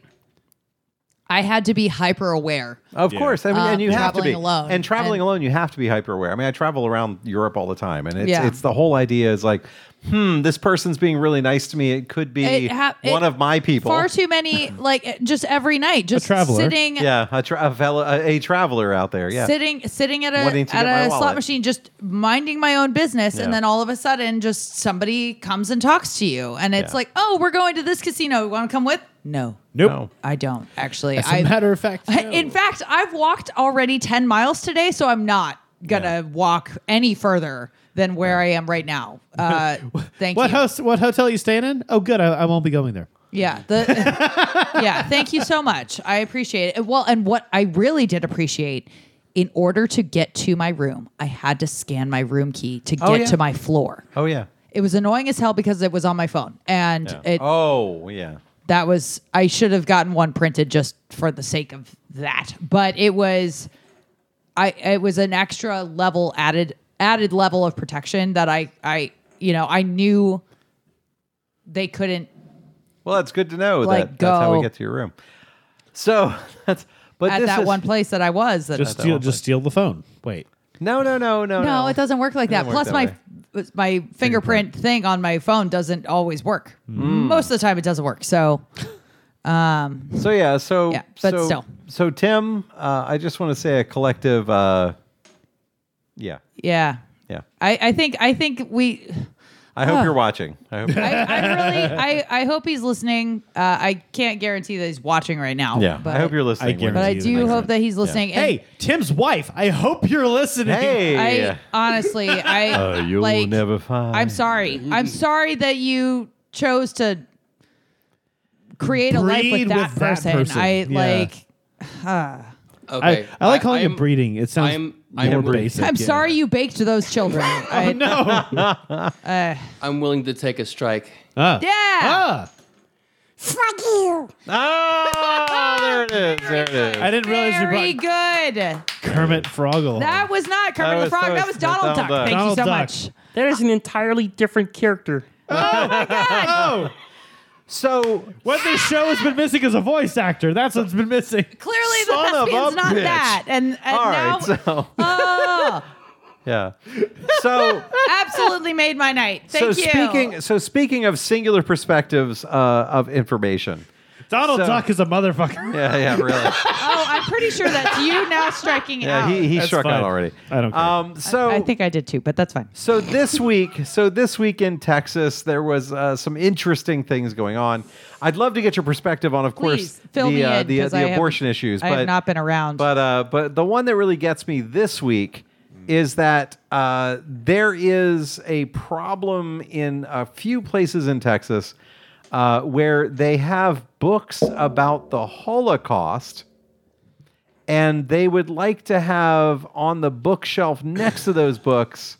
Speaker 4: I had to be hyper aware.
Speaker 1: Of course, I mean, and you have to
Speaker 4: Uh, traveling
Speaker 1: be
Speaker 4: alone.
Speaker 1: And traveling
Speaker 4: And-
Speaker 1: alone, you have to be hyper aware. I mean, I travel around Europe all the time, and it's,
Speaker 4: Yeah.
Speaker 1: it's the whole idea is like, hmm, this person's being really nice to me. It could be
Speaker 4: It hap-
Speaker 1: one
Speaker 4: it-
Speaker 1: of my people.
Speaker 4: Far too many, like just every night, just
Speaker 3: traveler.
Speaker 4: sitting,
Speaker 1: yeah, a, tra- a, fellow, a, a traveler out there. Yeah,
Speaker 4: sitting, sitting at a
Speaker 1: Wanting to get my
Speaker 4: at a
Speaker 1: wallet.
Speaker 4: slot machine, just minding my own business,
Speaker 1: Yeah.
Speaker 4: and then all of a sudden, just somebody comes and talks to you, and it's
Speaker 1: Yeah.
Speaker 4: like, oh, we're going to this casino. Want to come with? No,
Speaker 3: Nope.
Speaker 1: No.
Speaker 4: I don't actually.
Speaker 3: As a
Speaker 4: I,
Speaker 3: matter of fact, no.
Speaker 4: In fact, I've walked already 10 miles today, so I'm not going to walk any further than where I am right now. Uh, thank
Speaker 3: what
Speaker 4: you.
Speaker 3: house? What hotel you staying in? Oh, good. I, I won't be going there.
Speaker 4: Yeah. The, yeah. Thank you so much. I appreciate it. Well, and what I really did appreciate in order to get to my room, I had to scan my room key to get
Speaker 1: yeah.
Speaker 4: to my floor.
Speaker 1: Oh yeah.
Speaker 4: It was annoying as hell because it was on my phone. And it,
Speaker 1: Oh yeah.
Speaker 4: that was I should have gotten one printed just for the sake of that. But it was I it was an extra level added added level of protection that I I you know, I knew they couldn't
Speaker 1: Well, that's good to know
Speaker 4: Like,
Speaker 1: that that's how we
Speaker 4: go.
Speaker 1: get to your room. So that's but
Speaker 4: at
Speaker 1: this
Speaker 4: that
Speaker 1: is-
Speaker 4: one place that I was that
Speaker 3: Just
Speaker 1: that
Speaker 3: steal,
Speaker 1: won't
Speaker 3: just steal the phone. Wait.
Speaker 1: No, no, no, no, Oh, no.
Speaker 4: no, it doesn't work like that.
Speaker 1: work
Speaker 4: Plus,
Speaker 1: that
Speaker 4: my
Speaker 1: way.
Speaker 4: f- my
Speaker 1: Mm.
Speaker 4: fingerprint thing on my phone doesn't always work. Most of the time, it doesn't work. So,
Speaker 1: So yeah, so
Speaker 4: Yeah, but
Speaker 1: so,
Speaker 4: still.
Speaker 1: so Tim, uh, I just want to say a collective, uh, yeah,
Speaker 4: Yeah.
Speaker 1: yeah.
Speaker 4: I, I think I think we
Speaker 1: I hope you're watching. I hope.
Speaker 4: I, I really I, I hope he's listening. Uh, I can't guarantee that he's watching right now.
Speaker 1: yeah,
Speaker 4: But
Speaker 1: I hope you're listening.
Speaker 3: guarantee
Speaker 4: but I
Speaker 3: He's
Speaker 4: do
Speaker 3: listening.
Speaker 4: hope that he's listening. And
Speaker 3: Hey, Tim's wife. I hope you're listening.
Speaker 1: hey,
Speaker 4: I honestly I
Speaker 1: Uh, you'll
Speaker 4: like,
Speaker 1: never find.
Speaker 4: I'm sorry. I'm sorry that you chose to create a life
Speaker 3: Breed
Speaker 4: with that,
Speaker 3: with that
Speaker 4: person.
Speaker 3: person.
Speaker 4: I
Speaker 3: Yeah.
Speaker 4: like
Speaker 5: Okay.
Speaker 3: I, I like calling
Speaker 5: am-
Speaker 3: it breeding. It sounds
Speaker 5: I'm-
Speaker 3: more
Speaker 5: I'm breeding.
Speaker 3: basic.
Speaker 4: I'm
Speaker 3: yeah.
Speaker 4: sorry you baked those children.
Speaker 1: Oh,
Speaker 4: I,
Speaker 3: No.
Speaker 5: I'm willing to take a strike.
Speaker 3: Ah.
Speaker 4: Yeah.
Speaker 3: Ah.
Speaker 1: Oh, there it is. There it is.
Speaker 3: I didn't realize you
Speaker 4: Very
Speaker 3: brought
Speaker 4: good.
Speaker 3: Kermit Froggle.
Speaker 4: That was not Kermit
Speaker 1: That
Speaker 4: the
Speaker 1: was-
Speaker 4: Frog.
Speaker 1: that
Speaker 4: That was,
Speaker 1: was-
Speaker 4: Donald
Speaker 1: that's
Speaker 4: Duck.
Speaker 1: Donald Duck.
Speaker 4: Thank
Speaker 3: Donald
Speaker 4: you so
Speaker 3: Duck.
Speaker 4: much.
Speaker 9: That is an entirely different character.
Speaker 1: So
Speaker 3: what this show has been missing is a voice actor. That's what's been missing.
Speaker 4: Clearly,
Speaker 1: Son of
Speaker 4: the
Speaker 1: a
Speaker 4: thespian's not
Speaker 1: bitch.
Speaker 4: that. And, and
Speaker 1: all
Speaker 4: now, oh,
Speaker 1: right, so yeah. So
Speaker 4: absolutely made my night. Thank
Speaker 1: so
Speaker 4: you.
Speaker 1: speaking so speaking of singular perspectives uh, of information.
Speaker 3: Donald
Speaker 1: So-
Speaker 3: Duck is a motherfucker.
Speaker 1: Yeah, yeah, really.
Speaker 4: oh, I'm pretty sure that's you now striking
Speaker 1: Yeah,
Speaker 4: out.
Speaker 1: he, he
Speaker 3: That's
Speaker 1: struck
Speaker 3: fine.
Speaker 1: out already.
Speaker 3: I don't care.
Speaker 1: Um, so
Speaker 4: I think I did too, but that's fine.
Speaker 1: So this week, so this week in Texas, there was uh, some interesting things going on. I'd love to get your perspective on, of
Speaker 4: Please
Speaker 1: course,
Speaker 4: fill
Speaker 1: the
Speaker 4: me
Speaker 1: uh,
Speaker 4: in
Speaker 1: the,
Speaker 4: 'cause
Speaker 1: the
Speaker 4: I haven't-
Speaker 1: abortion issues.
Speaker 4: I
Speaker 1: but,
Speaker 4: have not been around.
Speaker 1: But uh, but the one that really gets me this week is that uh, there is a problem in a few places in Texas uh, where they have books about the Holocaust and they would like to have on the bookshelf next to those books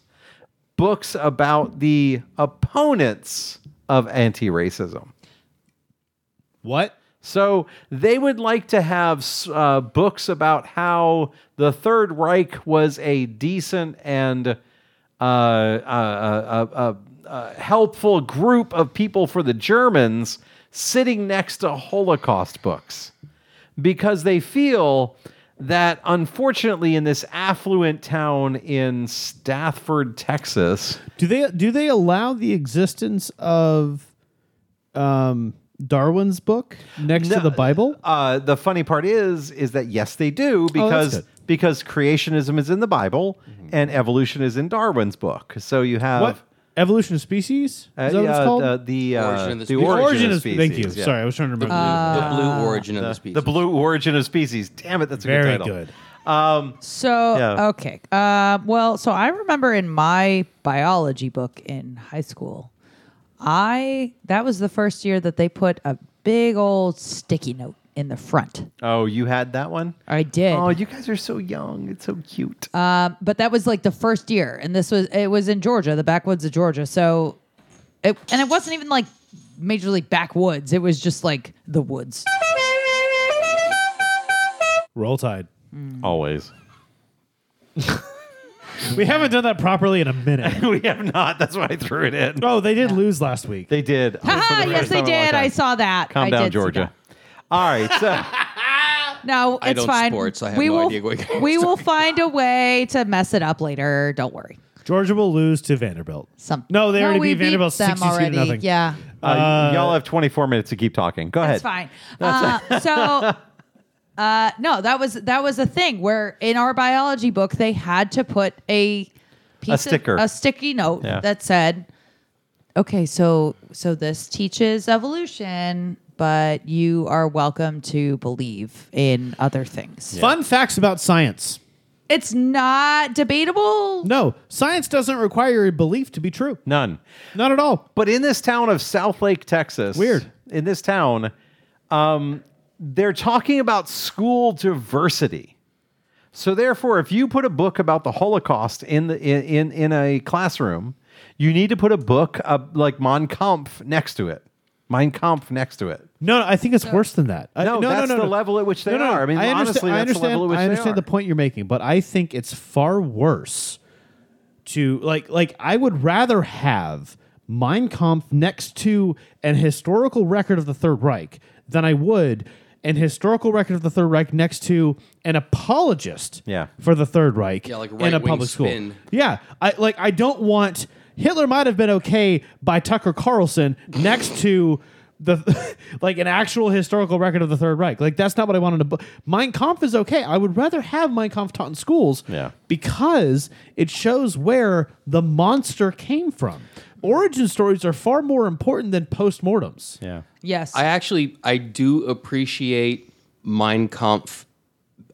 Speaker 1: books about the opponents of anti-racism.
Speaker 3: What?
Speaker 1: So they would like to have uh, books about how the Third Reich was a decent and uh, uh, uh, uh, uh, uh, helpful group of people for the Germans, sitting next to Holocaust books, because they feel that unfortunately in this affluent town in Stafford, Texas,
Speaker 3: Do they do they allow the existence of um, Darwin's book next to the Bible?
Speaker 1: Uh, the funny part is, is that yes, they do because
Speaker 3: Oh, good.
Speaker 1: because creationism is in the Bible
Speaker 4: Mm-hmm.
Speaker 1: and evolution is in Darwin's book. So you have
Speaker 3: What? Evolution of species? Is
Speaker 1: uh,
Speaker 3: that what it's
Speaker 1: yeah,
Speaker 3: called?
Speaker 1: the the, uh,
Speaker 5: Origin of the
Speaker 1: the,
Speaker 5: Species.
Speaker 3: The
Speaker 1: origin, of
Speaker 3: spe-
Speaker 1: species.
Speaker 3: Thank you.
Speaker 1: yeah. Uh,
Speaker 3: Sorry, I was trying to remember.
Speaker 5: the
Speaker 3: Uh,
Speaker 5: blue origin of the species.
Speaker 1: The blue origin of species. Damn it, that's a
Speaker 3: Very
Speaker 1: good title.
Speaker 3: good.
Speaker 4: So
Speaker 1: Yeah.
Speaker 4: okay, um, well, so I remember in my biology book in high school, I that was the first year that they put a big old sticky note in the front.
Speaker 1: Oh, you had that one.
Speaker 4: I did, Uh,
Speaker 1: Oh, you guys are so young. It's so cute.
Speaker 4: but that was like the first year, and this was it was in Georgia, the backwoods of Georgia. So, it and it wasn't even like major league backwoods; it was just like the woods.
Speaker 3: Roll Tide.
Speaker 1: Always.
Speaker 3: We haven't done that properly in a minute.
Speaker 1: we have not. That's why I threw it in.
Speaker 3: oh, they did lose last week.
Speaker 1: They did.
Speaker 4: Haha, yes, they did. I saw that.
Speaker 1: Calm
Speaker 4: I
Speaker 1: down,
Speaker 4: did see
Speaker 1: Georgia.
Speaker 4: that.
Speaker 1: All right. So. uh,
Speaker 4: No, it's
Speaker 5: I don't
Speaker 4: fine.
Speaker 5: sports. I have
Speaker 4: we
Speaker 5: no
Speaker 4: will,
Speaker 5: idea what you're
Speaker 4: we will find a way to mess it up later. Don't worry.
Speaker 3: Georgia will lose to Vanderbilt.
Speaker 4: Some
Speaker 3: No, they already
Speaker 4: we
Speaker 3: beat Vanderbilt
Speaker 4: them
Speaker 3: 62 to
Speaker 4: already.
Speaker 3: nothing.
Speaker 4: Yeah,
Speaker 1: Uh, y'all have 24 minutes to keep talking. Go ahead.
Speaker 4: that's fine. uh, so. Uh, no, that was that was a thing where in our biology book they had to put a piece
Speaker 1: sticker.
Speaker 4: of, a sticky note
Speaker 1: Yeah.
Speaker 4: that said, "Okay, so so this teaches evolution, but you are welcome to believe in other things."
Speaker 3: Fun facts about science.
Speaker 4: It's not debatable.
Speaker 3: No, science doesn't require a belief to be true.
Speaker 1: None.
Speaker 3: Not at all.
Speaker 1: But in this town of Southlake, Texas,
Speaker 3: Weird.
Speaker 1: In this town, um, they're talking about school diversity. So therefore, if you put a book about the Holocaust in the in in, in a classroom, you need to put a book uh, like Mein Kampf next to it. Mein Kampf next to it.
Speaker 3: No, no I think it's worse than that. I-
Speaker 1: No,
Speaker 3: no,
Speaker 1: that's
Speaker 3: no, no,
Speaker 1: the
Speaker 3: no.
Speaker 1: level at which they are. I mean,
Speaker 3: understand-
Speaker 1: honestly, that's the level at which
Speaker 3: I
Speaker 1: they
Speaker 3: understand
Speaker 1: are.
Speaker 3: the point you're making, but I think it's far worse to like like I would rather have Mein Kampf next to an historical record of the Third Reich than I would an historical record of the Third Reich next to an apologist
Speaker 1: Yeah.
Speaker 3: for the Third Reich
Speaker 5: Yeah, like
Speaker 3: in a
Speaker 5: right-wing
Speaker 3: public
Speaker 5: spin.
Speaker 3: school. Yeah, I like I don't want Hitler might have been okay by Tucker Carlson next to the like an actual historical record of the Third Reich. Like that's not what I wanted to. Bu- Mein Kampf is okay. I would rather have Mein Kampf taught in schools.
Speaker 1: Yeah.
Speaker 3: because it shows where the monster came from. Origin stories are far more important than postmortems. Yeah.
Speaker 4: Yes.
Speaker 5: I actually I do appreciate Mein Kampf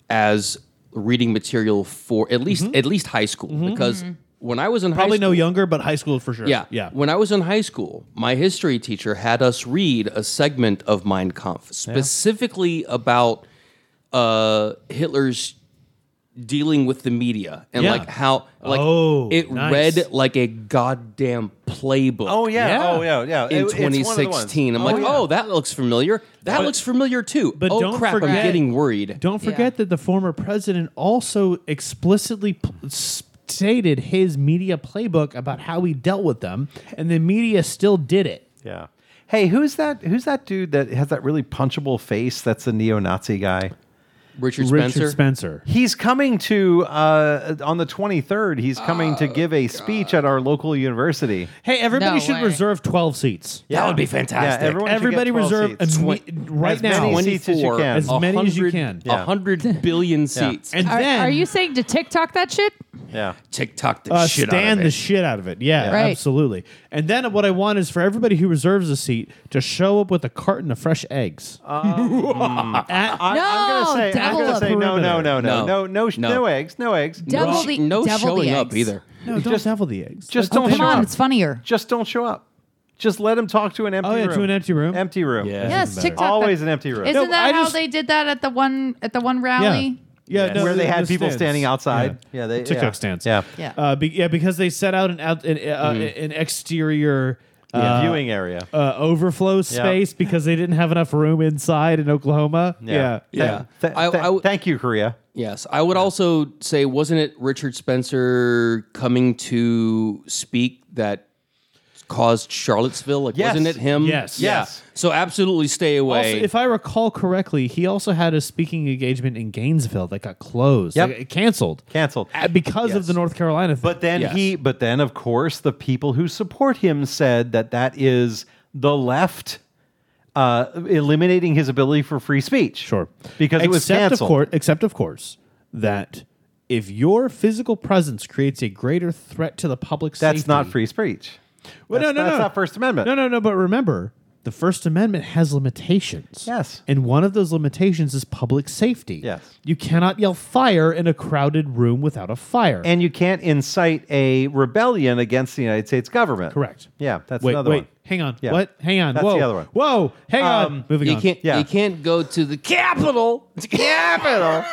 Speaker 5: as reading material for at least at least high school because when I was in high
Speaker 3: Mm-hmm. Probably
Speaker 5: school,
Speaker 3: no younger, but high school for sure.
Speaker 5: Yeah.
Speaker 3: yeah.
Speaker 5: When I was in high school, my history teacher had us read a segment of Mein Kampf specifically about uh, Hitler's dealing with the media and
Speaker 3: Yeah.
Speaker 5: like how like
Speaker 3: Oh,
Speaker 5: it
Speaker 3: nice.
Speaker 5: read like a goddamn playbook.
Speaker 1: Oh yeah.
Speaker 3: Yeah.
Speaker 1: Oh yeah. Yeah.
Speaker 5: In
Speaker 1: It- it's one of the ones.
Speaker 5: 2016, I'm like, oh, that looks familiar. That looks familiar too.
Speaker 3: but
Speaker 5: oh
Speaker 3: don't
Speaker 5: crap,
Speaker 3: forget-
Speaker 5: I'm getting worried.
Speaker 3: Don't forget that the former president also explicitly p- stated his media playbook about how he dealt with them, and the media still did it.
Speaker 1: Yeah. Hey, who's that? Who's that dude that has that really punchable face? That's the neo-Nazi guy.
Speaker 5: Richard Spencer.
Speaker 3: Richard Spencer.
Speaker 1: He's coming to uh, on the 23rd. He's coming
Speaker 5: Oh,
Speaker 1: to give a speech at our local university.
Speaker 3: Hey, everybody
Speaker 4: No
Speaker 3: should
Speaker 4: way.
Speaker 3: reserve 12 seats.
Speaker 5: That would be fantastic.
Speaker 1: Yeah, everyone should
Speaker 3: Everybody
Speaker 1: get 12
Speaker 3: reserve
Speaker 1: seats.
Speaker 3: imme- right
Speaker 1: As
Speaker 3: now.
Speaker 1: many seats as you
Speaker 5: 24
Speaker 1: can.
Speaker 3: As many as you can.
Speaker 5: A hundred billion seats.
Speaker 3: And
Speaker 4: are,
Speaker 3: then
Speaker 4: are you saying to TikTok that shit?
Speaker 1: Yeah.
Speaker 5: TikTok the
Speaker 3: uh,
Speaker 5: shit out
Speaker 3: stand
Speaker 5: of it.
Speaker 3: the shit out of it. Yeah,
Speaker 4: Right.
Speaker 3: absolutely. And then what I want is for everybody who reserves a seat to show up with a carton of fresh eggs. At-
Speaker 1: Uh, I, I'm
Speaker 4: No,
Speaker 1: gonna say, I'm
Speaker 4: double
Speaker 1: gonna
Speaker 4: up
Speaker 1: say no, no,
Speaker 3: perimeter.
Speaker 1: no, no,
Speaker 5: No.
Speaker 1: no, no, sh- no,
Speaker 5: No.
Speaker 1: eggs, no eggs.
Speaker 4: Double
Speaker 5: no,
Speaker 4: the
Speaker 5: sh- no
Speaker 4: double the
Speaker 5: showing up
Speaker 4: eggs.
Speaker 5: either.
Speaker 3: no, don't
Speaker 1: just-
Speaker 3: devil the eggs.
Speaker 1: Just
Speaker 3: Let
Speaker 1: don't
Speaker 3: them
Speaker 1: show
Speaker 4: Come on,
Speaker 1: up.
Speaker 4: it's funnier.
Speaker 1: Just don't show up. Just let him talk to an empty
Speaker 3: Oh, yeah,
Speaker 1: room.
Speaker 3: to an empty room?
Speaker 1: Empty room.
Speaker 5: Yeah.
Speaker 4: Yes,
Speaker 3: better.
Speaker 4: TikTok.
Speaker 1: Always
Speaker 4: that-
Speaker 1: an empty room.
Speaker 4: Isn't
Speaker 3: No, I
Speaker 4: that how
Speaker 3: just-
Speaker 4: they did that at the one at the one rally?
Speaker 3: Yeah,
Speaker 5: Yes.
Speaker 3: no,
Speaker 1: where they
Speaker 3: the-
Speaker 1: had
Speaker 3: the
Speaker 1: people
Speaker 3: stands.
Speaker 1: standing outside.
Speaker 3: Yeah,
Speaker 1: Yeah, they
Speaker 3: TikTok
Speaker 1: yeah.
Speaker 3: stands.
Speaker 1: Yeah. Mm.
Speaker 4: Yeah.
Speaker 3: uh, be, yeah, because they set out an out an, uh, an exterior uh,
Speaker 1: Yeah. Viewing area.
Speaker 3: uh, overflow space because they didn't have enough room inside in Oklahoma. Yeah,
Speaker 5: Yeah.
Speaker 1: Th- th-
Speaker 5: I-
Speaker 1: th-
Speaker 5: I w-
Speaker 1: thank you, Korea.
Speaker 5: Yes, I would also say, wasn't it Richard Spencer coming to speak that caused Charlottesville? Like,
Speaker 1: Yes.
Speaker 5: wasn't it him?
Speaker 3: Yes.
Speaker 5: Yeah.
Speaker 1: Yes.
Speaker 5: So absolutely stay away.
Speaker 3: Also, if I recall correctly, he also had a speaking engagement in Gainesville that got closed,
Speaker 1: Yep.
Speaker 3: like, canceled,
Speaker 1: Canceled.
Speaker 3: Uh, because of
Speaker 5: Yes.
Speaker 3: the North Carolina thing.
Speaker 1: But then
Speaker 5: Yes.
Speaker 1: he, but then of course, the people who support him said that that is the left uh, eliminating his ability for free speech.
Speaker 3: Sure.
Speaker 1: because it was
Speaker 3: Except,
Speaker 1: canceled.
Speaker 3: Of course, except, of course, that if your physical presence creates a greater threat to the public
Speaker 1: That's
Speaker 3: safety-
Speaker 1: not free speech.
Speaker 3: Well,
Speaker 1: That's- that's not First Amendment.
Speaker 3: No, no, no. But remember, the First Amendment has limitations.
Speaker 1: Yes.
Speaker 3: And one of those limitations is public safety.
Speaker 1: Yes.
Speaker 3: You cannot yell fire in a crowded room without a fire.
Speaker 1: And you can't incite a rebellion against the United States government.
Speaker 3: Correct.
Speaker 1: Yeah, that's
Speaker 3: wait,
Speaker 1: another
Speaker 3: wait.
Speaker 1: one.
Speaker 3: Hang on.
Speaker 1: Yeah.
Speaker 3: What? Hang on.
Speaker 1: That's
Speaker 3: Whoa.
Speaker 1: the other one.
Speaker 3: Whoa. Hang on.
Speaker 1: Um,
Speaker 3: Moving
Speaker 5: you
Speaker 3: on.
Speaker 5: can't,
Speaker 1: Yeah.
Speaker 5: you can't go to the capital. Capital.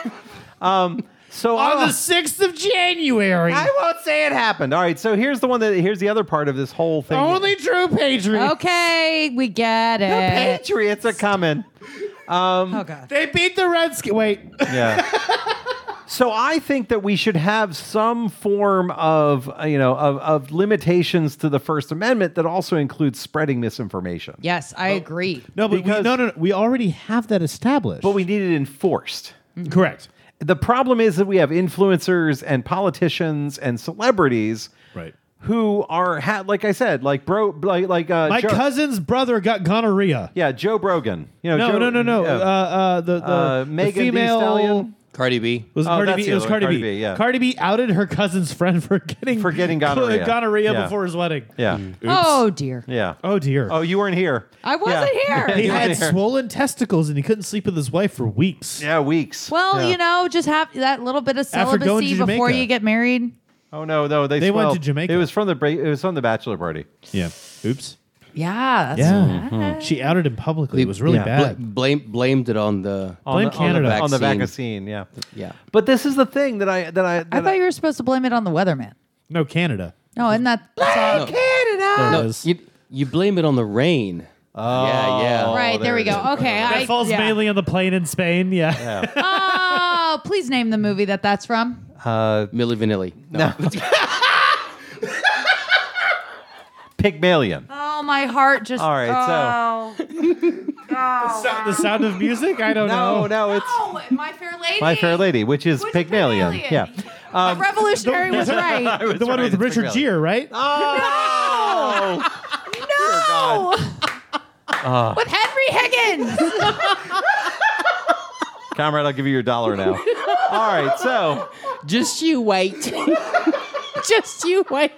Speaker 1: Um, So
Speaker 3: on
Speaker 1: I'll-
Speaker 3: the 6th of January,
Speaker 1: Oh. I won't say it happened. All right, so here's the one that here's the other part of this whole thing.
Speaker 3: only true patriots.
Speaker 4: Okay, we get
Speaker 1: the
Speaker 4: it.
Speaker 1: Patriots are coming.
Speaker 4: Oh god.
Speaker 3: They beat the Redskins. Wait.
Speaker 1: Yeah. so I think that we should have some form of uh, you know of, of limitations to the First Amendment that also includes spreading misinformation.
Speaker 4: Yes, I agree.
Speaker 3: No, but we,
Speaker 1: Because-
Speaker 3: no, no, no. We already have that established.
Speaker 1: But we need it enforced.
Speaker 3: correct.
Speaker 1: The problem is that we have influencers and politicians and celebrities
Speaker 3: Right.
Speaker 1: who are ha- like I said, like bro, like like uh,
Speaker 3: My
Speaker 1: Joe,
Speaker 3: cousin's brother got gonorrhea.
Speaker 1: yeah, Joe Brogan. You know,
Speaker 3: No,
Speaker 1: Joe,
Speaker 3: no, no, no.
Speaker 1: yeah.
Speaker 3: Uh, uh, the the,
Speaker 1: Uh,
Speaker 3: the
Speaker 1: Megan Thee
Speaker 3: female
Speaker 1: Stallion?
Speaker 5: Cardi B.
Speaker 3: was it
Speaker 1: Oh,
Speaker 3: Cardi
Speaker 1: that's
Speaker 3: B.
Speaker 1: the
Speaker 3: It was
Speaker 1: other one,
Speaker 3: Cardi,
Speaker 1: Cardi
Speaker 3: B.
Speaker 1: B, yeah.
Speaker 3: Cardi B outed her cousin's friend for getting
Speaker 1: For getting gonorrhea.
Speaker 3: gonorrhea
Speaker 1: Yeah.
Speaker 3: before his wedding.
Speaker 1: yeah,
Speaker 4: Oh dear.
Speaker 1: yeah.
Speaker 3: Mm. Oh dear.
Speaker 1: Oh, you weren't here.
Speaker 4: I wasn't
Speaker 1: Yeah.
Speaker 4: here.
Speaker 3: he
Speaker 1: you
Speaker 3: had
Speaker 1: weren't here.
Speaker 3: swollen testicles and he couldn't sleep with his wife for weeks.
Speaker 1: Yeah, weeks.
Speaker 4: Well,
Speaker 1: Yeah.
Speaker 4: you know, just have that little bit of
Speaker 3: After going to
Speaker 4: celibacy before
Speaker 3: Jamaica.
Speaker 4: you get married.
Speaker 1: Oh no, no, they
Speaker 3: They went to
Speaker 1: swelled.
Speaker 3: Jamaica.
Speaker 1: It was from the bra- it was from the bachelor party.
Speaker 3: Yeah. Oops.
Speaker 4: Yeah, that's
Speaker 3: Yeah. She outed him publicly. It was really
Speaker 1: Mm-hmm. Yeah.
Speaker 3: bad.
Speaker 5: Bl- blame blamed it on the.
Speaker 1: On
Speaker 3: Blame
Speaker 1: the-
Speaker 3: Canada.
Speaker 1: on the,
Speaker 5: Vaccine.
Speaker 1: vaccine. Yeah,
Speaker 5: Yeah.
Speaker 1: But this is the thing that I that I that
Speaker 4: I thought you were supposed to blame it on the weatherman.
Speaker 3: No, Canada.
Speaker 4: No, isn't that that's all-
Speaker 3: There it
Speaker 5: Oh. No,
Speaker 3: is.
Speaker 5: you, you blame it on the rain. Oh. Yeah, yeah.
Speaker 4: right? There,
Speaker 1: there
Speaker 4: we
Speaker 1: it
Speaker 4: go.
Speaker 1: is.
Speaker 4: Okay,
Speaker 3: That
Speaker 4: I,
Speaker 3: falls
Speaker 4: yeah.
Speaker 3: mainly on the plane in Spain. Yeah.
Speaker 4: Oh, please name the movie that that's from.
Speaker 5: Milli Vanilli. No.
Speaker 1: Pygmalion.
Speaker 4: Oh, my heart just.
Speaker 1: All right,
Speaker 4: oh.
Speaker 1: so-
Speaker 3: the sound of music? I don't
Speaker 1: no,
Speaker 3: know.
Speaker 1: no, it's
Speaker 4: Oh, My Fair Lady.
Speaker 1: My Fair Lady, which is
Speaker 4: Which is
Speaker 1: Pygmalion.
Speaker 4: Pygmalion.
Speaker 1: Yeah.
Speaker 4: The revolutionary was
Speaker 1: Um,
Speaker 4: right.
Speaker 1: I was
Speaker 3: The one
Speaker 1: right,
Speaker 3: with
Speaker 1: it's Ah.
Speaker 3: Richard
Speaker 1: Pygmalion.
Speaker 3: Gere, right?
Speaker 1: Oh!
Speaker 4: No. with Henry Higgins.
Speaker 1: Comrade, I'll give you your dollar now. All right, so
Speaker 10: Just you wait. Just you wait.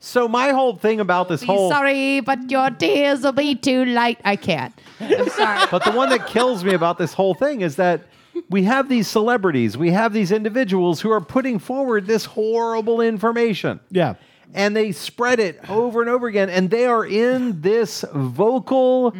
Speaker 1: so my whole thing about this whole
Speaker 4: sorry, but your tears will be too light. I can't. I'm sorry.
Speaker 1: But the one that kills me about this whole thing is that we have these celebrities, we have these individuals who are putting forward this horrible information.
Speaker 3: Yeah.
Speaker 1: And they spread it over and over again, and they are in this vocal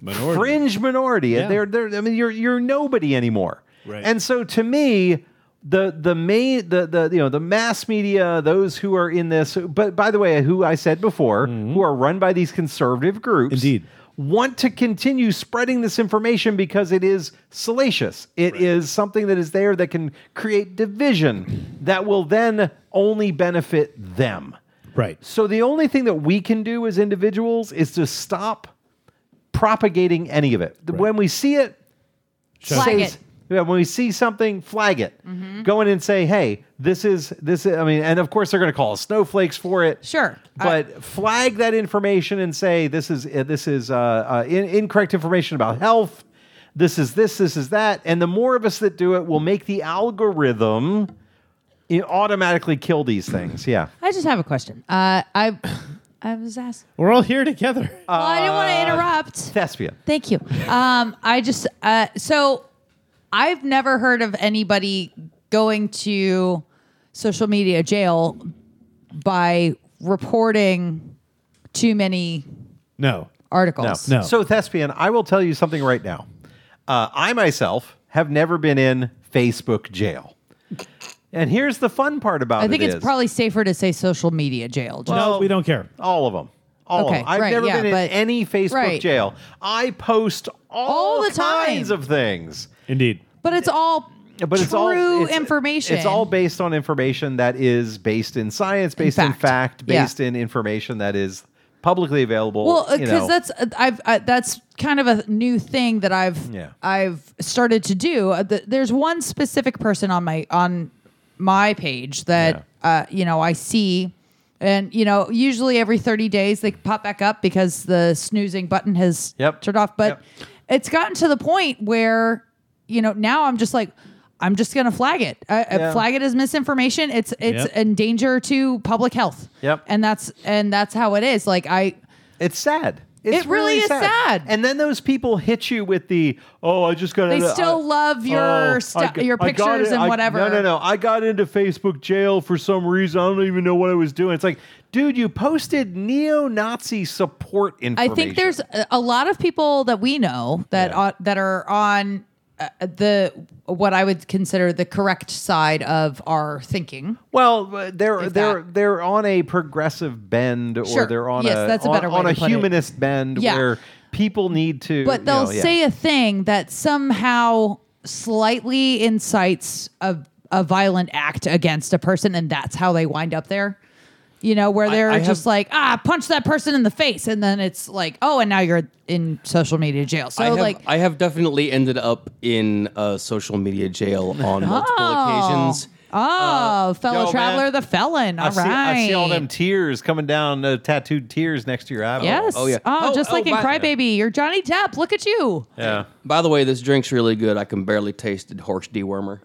Speaker 3: Minority.
Speaker 1: fringe minority.
Speaker 3: Yeah.
Speaker 1: And they're, they're I mean, you're you're nobody anymore.
Speaker 3: Right.
Speaker 1: And so to me, the the main the the you know the mass media, those who are in this, but by the way, who I said before, who are run by these conservative groups,
Speaker 3: Mm-hmm. Indeed.
Speaker 1: want to continue spreading this information because it is salacious. It is something that is there that can create division that will then only benefit them.
Speaker 3: Right.
Speaker 1: So the only thing that we can do as individuals is to stop propagating any of it. When we see it,
Speaker 4: Flag
Speaker 1: say-
Speaker 4: it. Mm-hmm.
Speaker 1: Yeah, when we see something, flag it. Go in and say, "Hey, this is this." Is, I mean, and of course they're going to call us snowflakes for it.
Speaker 4: Sure. Uh,
Speaker 1: but flag that information and say, "This is uh, this is uh, uh, in, incorrect information about health. This is this. This is that." And the more of us that do it, will make the algorithm it automatically kill these things. Yeah.
Speaker 4: I just have a question. Uh, I I was asked.
Speaker 3: We're all here together.
Speaker 1: Ah.
Speaker 4: Well, I didn't want to
Speaker 1: Uh.
Speaker 4: interrupt.
Speaker 1: Thespian.
Speaker 4: Thank you. Um, I just uh, so I've never heard of anybody going to social media jail by reporting too many
Speaker 3: No.
Speaker 4: articles.
Speaker 3: No.
Speaker 1: So, Thespian, I will tell you something right now. Uh, I myself have never been in Facebook jail. And here's the fun part about
Speaker 4: I think
Speaker 1: it
Speaker 4: it's
Speaker 1: is
Speaker 4: probably safer to say social media jail. Just-
Speaker 3: no, we don't care.
Speaker 1: all of them. All
Speaker 4: Okay,
Speaker 1: of them. I've
Speaker 4: right,
Speaker 1: never
Speaker 4: yeah,
Speaker 1: been in
Speaker 4: but-
Speaker 1: any Facebook
Speaker 4: right.
Speaker 1: jail. I post all,
Speaker 4: All the
Speaker 1: kinds
Speaker 4: time.
Speaker 1: of things.
Speaker 3: Indeed.
Speaker 4: but it's all
Speaker 1: Yeah, but
Speaker 4: true
Speaker 1: it's all it's-
Speaker 4: information.
Speaker 1: It's all based on information that is based in science, based in fact,
Speaker 4: fact. Yeah.
Speaker 1: based in information that is publicly available.
Speaker 4: Well,
Speaker 1: you know.
Speaker 4: because that's uh, I've uh, that's kind of a new thing that I've
Speaker 1: Yeah.
Speaker 4: I've started to do. Uh, th- there's one specific person on my on my page that uh, you know I see, and you know usually every 30 days they pop back up because the snoozing button has
Speaker 1: Yep.
Speaker 4: turned off. But
Speaker 1: Yep.
Speaker 4: it's gotten to the point where you know now I'm just like. I'm just gonna flag it. Uh,
Speaker 1: Yeah.
Speaker 4: Flag it as misinformation. It's it's
Speaker 3: Yep.
Speaker 4: in danger to public health.
Speaker 1: Yep.
Speaker 4: And that's and that's how it is. Like I,
Speaker 1: It's sad. It's
Speaker 4: It really is sad.
Speaker 1: And then those people hit you with the, oh, I just got.
Speaker 4: They
Speaker 1: into-
Speaker 4: still
Speaker 1: I- Oh,
Speaker 4: love your
Speaker 1: I
Speaker 4: stu-
Speaker 1: got-
Speaker 4: your
Speaker 1: I got
Speaker 4: pictures
Speaker 1: in-
Speaker 4: and
Speaker 1: I-
Speaker 4: whatever.
Speaker 1: No, no, no. I got into Facebook jail for some reason. I don't even know what I was doing. It's like, dude, you posted neo-Nazi support
Speaker 4: I
Speaker 1: information.
Speaker 4: think there's a- a lot of people that we know that
Speaker 1: Yeah.
Speaker 4: on- that are on uh, the what I would consider the correct side of our thinking.
Speaker 1: well, uh, they're
Speaker 4: If
Speaker 1: they're
Speaker 4: that.
Speaker 1: they're on a progressive bend, or
Speaker 4: Sure.
Speaker 1: they're on
Speaker 4: Yes,
Speaker 1: a
Speaker 4: that's a
Speaker 1: on-
Speaker 4: better way
Speaker 1: on
Speaker 4: to
Speaker 1: a
Speaker 4: put it.
Speaker 1: humanist bend
Speaker 4: Yeah.
Speaker 1: where people need to.
Speaker 4: But
Speaker 1: you
Speaker 4: they'll
Speaker 1: know, yeah.
Speaker 4: say a thing that somehow slightly incites a a violent act against a person, and that's how they wind up there. You know, where they're
Speaker 5: I
Speaker 4: just
Speaker 5: have-
Speaker 4: like, ah, punch that person in the face, and then it's like, oh, and now you're in social media jail. So
Speaker 5: I have,
Speaker 4: like,
Speaker 5: I have definitely ended up in uh, social media jail on multiple occasions.
Speaker 4: Oh, fellow
Speaker 1: Uh, yo,
Speaker 4: traveler,
Speaker 1: man.
Speaker 4: the felon.
Speaker 1: I
Speaker 4: All
Speaker 1: see,
Speaker 4: right.
Speaker 1: I see all them tears coming down, uh, tattooed tears next to your eyeball.
Speaker 4: Yes.
Speaker 5: Oh, yeah.
Speaker 4: Oh,
Speaker 5: Oh,
Speaker 4: just
Speaker 5: oh,
Speaker 4: like in
Speaker 5: my-
Speaker 4: Crybaby, you're Johnny Depp. Look at you.
Speaker 1: Yeah.
Speaker 5: By the way, this drink's really good. I can barely taste the horse dewormer.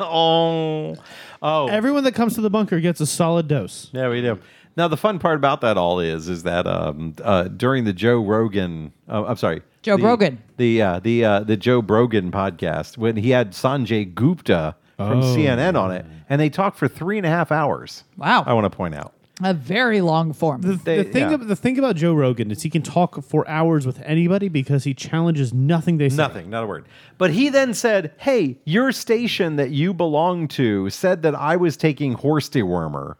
Speaker 1: Oh. Oh.
Speaker 3: Everyone that comes to the bunker gets a solid dose.
Speaker 1: Yeah, we do. Now the fun part about that all is, is that um, uh, during the Joe Rogan, uh, I'm sorry,
Speaker 4: Joe
Speaker 1: the,
Speaker 4: Brogan.
Speaker 1: the uh, the uh, the Joe Brogan podcast, when he had Sanjay Gupta from CNN on it, and they talked for three and a half hours.
Speaker 4: Wow.
Speaker 1: I want to point out.
Speaker 4: A very long form.
Speaker 3: The,
Speaker 1: They-
Speaker 3: the thing,
Speaker 1: yeah.
Speaker 3: ab- the thing about Joe Rogan is he can talk for hours with anybody because he challenges nothing they say.
Speaker 1: Nothing, not a word. But he then said, "Hey, your station that you belong to said that I was taking horse dewormer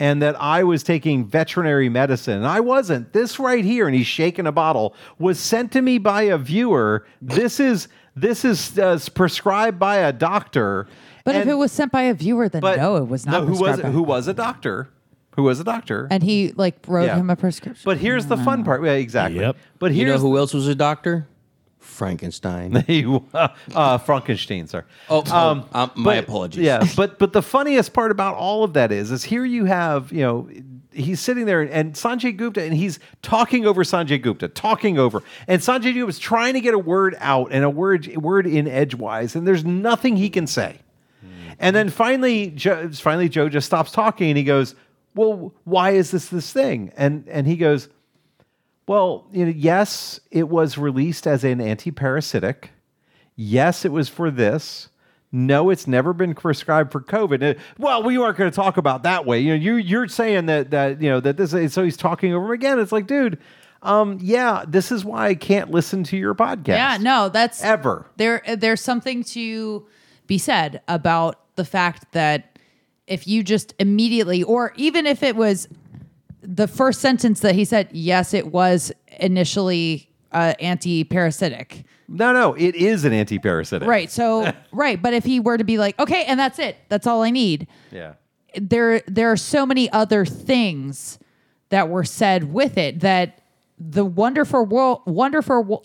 Speaker 1: and that I was taking veterinary medicine, and I wasn't. This right here, and he's shaking a bottle, was sent to me by a viewer. This is this is uh, prescribed by a doctor.
Speaker 4: but if
Speaker 1: And-
Speaker 4: it was sent by a viewer, then
Speaker 1: but-
Speaker 4: no, it was
Speaker 1: No,
Speaker 4: not.
Speaker 1: who was
Speaker 4: prescribed by-
Speaker 1: who was a doctor? Who was a doctor?
Speaker 4: And Ah. he like wrote
Speaker 1: Yeah.
Speaker 4: him a prescription.
Speaker 1: but here's the fun part. Yeah, exactly.
Speaker 3: Yep.
Speaker 1: But here's
Speaker 5: you know who else was a doctor? Frankenstein.
Speaker 1: He, uh, uh, Frankenstein, sir.
Speaker 5: Oh, oh, um, my
Speaker 1: but-
Speaker 5: apologies.
Speaker 1: Yeah, but but the funniest part about all of that is, is here you have you know he's sitting there and, and Sanjay Gupta and he's talking over Sanjay Gupta, talking over, and Sanjay Gupta is trying to get a word out and a word word in edgewise, and there's nothing he can say. And then finally, Joe, finally Joe just stops talking and he goes, "Well, why is this this thing?" And and he goes, "Well, you know, yes, it was released as an anti-parasitic. Yes, it was for this." No, it's never been prescribed for COVID. Uh, Well, we aren't going to talk about that way. You know, you you're saying that that you know that this. is- So he's talking over him again. It's like, dude, um, yeah, this is why I can't listen to your podcast.
Speaker 4: Yeah, no, that's
Speaker 1: ever.
Speaker 4: there there's something to be said about the fact that if you just immediately or even if it was the first sentence that he said yes it was initially uh, anti-parasitic
Speaker 1: No, no, it is an anti-parasitic.
Speaker 4: right so right but if he were to be like okay and that's it that's all i need
Speaker 1: Yeah.
Speaker 4: there there are so many other things that were said with it that the wonderful world wonderful wo-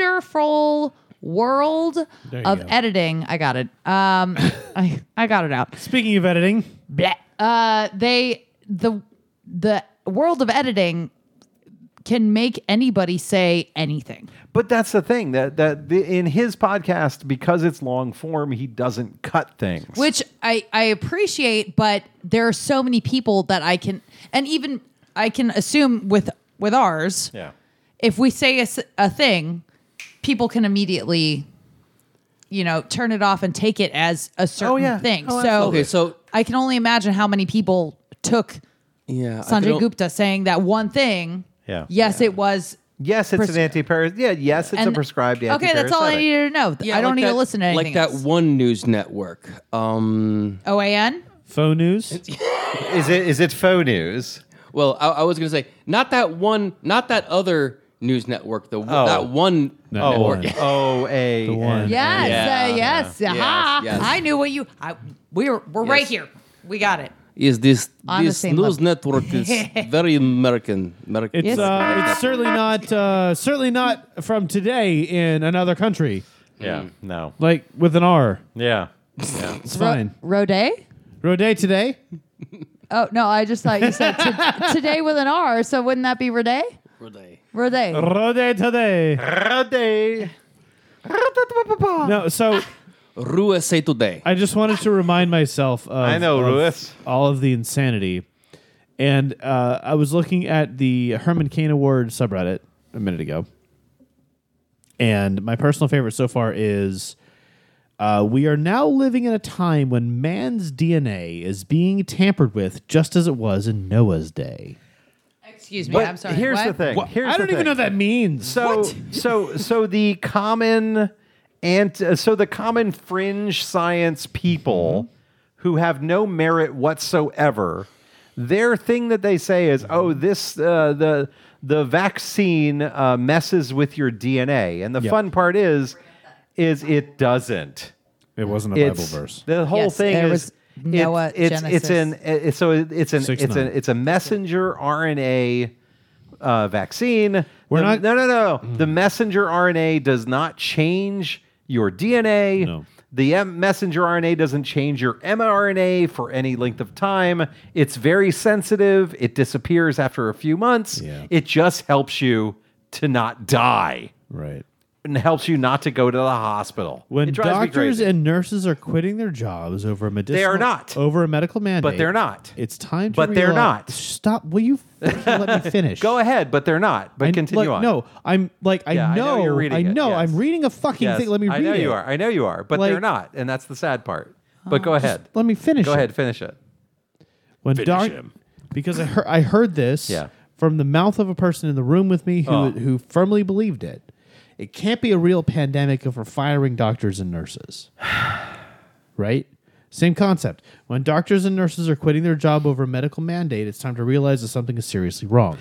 Speaker 4: wonderful world
Speaker 3: There you
Speaker 4: of
Speaker 3: go.
Speaker 4: editing i got it um i i got it out
Speaker 3: Speaking of editing,
Speaker 4: Bleh. uh they the the world of editing can make anybody say anything
Speaker 1: But that's the thing that that the, in his podcast because it's long form, he doesn't cut things.
Speaker 4: which I, I appreciate but there are so many people that i can and even i can assume with with ours
Speaker 1: yeah.
Speaker 4: if we say a, s- a thing, people can immediately, you know, turn it off and take it as a certain
Speaker 1: yeah.
Speaker 4: thing.
Speaker 1: Oh,
Speaker 4: so,
Speaker 5: Okay, so
Speaker 4: I can only imagine how many people took
Speaker 5: yeah, I could
Speaker 4: Sanjay
Speaker 5: o-
Speaker 4: Gupta saying that one thing.
Speaker 1: Yeah.
Speaker 4: Yes, it was.
Speaker 1: Yes, it's
Speaker 4: Pres-
Speaker 1: an anti-parasitic. Yeah, yes, it's a prescribed
Speaker 4: Okay, that's all I
Speaker 1: antiparasitic.
Speaker 4: needed to know.
Speaker 5: Yeah,
Speaker 4: I don't
Speaker 5: like
Speaker 4: need
Speaker 5: that-
Speaker 4: to listen to anything.
Speaker 5: Like that
Speaker 4: else.
Speaker 5: one news network. Um,
Speaker 4: OAN.
Speaker 3: phone news.
Speaker 1: Is it is it faux news?
Speaker 5: well, I, I was going to say not that one, not that other news network. The
Speaker 1: Oh.
Speaker 5: that one.
Speaker 1: Oh,
Speaker 3: network.
Speaker 1: O A
Speaker 3: one.
Speaker 1: N.
Speaker 4: Yes,
Speaker 5: Yeah.
Speaker 4: uh, yes, aha.
Speaker 5: yes.
Speaker 4: I knew what you. I, we were we're right
Speaker 5: Yes.
Speaker 4: here. We got it.
Speaker 5: Is this
Speaker 4: On the
Speaker 5: this
Speaker 4: same
Speaker 5: news
Speaker 4: level.
Speaker 5: network is very American? American.
Speaker 3: It's uh, it's certainly not uh, certainly not from today in another country.
Speaker 1: Yeah. No.
Speaker 3: Like with an R,
Speaker 1: Yeah.
Speaker 3: it's fine.
Speaker 4: Rode.
Speaker 3: Rode today.
Speaker 4: Oh no, I just thought you said to, today with an R. So wouldn't that be Rode? Rode.
Speaker 3: Rode today. No, so
Speaker 5: Rua say today.
Speaker 3: I just wanted to remind myself. Of,
Speaker 1: I know,
Speaker 3: of
Speaker 1: Ruiz.
Speaker 3: All of the insanity, and uh, I was looking at the Herman Cain Award subreddit a minute ago, and my personal favorite so far is. Uh, we are now living in a time when man's DNA is being tampered with, just as it was in Noah's day.
Speaker 4: Excuse me.
Speaker 1: But
Speaker 4: I'm sorry.
Speaker 1: Here's the
Speaker 4: what?
Speaker 1: thing. Here's
Speaker 3: I
Speaker 1: the
Speaker 3: don't even
Speaker 1: thing.
Speaker 3: know what that means.
Speaker 1: So so so the common and uh, so the common fringe science people who have no merit whatsoever, their thing that they say is, "Oh, this uh, the the vaccine uh, messes with your DNA," and the fun part is, is it doesn't.
Speaker 3: it wasn't a
Speaker 1: It's the whole
Speaker 4: Yes,
Speaker 1: thing
Speaker 4: there
Speaker 1: is
Speaker 4: was
Speaker 1: it-
Speaker 4: Noah
Speaker 1: it's, it's
Speaker 4: Genesis.
Speaker 1: an it- so it- it's an
Speaker 3: Six
Speaker 1: it's
Speaker 3: nine.
Speaker 1: an it's a messenger RNA uh, vaccine.
Speaker 3: We're
Speaker 1: The-
Speaker 3: not-
Speaker 1: no no no. The messenger RNA does not change your DNA.
Speaker 3: No.
Speaker 1: The M- messenger RNA doesn't change your mRNA for any length of time. It's very sensitive. It disappears after a few months.
Speaker 3: Yeah.
Speaker 1: It just helps you to not die
Speaker 3: Right.
Speaker 1: and helps you not to go to the hospital.
Speaker 3: When
Speaker 1: It drives me
Speaker 3: doctors
Speaker 1: crazy.
Speaker 3: and nurses are quitting their jobs over a medicinal,
Speaker 1: not.
Speaker 3: over a medical mandate,
Speaker 1: but they're not.
Speaker 3: It's time to.
Speaker 1: But they're
Speaker 3: realize-
Speaker 1: not.
Speaker 3: Stop. Will you fucking let me finish?
Speaker 1: Go ahead, but they're not. But
Speaker 3: I-
Speaker 1: continue
Speaker 3: like,
Speaker 1: on.
Speaker 3: No, I'm like I
Speaker 1: Yeah, I
Speaker 3: know.
Speaker 1: know you're reading
Speaker 3: I
Speaker 1: it,
Speaker 3: know,
Speaker 1: yes.
Speaker 3: I'm reading a fucking
Speaker 1: Yes,
Speaker 3: thing. Let me read
Speaker 1: I know
Speaker 3: it.
Speaker 1: you are. I know you are, but
Speaker 3: Like-
Speaker 1: they're not, and that's the sad part. But go ahead.
Speaker 3: Let me finish.
Speaker 1: Go
Speaker 3: it.
Speaker 1: ahead, finish it.
Speaker 3: When doc- because I heard I heard this
Speaker 1: Yeah.
Speaker 3: from the mouth of a person in the room with me who
Speaker 1: Oh.
Speaker 3: who firmly believed it. It can't be a real pandemic if we're firing doctors and nurses. right? Same concept. When doctors and nurses are quitting their job over a medical mandate, it's time to realize that something is seriously wrong.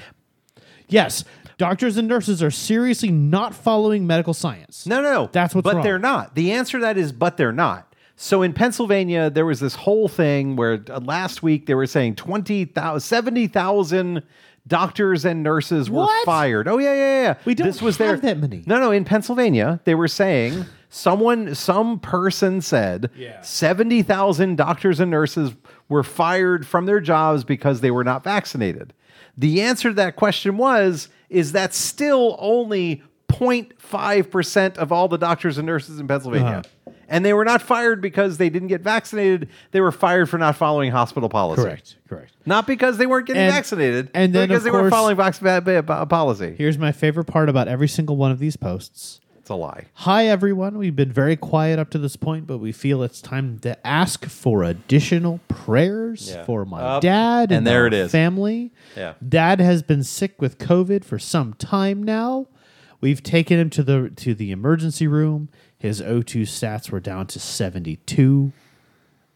Speaker 3: Yes, doctors and nurses are seriously not following medical science.
Speaker 1: No, no, no.
Speaker 3: That's what's
Speaker 1: But
Speaker 3: wrong.
Speaker 1: they're not. The answer to that is, but they're not. So in Pennsylvania, there was this whole thing where uh, last week they were saying 20,000, 70,000 doctors and nurses were
Speaker 3: What?
Speaker 1: fired. Oh, yeah, yeah, yeah.
Speaker 3: We don't
Speaker 1: this was
Speaker 3: have
Speaker 1: their,
Speaker 3: that many.
Speaker 1: No, no. In Pennsylvania, they were saying Someone, some person said 70,000 doctors and nurses were fired from their jobs because they were not vaccinated. The answer to that question was is that still only 0.5% of all the doctors and nurses in Pennsylvania.
Speaker 3: Uh-huh.
Speaker 1: And they were not fired because they didn't get vaccinated. They were fired for not following hospital policy.
Speaker 3: Correct. Correct.
Speaker 1: Not because they weren't getting
Speaker 3: And-
Speaker 1: vaccinated,
Speaker 3: and
Speaker 1: but
Speaker 3: then,
Speaker 1: because
Speaker 3: of
Speaker 1: they
Speaker 3: course-
Speaker 1: weren't following vax- va- va- va- policy.
Speaker 3: Here's my favorite part about every single one of these posts.
Speaker 1: It's a lie.
Speaker 3: Hi, everyone. We've been very quiet up to this point, but we feel it's time to ask for additional prayers for my
Speaker 1: Up.
Speaker 3: dad and,
Speaker 1: And there
Speaker 3: our
Speaker 1: it is.
Speaker 3: family.
Speaker 1: Yeah.
Speaker 3: Dad has been sick with COVID for some time now. We've taken him to the to the emergency room. His O2 stats were down to 72,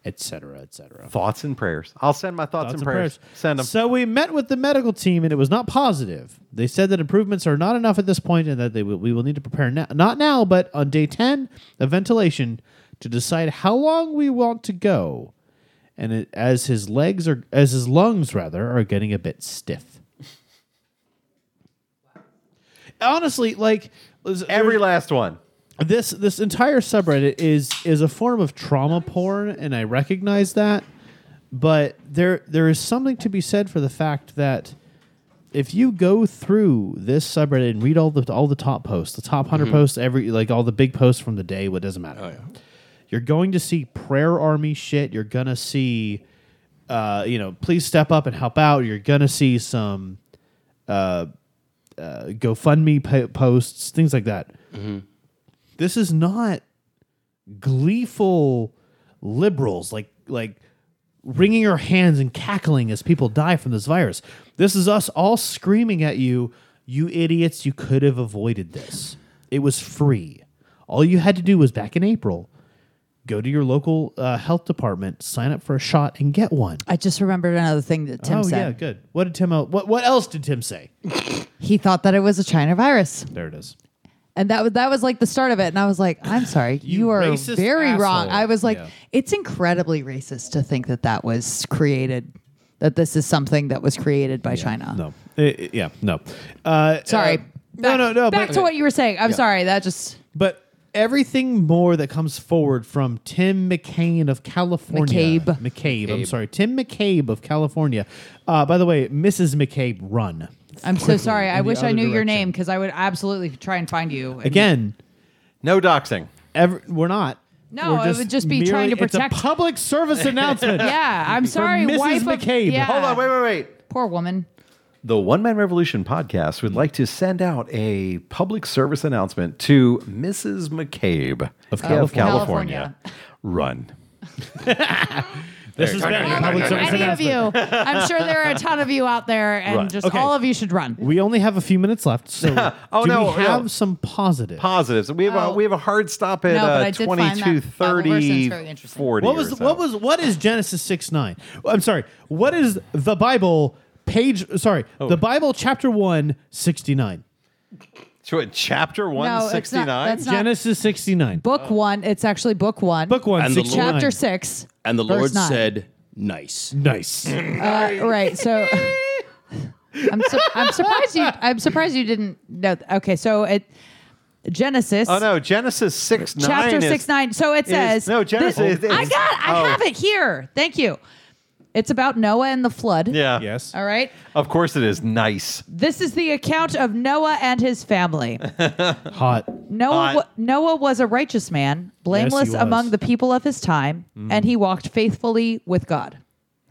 Speaker 3: et cetera, et cetera.
Speaker 1: Thoughts and prayers. I'll send my thoughts, and, prayers. Send them.
Speaker 3: So we met with the medical team, and it was not positive. They said that improvements are not enough at this point, and that they will, we will need to prepare now, not now, but on day ten of ventilation to decide how long we want to go. And it, as his legs are, as his lungs rather, are getting a bit stiff. Honestly, like
Speaker 1: Every last one.
Speaker 3: this this entire subreddit is is a form of trauma porn and i recognize that but there there is something to be said for the fact that if you go through this subreddit and read all the all the top posts the top 100 posts every like all the big posts from the day what doesn't matter you're going to see prayer army shit you're gonna see uh, you know please step up and help out you're gonna see some uh, uh, gofundme po- posts things like that this is not gleeful liberals like like wringing our hands and cackling as people die from this virus this is us all screaming at you you idiots you could have avoided this it was free all you had to do was back in april go to your local uh, health department sign up for a shot and get one
Speaker 4: I just remembered another thing that Tim
Speaker 3: oh
Speaker 4: said.
Speaker 3: yeah good what did tim el- what, what else did tim say
Speaker 4: He thought that it was a China virus,
Speaker 3: there it is
Speaker 4: and that was that was like the start of it. And I was like, "I'm sorry, you,
Speaker 3: You
Speaker 4: are
Speaker 3: racist
Speaker 4: very wrong."
Speaker 3: asshole.
Speaker 4: I was like,
Speaker 3: Yeah.
Speaker 4: "It's incredibly racist to think that that was created, that this is something that was created by China."
Speaker 3: no Eh, eh, yeah no uh,
Speaker 4: Sorry.
Speaker 3: uh, no
Speaker 4: Back-
Speaker 3: no no
Speaker 4: Back
Speaker 3: but-
Speaker 4: to what you were saying. I'm sorry. That just
Speaker 3: But everything more that comes forward from Tim McCain of California.
Speaker 4: McCabe.
Speaker 3: McCabe. I'm sorry. Tim McCabe of California. Uh, by the way, Mrs. McCabe, run.
Speaker 4: I'm so sorry. I
Speaker 3: in the
Speaker 4: wish I
Speaker 3: other
Speaker 4: knew your
Speaker 3: direction.
Speaker 4: name because I would absolutely try and find you. And-
Speaker 3: Again,
Speaker 1: No doxing.
Speaker 3: ever, we're not.
Speaker 4: No,
Speaker 3: We're
Speaker 4: it would just be trying to
Speaker 3: merely-
Speaker 4: protect-
Speaker 3: It's a public service announcement.
Speaker 4: Yeah, I'm sorry.
Speaker 3: Mrs.
Speaker 4: wife of-
Speaker 3: McCabe.
Speaker 4: yeah.
Speaker 1: Hold on. Wait, wait, wait.
Speaker 4: Poor woman.
Speaker 1: The One Man Revolution podcast would like to send out a public service announcement to Mrs. McCabe of
Speaker 4: California.
Speaker 1: Run.
Speaker 3: This has been a public service
Speaker 4: Any of
Speaker 3: announcement.
Speaker 4: you. I'm sure there are a ton of you out there, and just
Speaker 3: Okay.
Speaker 4: all of you should run.
Speaker 3: We only have a few minutes left, so
Speaker 1: Oh,
Speaker 3: do
Speaker 1: no,
Speaker 3: we
Speaker 1: no.
Speaker 3: have some positive?
Speaker 1: Positives. We have
Speaker 4: Oh.
Speaker 1: a we have a hard stop at
Speaker 4: No, but I
Speaker 1: uh,
Speaker 4: did find that
Speaker 1: 22,
Speaker 4: Bible verse, and it's
Speaker 1: 30,
Speaker 4: very interesting.
Speaker 1: 40
Speaker 3: What
Speaker 1: or
Speaker 3: was
Speaker 1: so.
Speaker 3: what was what is Genesis six nine? Oh, I'm sorry. What is the Bible page? Sorry, the Bible chapter one sixty nine.
Speaker 1: So, what, chapter
Speaker 4: not-
Speaker 1: 169?
Speaker 4: that's not-
Speaker 3: Genesis sixty nine.
Speaker 4: Book one. It's actually book one.
Speaker 3: Uh, Book one.
Speaker 5: And the
Speaker 3: 69.
Speaker 4: Chapter six.
Speaker 5: And the
Speaker 4: verse
Speaker 5: Lord
Speaker 4: nine.
Speaker 5: said, "Nice."
Speaker 3: Nice.
Speaker 4: Uh, right. So I'm su- I'm surprised you I'm surprised you didn't know. th- Okay, so it Genesis.
Speaker 1: oh, no. Genesis 6 9.
Speaker 4: chapter
Speaker 1: is-
Speaker 4: six nine. So it
Speaker 1: is-
Speaker 4: says
Speaker 1: no, Genesis
Speaker 4: This-
Speaker 1: is- is-
Speaker 4: I got. I
Speaker 1: oh.
Speaker 4: have it here. Thank you. It's about Noah and the flood.
Speaker 1: Yeah.
Speaker 3: yes.
Speaker 4: All right.
Speaker 1: Of course it is. Nice.
Speaker 4: This is the account of Noah and his family.
Speaker 3: Hot.
Speaker 4: Noah,
Speaker 1: Uh,
Speaker 4: wa- Noah was a righteous man, blameless
Speaker 3: was.
Speaker 4: among the people of his time,
Speaker 1: Mm-hmm.
Speaker 4: and he walked faithfully with God.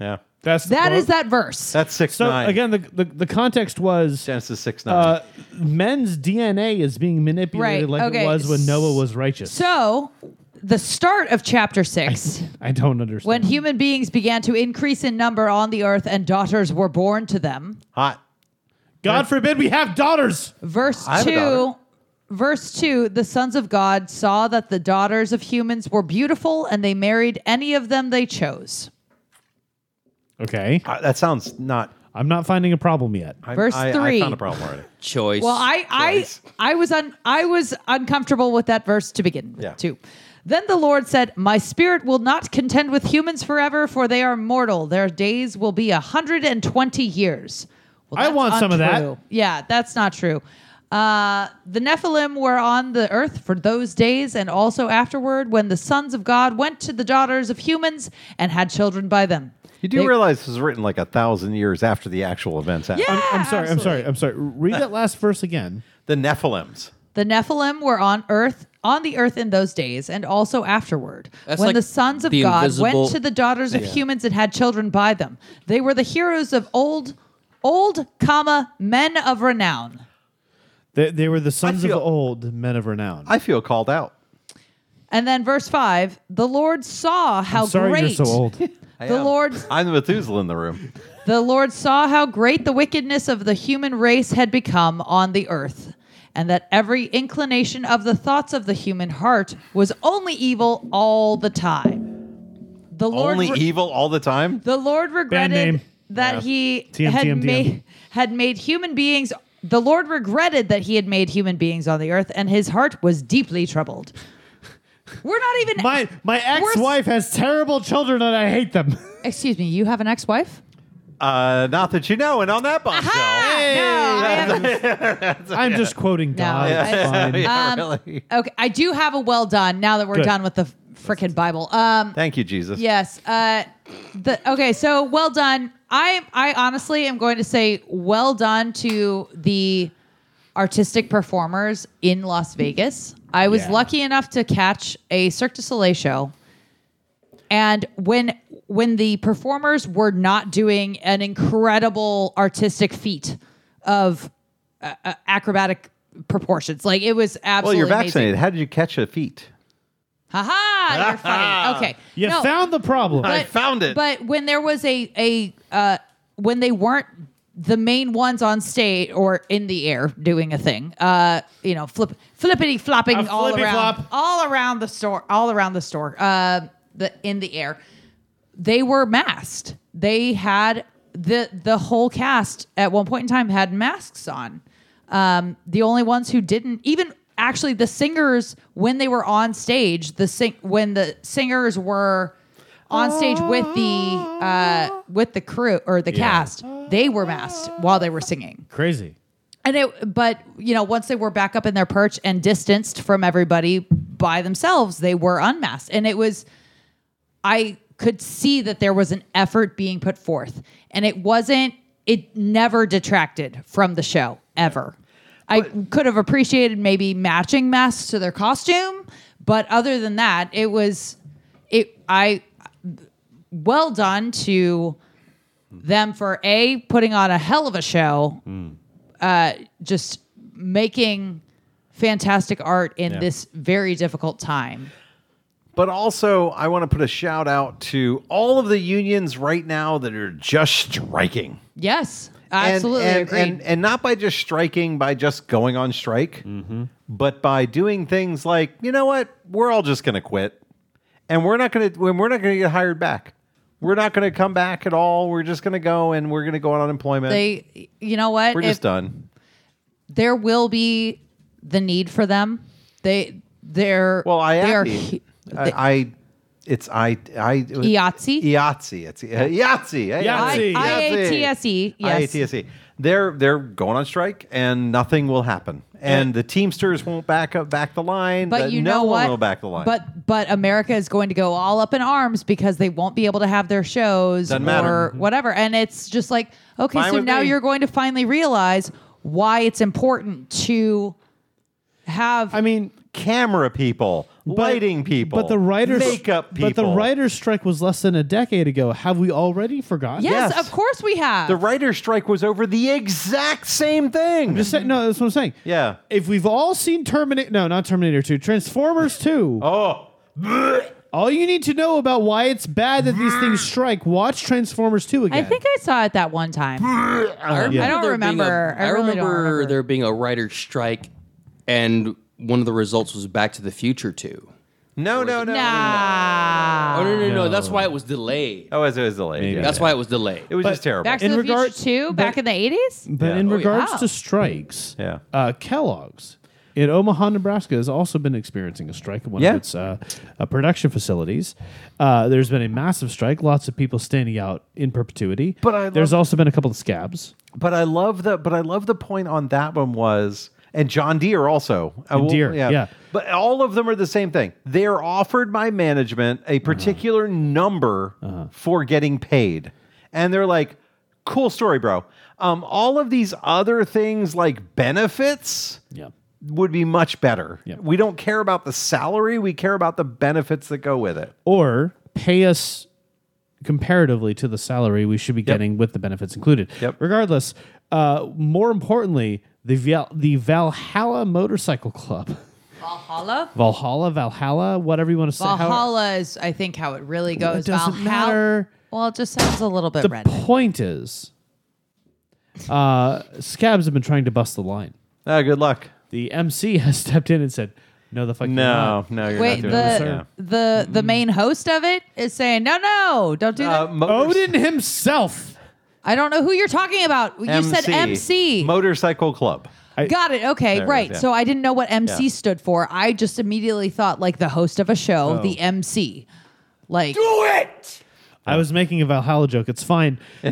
Speaker 1: Yeah.
Speaker 3: That's
Speaker 4: That is that verse.
Speaker 1: That's 6
Speaker 3: So
Speaker 1: 9.
Speaker 3: again, the, the the context was
Speaker 1: Genesis 6 9.
Speaker 3: uh, men's DNA is being manipulated
Speaker 4: Right,
Speaker 3: like
Speaker 4: okay.
Speaker 3: it was when Noah was righteous.
Speaker 4: so, the start of chapter six,
Speaker 3: I don't understand.
Speaker 4: when human beings began to increase in number on the earth and daughters were born to them,
Speaker 1: Hot.
Speaker 3: God forbid we have daughters.
Speaker 4: Verse
Speaker 1: I have a
Speaker 4: two.
Speaker 1: daughter.
Speaker 4: Verse two, the sons of God saw that the daughters of humans were beautiful and they married any of them they chose.
Speaker 3: Okay,
Speaker 1: Uh, that sounds not.
Speaker 3: I'm not finding a problem yet.
Speaker 1: I,
Speaker 4: Verse
Speaker 1: I,
Speaker 4: three.
Speaker 1: I found a problem already.
Speaker 5: Choice.
Speaker 4: Well, I
Speaker 1: Choice.
Speaker 4: I I was un, I was uncomfortable with that verse to begin with
Speaker 1: Yeah.
Speaker 4: too. Then the Lord said, My spirit will not contend with humans forever, for they are mortal. Their days will be a hundred and twenty years. Well,
Speaker 3: I
Speaker 4: that's
Speaker 3: want some of that.
Speaker 4: untrue. Yeah, that's not true. Uh, the Nephilim were on the earth for those days and also afterward when the sons of God went to the daughters of humans and had children by them.
Speaker 1: You do realize this was written like a thousand years after the actual events happened.
Speaker 4: Yeah,
Speaker 3: I'm sorry. I'm sorry. I'm sorry. Read that last verse again.
Speaker 1: The Nephilims.
Speaker 4: The Nephilim were on earth on the earth in those days and also afterward
Speaker 5: That's
Speaker 4: when
Speaker 5: like
Speaker 4: the sons of
Speaker 5: the
Speaker 4: God
Speaker 5: invisible-
Speaker 4: went to the daughters of humans and had children by them. They were the heroes of old old comma men of renown.
Speaker 3: They, they were the sons
Speaker 1: feel-
Speaker 3: of old, men of renown.
Speaker 1: I feel called out.
Speaker 4: And then verse 5, the Lord saw how
Speaker 3: am sorry
Speaker 4: great
Speaker 3: you're so old.
Speaker 4: the Lord
Speaker 1: I'm the Methuselah in the room.
Speaker 4: The Lord saw how great the wickedness of the human race had become on the earth, and that every inclination of the thoughts of the human heart was only evil all the time. The Lord
Speaker 1: Only
Speaker 4: re-
Speaker 1: evil all the time.
Speaker 4: the Lord
Speaker 3: name.
Speaker 4: regretted that
Speaker 3: Yeah.
Speaker 4: he
Speaker 3: TM,
Speaker 4: had
Speaker 3: TM.
Speaker 4: made had made human beings the Lord regretted that he had made human beings on the earth, and his heart was deeply troubled. We're not even
Speaker 3: My my ex wife has terrible children and I hate them.
Speaker 4: Excuse me, you have an ex-wife?
Speaker 1: Uh, not that you know. And on that bombshell,
Speaker 4: Ah, no, I have-
Speaker 3: I'm just quoting God.
Speaker 4: Yeah.
Speaker 3: It's
Speaker 4: Yeah.
Speaker 3: fine.
Speaker 1: Yeah,
Speaker 4: Um,
Speaker 1: really.
Speaker 4: Okay, I do have a well done now that we're
Speaker 3: Good.
Speaker 4: done with the freaking Bible. Um,
Speaker 1: Thank you, Jesus.
Speaker 4: yes. Uh, the okay, so well done. I I honestly am going to say well done to the artistic performers in Las Vegas. I was
Speaker 3: Yeah.
Speaker 4: lucky enough to catch a Cirque du Soleil show. And when when the performers were not doing an incredible artistic feat of uh, uh, acrobatic proportions, like it was
Speaker 1: Well,
Speaker 4: absolutely
Speaker 1: you're
Speaker 4: amazing.
Speaker 1: vaccinated. How did you catch a feet?
Speaker 4: Ha ha! You're funny. Okay.
Speaker 3: You
Speaker 4: No,
Speaker 3: found the problem.
Speaker 1: I found it.
Speaker 4: But when there was a a uh, when they weren't the main ones on stage or in the air doing a thing, uh, you know, flip flippity flopping
Speaker 3: A
Speaker 4: all
Speaker 3: flippy
Speaker 4: around,
Speaker 3: flop.
Speaker 4: all around the store, all around the store, uh, the in the air, they were masked. They had the the whole cast at one point in time had masks on. Um, the only ones who didn't even actually the singers when they were on stage the sing when the singers were on stage with the uh, with the crew or the cast they were masked while they were singing
Speaker 3: Crazy.
Speaker 4: and it but you know once they were back up in their perch and distanced from everybody by themselves they were unmasked and it was i could see that there was an effort being put forth and it wasn't it never detracted from the show ever i could have appreciated maybe matching masks to their costume but other than that it was it i well done to them for a putting on a hell of a show just making fantastic art in this very difficult time.
Speaker 1: But also, I want to put a shout out to all of the unions right now that are just striking.
Speaker 4: Yes,
Speaker 1: And-
Speaker 4: absolutely
Speaker 1: and,
Speaker 4: agree.
Speaker 1: And, and not by just striking, by just going on strike, but by doing things like, you know what, we're all just going to quit, and we're not going to when we're not going to get hired back. We're not going to come back at all. We're just going to go and we're going to go on unemployment.
Speaker 4: they, you know what?
Speaker 1: we're
Speaker 4: If
Speaker 1: just uh, done.
Speaker 4: There will be the need for them. They, they're
Speaker 1: Well, I
Speaker 4: they are
Speaker 1: Iati-
Speaker 4: hu-
Speaker 1: I, I it's I I
Speaker 4: Iatsi?
Speaker 1: Iatsi. It's uh, Iatsi. Hey,
Speaker 3: Iatsi.
Speaker 4: I- IATSE, E, yes.
Speaker 1: IATSE. E. They're they're going on strike and nothing will happen. And the Teamsters won't back up back the line.
Speaker 4: but
Speaker 1: The-
Speaker 4: you
Speaker 1: no
Speaker 4: know
Speaker 1: one
Speaker 4: what?
Speaker 1: will back the line.
Speaker 4: But but America is going to go all up in arms because they won't be able to have their shows
Speaker 1: Doesn't
Speaker 4: or
Speaker 1: matter. Mm-hmm.
Speaker 4: whatever. And it's just like, okay,
Speaker 1: Fine
Speaker 4: so
Speaker 1: with
Speaker 4: now
Speaker 1: me.
Speaker 4: you're going to finally realize why it's important to have
Speaker 3: I mean,
Speaker 1: camera people, lighting people,
Speaker 3: But the writers
Speaker 1: makeup people,
Speaker 3: But the writers strike was less than a decade ago. Have we already forgotten?
Speaker 4: Yes,
Speaker 1: Yes.
Speaker 4: of course we have.
Speaker 1: The writer's strike was over the exact same thing.
Speaker 3: Just say- no, that's what I'm saying.
Speaker 1: Yeah.
Speaker 3: If we've all seen Terminator, no, not Terminator 2, Transformers 2.
Speaker 1: oh,
Speaker 3: All you need to know about why it's bad that these things strike, watch Transformers 2
Speaker 4: I
Speaker 3: again.
Speaker 4: think I saw it that one time.
Speaker 5: remember
Speaker 4: I don't
Speaker 5: there being a-
Speaker 4: remember. I
Speaker 5: I
Speaker 4: really don't
Speaker 5: remember,
Speaker 4: remember.
Speaker 5: there being a writer's strike, and one of the results was Back to the Future too.
Speaker 1: no, no, no.
Speaker 4: Nah.
Speaker 5: Oh no, no, no! That's why it was delayed.
Speaker 1: Oh, it was, it was delayed. Yeah.
Speaker 5: That's why it was delayed.
Speaker 1: It was just terrible.
Speaker 4: Back to
Speaker 3: In
Speaker 4: the
Speaker 3: regard-
Speaker 4: Future 2 back in the 80s?
Speaker 3: But in
Speaker 5: Oh, yeah.
Speaker 3: regards
Speaker 4: Wow.
Speaker 3: to strikes,
Speaker 1: Yeah.
Speaker 3: uh, Kellogg's in Omaha, Nebraska has also been experiencing a strike at one
Speaker 1: Yeah.
Speaker 3: of its uh, uh, production facilities. Uh, there's been a massive strike, lots of people standing out in perpetuity.
Speaker 1: But I
Speaker 3: there's
Speaker 1: love-
Speaker 3: also been a couple of scabs.
Speaker 1: But I love the but I love the point on that one was and John Deere also. I will-
Speaker 3: Deere, yeah.
Speaker 1: But all of them are the same thing. They're offered by management a particular number
Speaker 3: Uh-huh.
Speaker 1: for getting paid. And they're like, cool story, bro. Um, all of these other things like benefits
Speaker 3: Yeah.
Speaker 1: would be much better.
Speaker 3: Yep.
Speaker 1: We don't care about the salary, we care about the benefits that go with it.
Speaker 3: Or pay us comparatively to the salary we should be getting with the benefits included.
Speaker 1: Yep.
Speaker 3: Regardless, uh, more importantly, the Val- the Valhalla Motorcycle Club,
Speaker 4: Valhalla?
Speaker 3: Valhalla, Valhalla, whatever you want to say. how-
Speaker 4: Valhalla is, I think, how it really goes.
Speaker 3: It doesn't
Speaker 4: Valhalla.
Speaker 3: matter.
Speaker 4: Well, it just sounds a little bit
Speaker 3: the
Speaker 4: redneck.
Speaker 3: point is, uh, scabs have been trying to bust the line.
Speaker 1: Ah, good luck.
Speaker 3: The MC has stepped in and said, "No, the fuck you're
Speaker 1: No,
Speaker 3: not."
Speaker 1: no, you're not
Speaker 4: Wait,
Speaker 1: doing this.
Speaker 4: the the the main host of it is saying, "No, no, don't do
Speaker 1: Yeah. Uh,
Speaker 4: that."
Speaker 1: motors-
Speaker 3: Odin himself.
Speaker 4: I don't know who you're talking about. You said MC.
Speaker 1: Motorcycle Club.
Speaker 4: Got it. Okay,
Speaker 1: There it is,
Speaker 4: right.
Speaker 1: yeah.
Speaker 4: So I didn't know what MC
Speaker 1: Yeah.
Speaker 4: stood for. I just immediately thought like the host of a
Speaker 1: Oh.
Speaker 4: show, the MC. Like
Speaker 3: I was making a Valhalla joke. It's fine. Uh,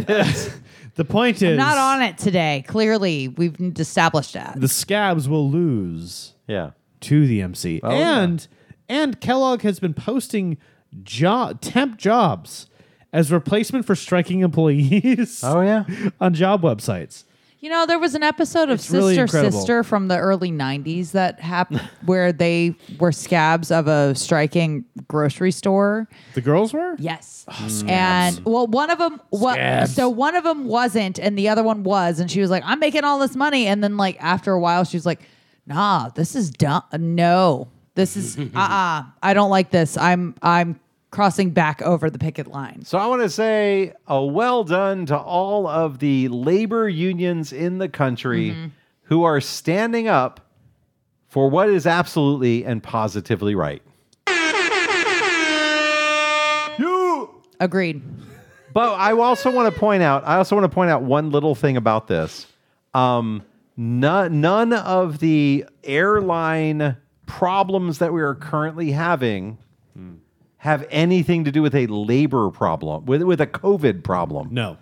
Speaker 3: the point is,
Speaker 4: not on it today. Clearly, we've established that.
Speaker 3: The scabs will lose
Speaker 1: Yeah.
Speaker 3: to the MC,
Speaker 1: Oh,
Speaker 3: and and Kellogg has been posting job temp jobs as replacement for striking employees
Speaker 1: Oh yeah.
Speaker 3: on job websites.
Speaker 4: You know, there was an episode of
Speaker 3: It's
Speaker 4: Sister
Speaker 3: really incredible.
Speaker 4: Sister from the early 90s that happened where they were scabs of a striking grocery store.
Speaker 3: The girls were.
Speaker 4: Yes.
Speaker 3: Oh,
Speaker 4: and well, one of them what
Speaker 3: Scabs.
Speaker 4: so one of them wasn't and the other one was and she was like, "I'm making all this money." And then like after a while she was like, "Nah, this is dumb. No. This is uh-uh. I don't like this. I'm I'm crossing back over the picket line."
Speaker 1: So I want to say a well done to all of the labor unions in the country
Speaker 4: Mm-hmm.
Speaker 1: who are standing up for what is absolutely and positively right.
Speaker 4: Agreed.
Speaker 1: But I also want to point out. I also want to point out one little thing about this. Um, none, none of the airline problems that we are currently having have anything to do with a labor problem, with with a COVID problem.
Speaker 3: No.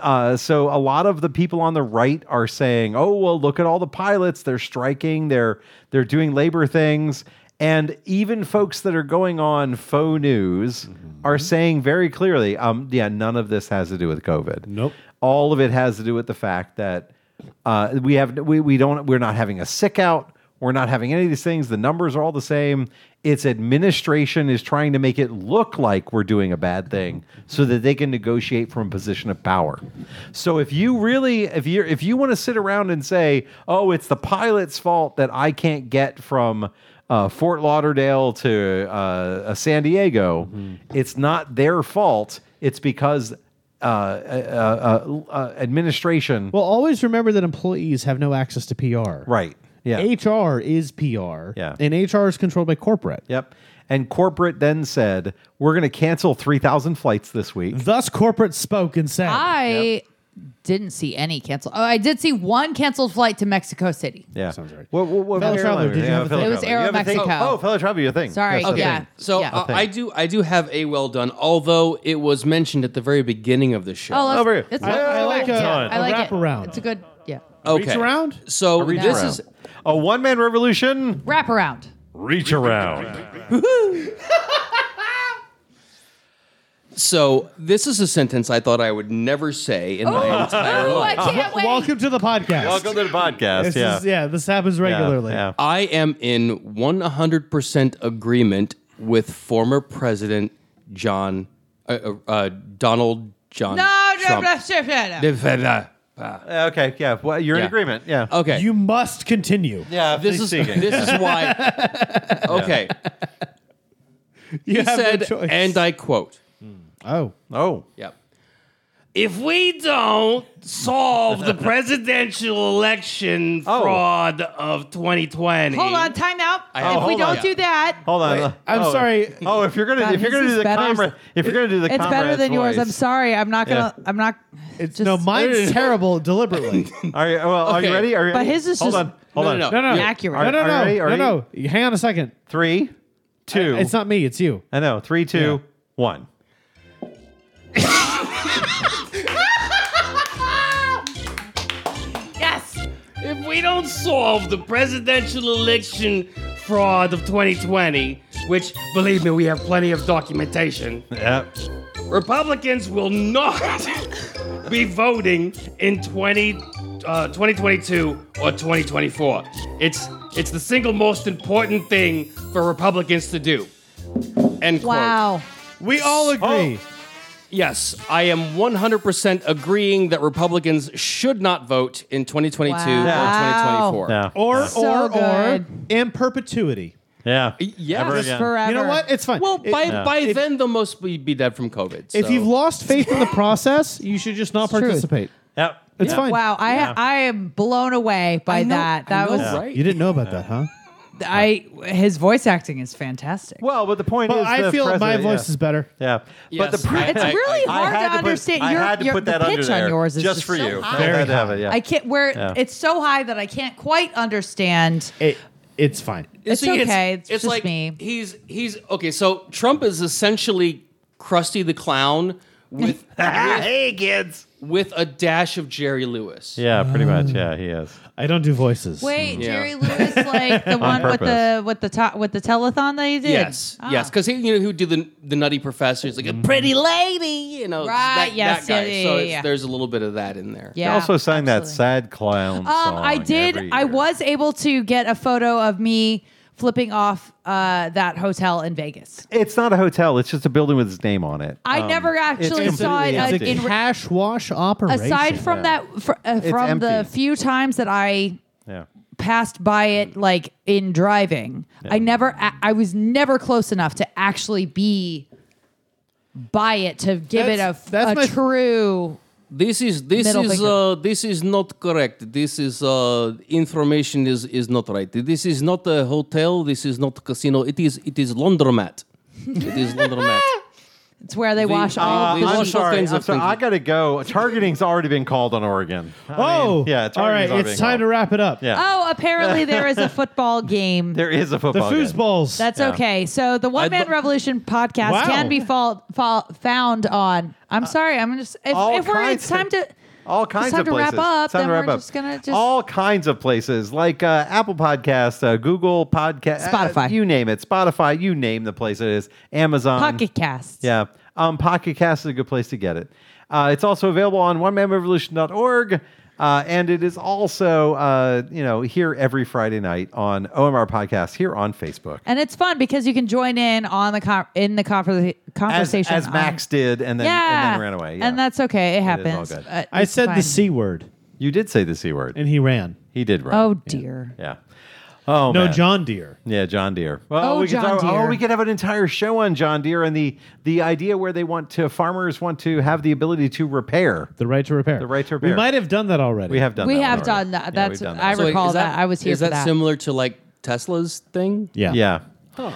Speaker 1: Uh, so a lot of the people on the right are saying, "Oh well, look at all the pilots. They're striking. They're they're doing labor things." And even folks that are going on faux news are saying very clearly, um, "Yeah, none of this has to do with COVID.
Speaker 3: Nope.
Speaker 1: All of it has to do with the fact that uh, we have we, we don't we're not having a sick out. We're not having any of these things. The numbers are all the same. Its administration is trying to make it look like we're doing a bad thing so that they can negotiate from a position of power. So if you really if you if you want to sit around and say, "Oh, it's the pilot's fault that I can't get from uh, Fort Lauderdale to uh, uh, San Diego," it's not their fault. It's because uh, uh, uh, uh, administration
Speaker 3: Well, always remember that employees have no access to PR.
Speaker 1: Right. Yeah.
Speaker 3: HR is PR.
Speaker 1: Yeah.
Speaker 3: And HR is controlled by corporate.
Speaker 1: Yep. And corporate then said, "We're going to cancel 3,000 flights this week."
Speaker 3: Thus, corporate spoke and said,
Speaker 4: I didn't see any cancel. Oh, I did see one canceled flight to Mexico City.
Speaker 1: Yeah.
Speaker 3: Sounds right.
Speaker 1: What, what, what
Speaker 3: Fellow
Speaker 1: airline
Speaker 3: traveler,
Speaker 1: were
Speaker 3: did you have a
Speaker 1: fellow
Speaker 3: thing? It
Speaker 4: was
Speaker 1: traveler. You have a thing?
Speaker 4: Aeromexico.
Speaker 1: Oh, fellow traveler, your thing.
Speaker 4: Sorry,
Speaker 1: Yes, a
Speaker 4: yeah.
Speaker 1: thing.
Speaker 5: So
Speaker 4: Yeah.
Speaker 5: uh, I do I do have a well done, although it was mentioned at the very beginning of the show.
Speaker 4: Oh, let's,
Speaker 1: Over here.
Speaker 4: It's
Speaker 1: I- I
Speaker 4: it's
Speaker 1: like
Speaker 4: yeah,
Speaker 1: a-
Speaker 4: I
Speaker 3: a
Speaker 4: like it.
Speaker 3: wraparound.
Speaker 4: It's a good yeah.
Speaker 5: okay.
Speaker 3: Reach around?
Speaker 5: So
Speaker 1: reach
Speaker 5: this
Speaker 1: around.
Speaker 5: is
Speaker 1: A one-man revolution.
Speaker 4: Wrap around.
Speaker 6: Reach around.
Speaker 5: so this is a sentence I thought I would never say in my entire
Speaker 4: Oh, I
Speaker 5: life.
Speaker 4: can't wait.
Speaker 3: Welcome to the podcast.
Speaker 1: to the podcast.
Speaker 3: This is- yeah, this happens regularly.
Speaker 1: Yeah.
Speaker 5: I am in 100% agreement with former President John uh, uh, uh, Donald John
Speaker 4: No, no, no,
Speaker 5: Trump.
Speaker 4: no, no, no.
Speaker 1: Uh, Okay. Yeah. Well, you're in
Speaker 5: Yeah.
Speaker 1: agreement. Yeah.
Speaker 5: Okay.
Speaker 3: You must continue.
Speaker 1: yeah.
Speaker 5: this is this is why. Okay.
Speaker 3: You
Speaker 5: He said, and I quote.
Speaker 3: oh,
Speaker 1: oh.
Speaker 5: Yep.
Speaker 9: If we don't solve the presidential election
Speaker 1: Oh.
Speaker 9: fraud of 2020,
Speaker 4: Hold on, time out.
Speaker 5: have-
Speaker 4: if we
Speaker 1: hold
Speaker 4: don't
Speaker 5: on.
Speaker 4: do that,
Speaker 1: Hold on.
Speaker 3: I'm
Speaker 1: Oh.
Speaker 3: sorry.
Speaker 1: Oh, if you're gonna
Speaker 4: God,
Speaker 1: if you're
Speaker 4: his
Speaker 1: gonna
Speaker 4: is
Speaker 1: do the
Speaker 4: better.
Speaker 1: comra- if you're gonna do the
Speaker 4: it's better
Speaker 1: comrade's
Speaker 4: than yours. I'm
Speaker 1: voice-
Speaker 4: sorry. I'm not gonna. I'm not.
Speaker 3: It's,
Speaker 4: just-
Speaker 3: no, mine's terrible deliberately.
Speaker 1: Are you, well, are you
Speaker 5: Okay.
Speaker 1: ready? Are you
Speaker 4: But
Speaker 1: ready?
Speaker 4: his is
Speaker 1: hold
Speaker 4: just-
Speaker 1: on. Hold
Speaker 5: No,
Speaker 1: on.
Speaker 5: no,
Speaker 3: No, no,
Speaker 4: Accurate.
Speaker 3: No, no,
Speaker 1: Are you
Speaker 3: no,
Speaker 1: ready? Are
Speaker 3: no, no. Hang on a second.
Speaker 1: Three, two.
Speaker 3: It's not me. It's you.
Speaker 1: I know. Three, two,
Speaker 3: Yeah.
Speaker 1: one.
Speaker 4: yes.
Speaker 9: If we don't solve the presidential election fraud of 2020, which, believe me, we have plenty of documentation,
Speaker 1: Yep.
Speaker 9: Republicans will not be voting in 20, uh, 2022 or 2024. It's, it's the single most important thing for Republicans to do. End quote.
Speaker 4: Wow.
Speaker 3: We all
Speaker 1: Oh.
Speaker 3: agree.
Speaker 5: Yes, I am 100% agreeing that Republicans should not vote in 2022
Speaker 4: Wow.
Speaker 5: or 2024.
Speaker 1: No.
Speaker 3: Or
Speaker 4: So
Speaker 3: or or
Speaker 4: good.
Speaker 3: in perpetuity.
Speaker 1: Yeah.
Speaker 5: yes.
Speaker 1: Never
Speaker 5: Just
Speaker 1: again.
Speaker 4: Forever.
Speaker 3: You know what? It's fine.
Speaker 5: Well,
Speaker 3: It-
Speaker 5: by, by then, they'll mostly be dead from COVID.
Speaker 3: if
Speaker 5: so-
Speaker 3: you've lost faith in the process, you should just not
Speaker 4: It's true.
Speaker 3: participate.
Speaker 1: Yep.
Speaker 3: It's fine.
Speaker 4: Wow, I I am blown away by
Speaker 5: I know-
Speaker 4: that.
Speaker 5: I
Speaker 4: That
Speaker 5: know,
Speaker 4: was
Speaker 5: right.
Speaker 3: You didn't know about that, huh?
Speaker 4: I his voice acting is fantastic.
Speaker 1: Well, but the point
Speaker 3: But
Speaker 1: is,
Speaker 3: I
Speaker 1: the
Speaker 3: feel like my
Speaker 1: president-
Speaker 3: voice
Speaker 1: yeah.
Speaker 3: is better.
Speaker 1: Yeah,
Speaker 5: Yes,
Speaker 1: but the pre-
Speaker 5: I-
Speaker 4: It's
Speaker 5: I-
Speaker 4: really
Speaker 5: I-
Speaker 1: I
Speaker 4: hard
Speaker 1: had
Speaker 4: to,
Speaker 1: put-
Speaker 4: understand.
Speaker 1: I
Speaker 4: your,
Speaker 1: had to
Speaker 4: your,
Speaker 1: put
Speaker 4: the
Speaker 1: that
Speaker 4: pitch
Speaker 1: under there.
Speaker 4: on yours is
Speaker 1: just,
Speaker 4: just,
Speaker 1: for
Speaker 4: so
Speaker 1: you.
Speaker 4: high.
Speaker 1: I had to have it. Yeah.
Speaker 4: I can't where
Speaker 1: Yeah.
Speaker 4: it's so high that I can't quite understand.
Speaker 3: It, it's fine.
Speaker 4: It's
Speaker 5: See,
Speaker 4: okay. It's, just
Speaker 5: like
Speaker 4: me.
Speaker 5: He's he's okay. So Trump is essentially Krusty the Clown with
Speaker 1: hey kids.
Speaker 5: with a dash of Jerry Lewis.
Speaker 1: Yeah, pretty much.
Speaker 3: Mm.
Speaker 1: Yeah, he is.
Speaker 3: I don't do voices.
Speaker 4: Wait,
Speaker 5: Yeah.
Speaker 4: Jerry Lewis, like the one with the with the to, with the telethon that he did.
Speaker 5: Yes,
Speaker 4: Ah.
Speaker 5: yes, because he you know who did the the Nutty Professor. He's like
Speaker 1: Mm-hmm.
Speaker 5: a pretty lady, you know,
Speaker 4: Right,
Speaker 5: That,
Speaker 4: yes,
Speaker 5: that
Speaker 4: yeah,
Speaker 5: guy.
Speaker 4: yeah,
Speaker 5: so
Speaker 4: yeah,
Speaker 5: it's,
Speaker 4: yeah.
Speaker 5: there's a little bit of that in there.
Speaker 1: He
Speaker 4: Yeah.
Speaker 1: also sang that
Speaker 4: absolutely.
Speaker 1: sad clown
Speaker 4: Um,
Speaker 1: song.
Speaker 4: I did.
Speaker 1: every
Speaker 4: I
Speaker 1: year.
Speaker 4: was able to get a photo of me flipping off uh, that hotel in Vegas.
Speaker 1: It's not a hotel. It's just a building with his name on it.
Speaker 4: I
Speaker 1: Um,
Speaker 4: never actually
Speaker 1: it's
Speaker 4: saw it
Speaker 1: completely
Speaker 4: uh,
Speaker 1: empty.
Speaker 4: in. re-
Speaker 3: Hash wash operation.
Speaker 4: Aside from that, fr- uh, from the
Speaker 1: empty.
Speaker 4: few times that I
Speaker 1: yeah.
Speaker 4: passed by
Speaker 1: Mm.
Speaker 4: it, like in driving, I never, a- I was never close enough to actually be by it to give
Speaker 3: That's-
Speaker 4: it a,
Speaker 3: that's
Speaker 4: a
Speaker 3: my-
Speaker 4: true.
Speaker 5: This is this
Speaker 4: Middle
Speaker 5: is
Speaker 4: finger.
Speaker 5: uh, this is not correct. This is uh, information is is not right. This is not a hotel. This is not casino. It is it is laundromat. it is laundromat.
Speaker 4: It's where they
Speaker 5: The-
Speaker 4: wash
Speaker 5: uh,
Speaker 4: all the
Speaker 5: I'm
Speaker 1: I'm
Speaker 4: sheets.
Speaker 1: sorry.
Speaker 5: kinds
Speaker 1: I'm
Speaker 5: of
Speaker 1: sorry.
Speaker 5: things.
Speaker 1: I gotta go. Targeting's already been called on Oregon. I
Speaker 3: oh,
Speaker 1: mean, yeah.
Speaker 3: All right,
Speaker 1: targeting's already
Speaker 3: it's
Speaker 1: been
Speaker 3: time to
Speaker 1: called.
Speaker 3: wrap it up.
Speaker 1: Yeah.
Speaker 4: Oh, apparently there is a football game.
Speaker 1: There is a
Speaker 3: The
Speaker 1: football. game.
Speaker 3: foosballs.
Speaker 4: That's okay. So the One
Speaker 5: I'd
Speaker 4: Man
Speaker 5: lo-
Speaker 4: Revolution podcast
Speaker 3: Wow.
Speaker 4: can be fall, fall, found on. I'm sorry. I'm just if,
Speaker 1: all
Speaker 4: if we're
Speaker 1: kinds
Speaker 4: it's time
Speaker 1: of-
Speaker 4: to
Speaker 1: All kinds
Speaker 4: time
Speaker 1: of
Speaker 4: to
Speaker 1: places.
Speaker 4: wrap up,
Speaker 1: It's time
Speaker 4: then
Speaker 1: to wrap
Speaker 4: we're
Speaker 1: up.
Speaker 4: just gonna just-
Speaker 1: all kinds of places like uh, Apple Podcast, uh, Google Podcast,
Speaker 4: Spotify.
Speaker 1: you name it. Spotify, you name the place it is. Amazon,
Speaker 4: Pocket Cast.
Speaker 1: Yeah, um, Pocket Cast is a good place to get it. Uh, it's also available on OneManRevolution.org. Uh, and it is also, uh, you know, here every Friday night on OMR Podcast here on Facebook,
Speaker 4: And it's fun because you can join in on the con- in the conver-
Speaker 1: as,
Speaker 4: conversation
Speaker 1: as
Speaker 4: on-
Speaker 1: Max did, and then,
Speaker 4: yeah,
Speaker 1: and then ran away. Yeah.
Speaker 4: And that's okay. It
Speaker 1: is all
Speaker 4: happens.
Speaker 1: good.
Speaker 4: Uh,
Speaker 3: I
Speaker 4: it's
Speaker 3: said
Speaker 4: fine.
Speaker 3: the c word,
Speaker 1: you did say the c word.
Speaker 3: and he ran.
Speaker 1: He did run.
Speaker 4: Oh dear.
Speaker 1: yeah. Oh
Speaker 3: No,
Speaker 1: man.
Speaker 3: John Deere.
Speaker 1: Yeah, John Deere. Well,
Speaker 4: Oh,
Speaker 1: we could
Speaker 4: John
Speaker 1: talk- oh,
Speaker 4: Deere.
Speaker 1: we could have an entire show on John Deere and the the idea where they want to farmers want to have the ability to repair.
Speaker 3: The right to repair.
Speaker 1: The right to repair.
Speaker 3: We might have done that already.
Speaker 1: We have done.
Speaker 4: We
Speaker 1: that
Speaker 4: have
Speaker 1: already.
Speaker 4: done that.
Speaker 1: Yeah,
Speaker 4: That's-
Speaker 1: we've done
Speaker 4: I
Speaker 1: that.
Speaker 5: Wait,
Speaker 4: recall
Speaker 5: is
Speaker 4: that. I was here
Speaker 5: Is
Speaker 4: for
Speaker 5: that,
Speaker 4: that.
Speaker 5: similar to like Tesla's thing?
Speaker 3: Yeah.
Speaker 1: yeah.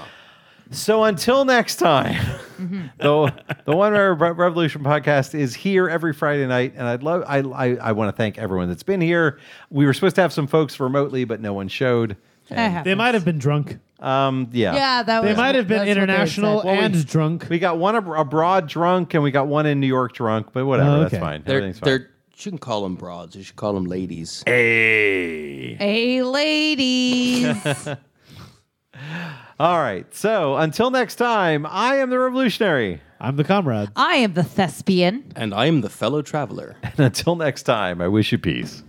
Speaker 1: So until next time,
Speaker 4: Mm-hmm.
Speaker 1: the the One Rare Re- Revolution podcast is here every Friday night, and I'd love I I, I want to thank everyone that's been here. We were supposed to have some foles remotely, but no one showed.
Speaker 4: It happens.
Speaker 3: They might have been drunk.
Speaker 1: Um, yeah,
Speaker 4: Yeah, that
Speaker 3: They
Speaker 4: was.
Speaker 3: might have been
Speaker 4: that's what they had
Speaker 3: international
Speaker 4: said.
Speaker 3: and drunk.
Speaker 1: We got one ab- abroad drunk, and we got one in New York drunk, but whatever,
Speaker 3: Oh, okay.
Speaker 1: that's fine.
Speaker 5: They're,
Speaker 1: Everything's fine.
Speaker 5: they're you shouldn't call them broads. You should call them ladies.
Speaker 4: Hey, ladies.
Speaker 1: All right. So until next time, I am the revolutionary.
Speaker 3: I'm the comrade.
Speaker 4: I am the thespian.
Speaker 5: And I am the fellow traveler.
Speaker 1: And until next time, I wish you peace.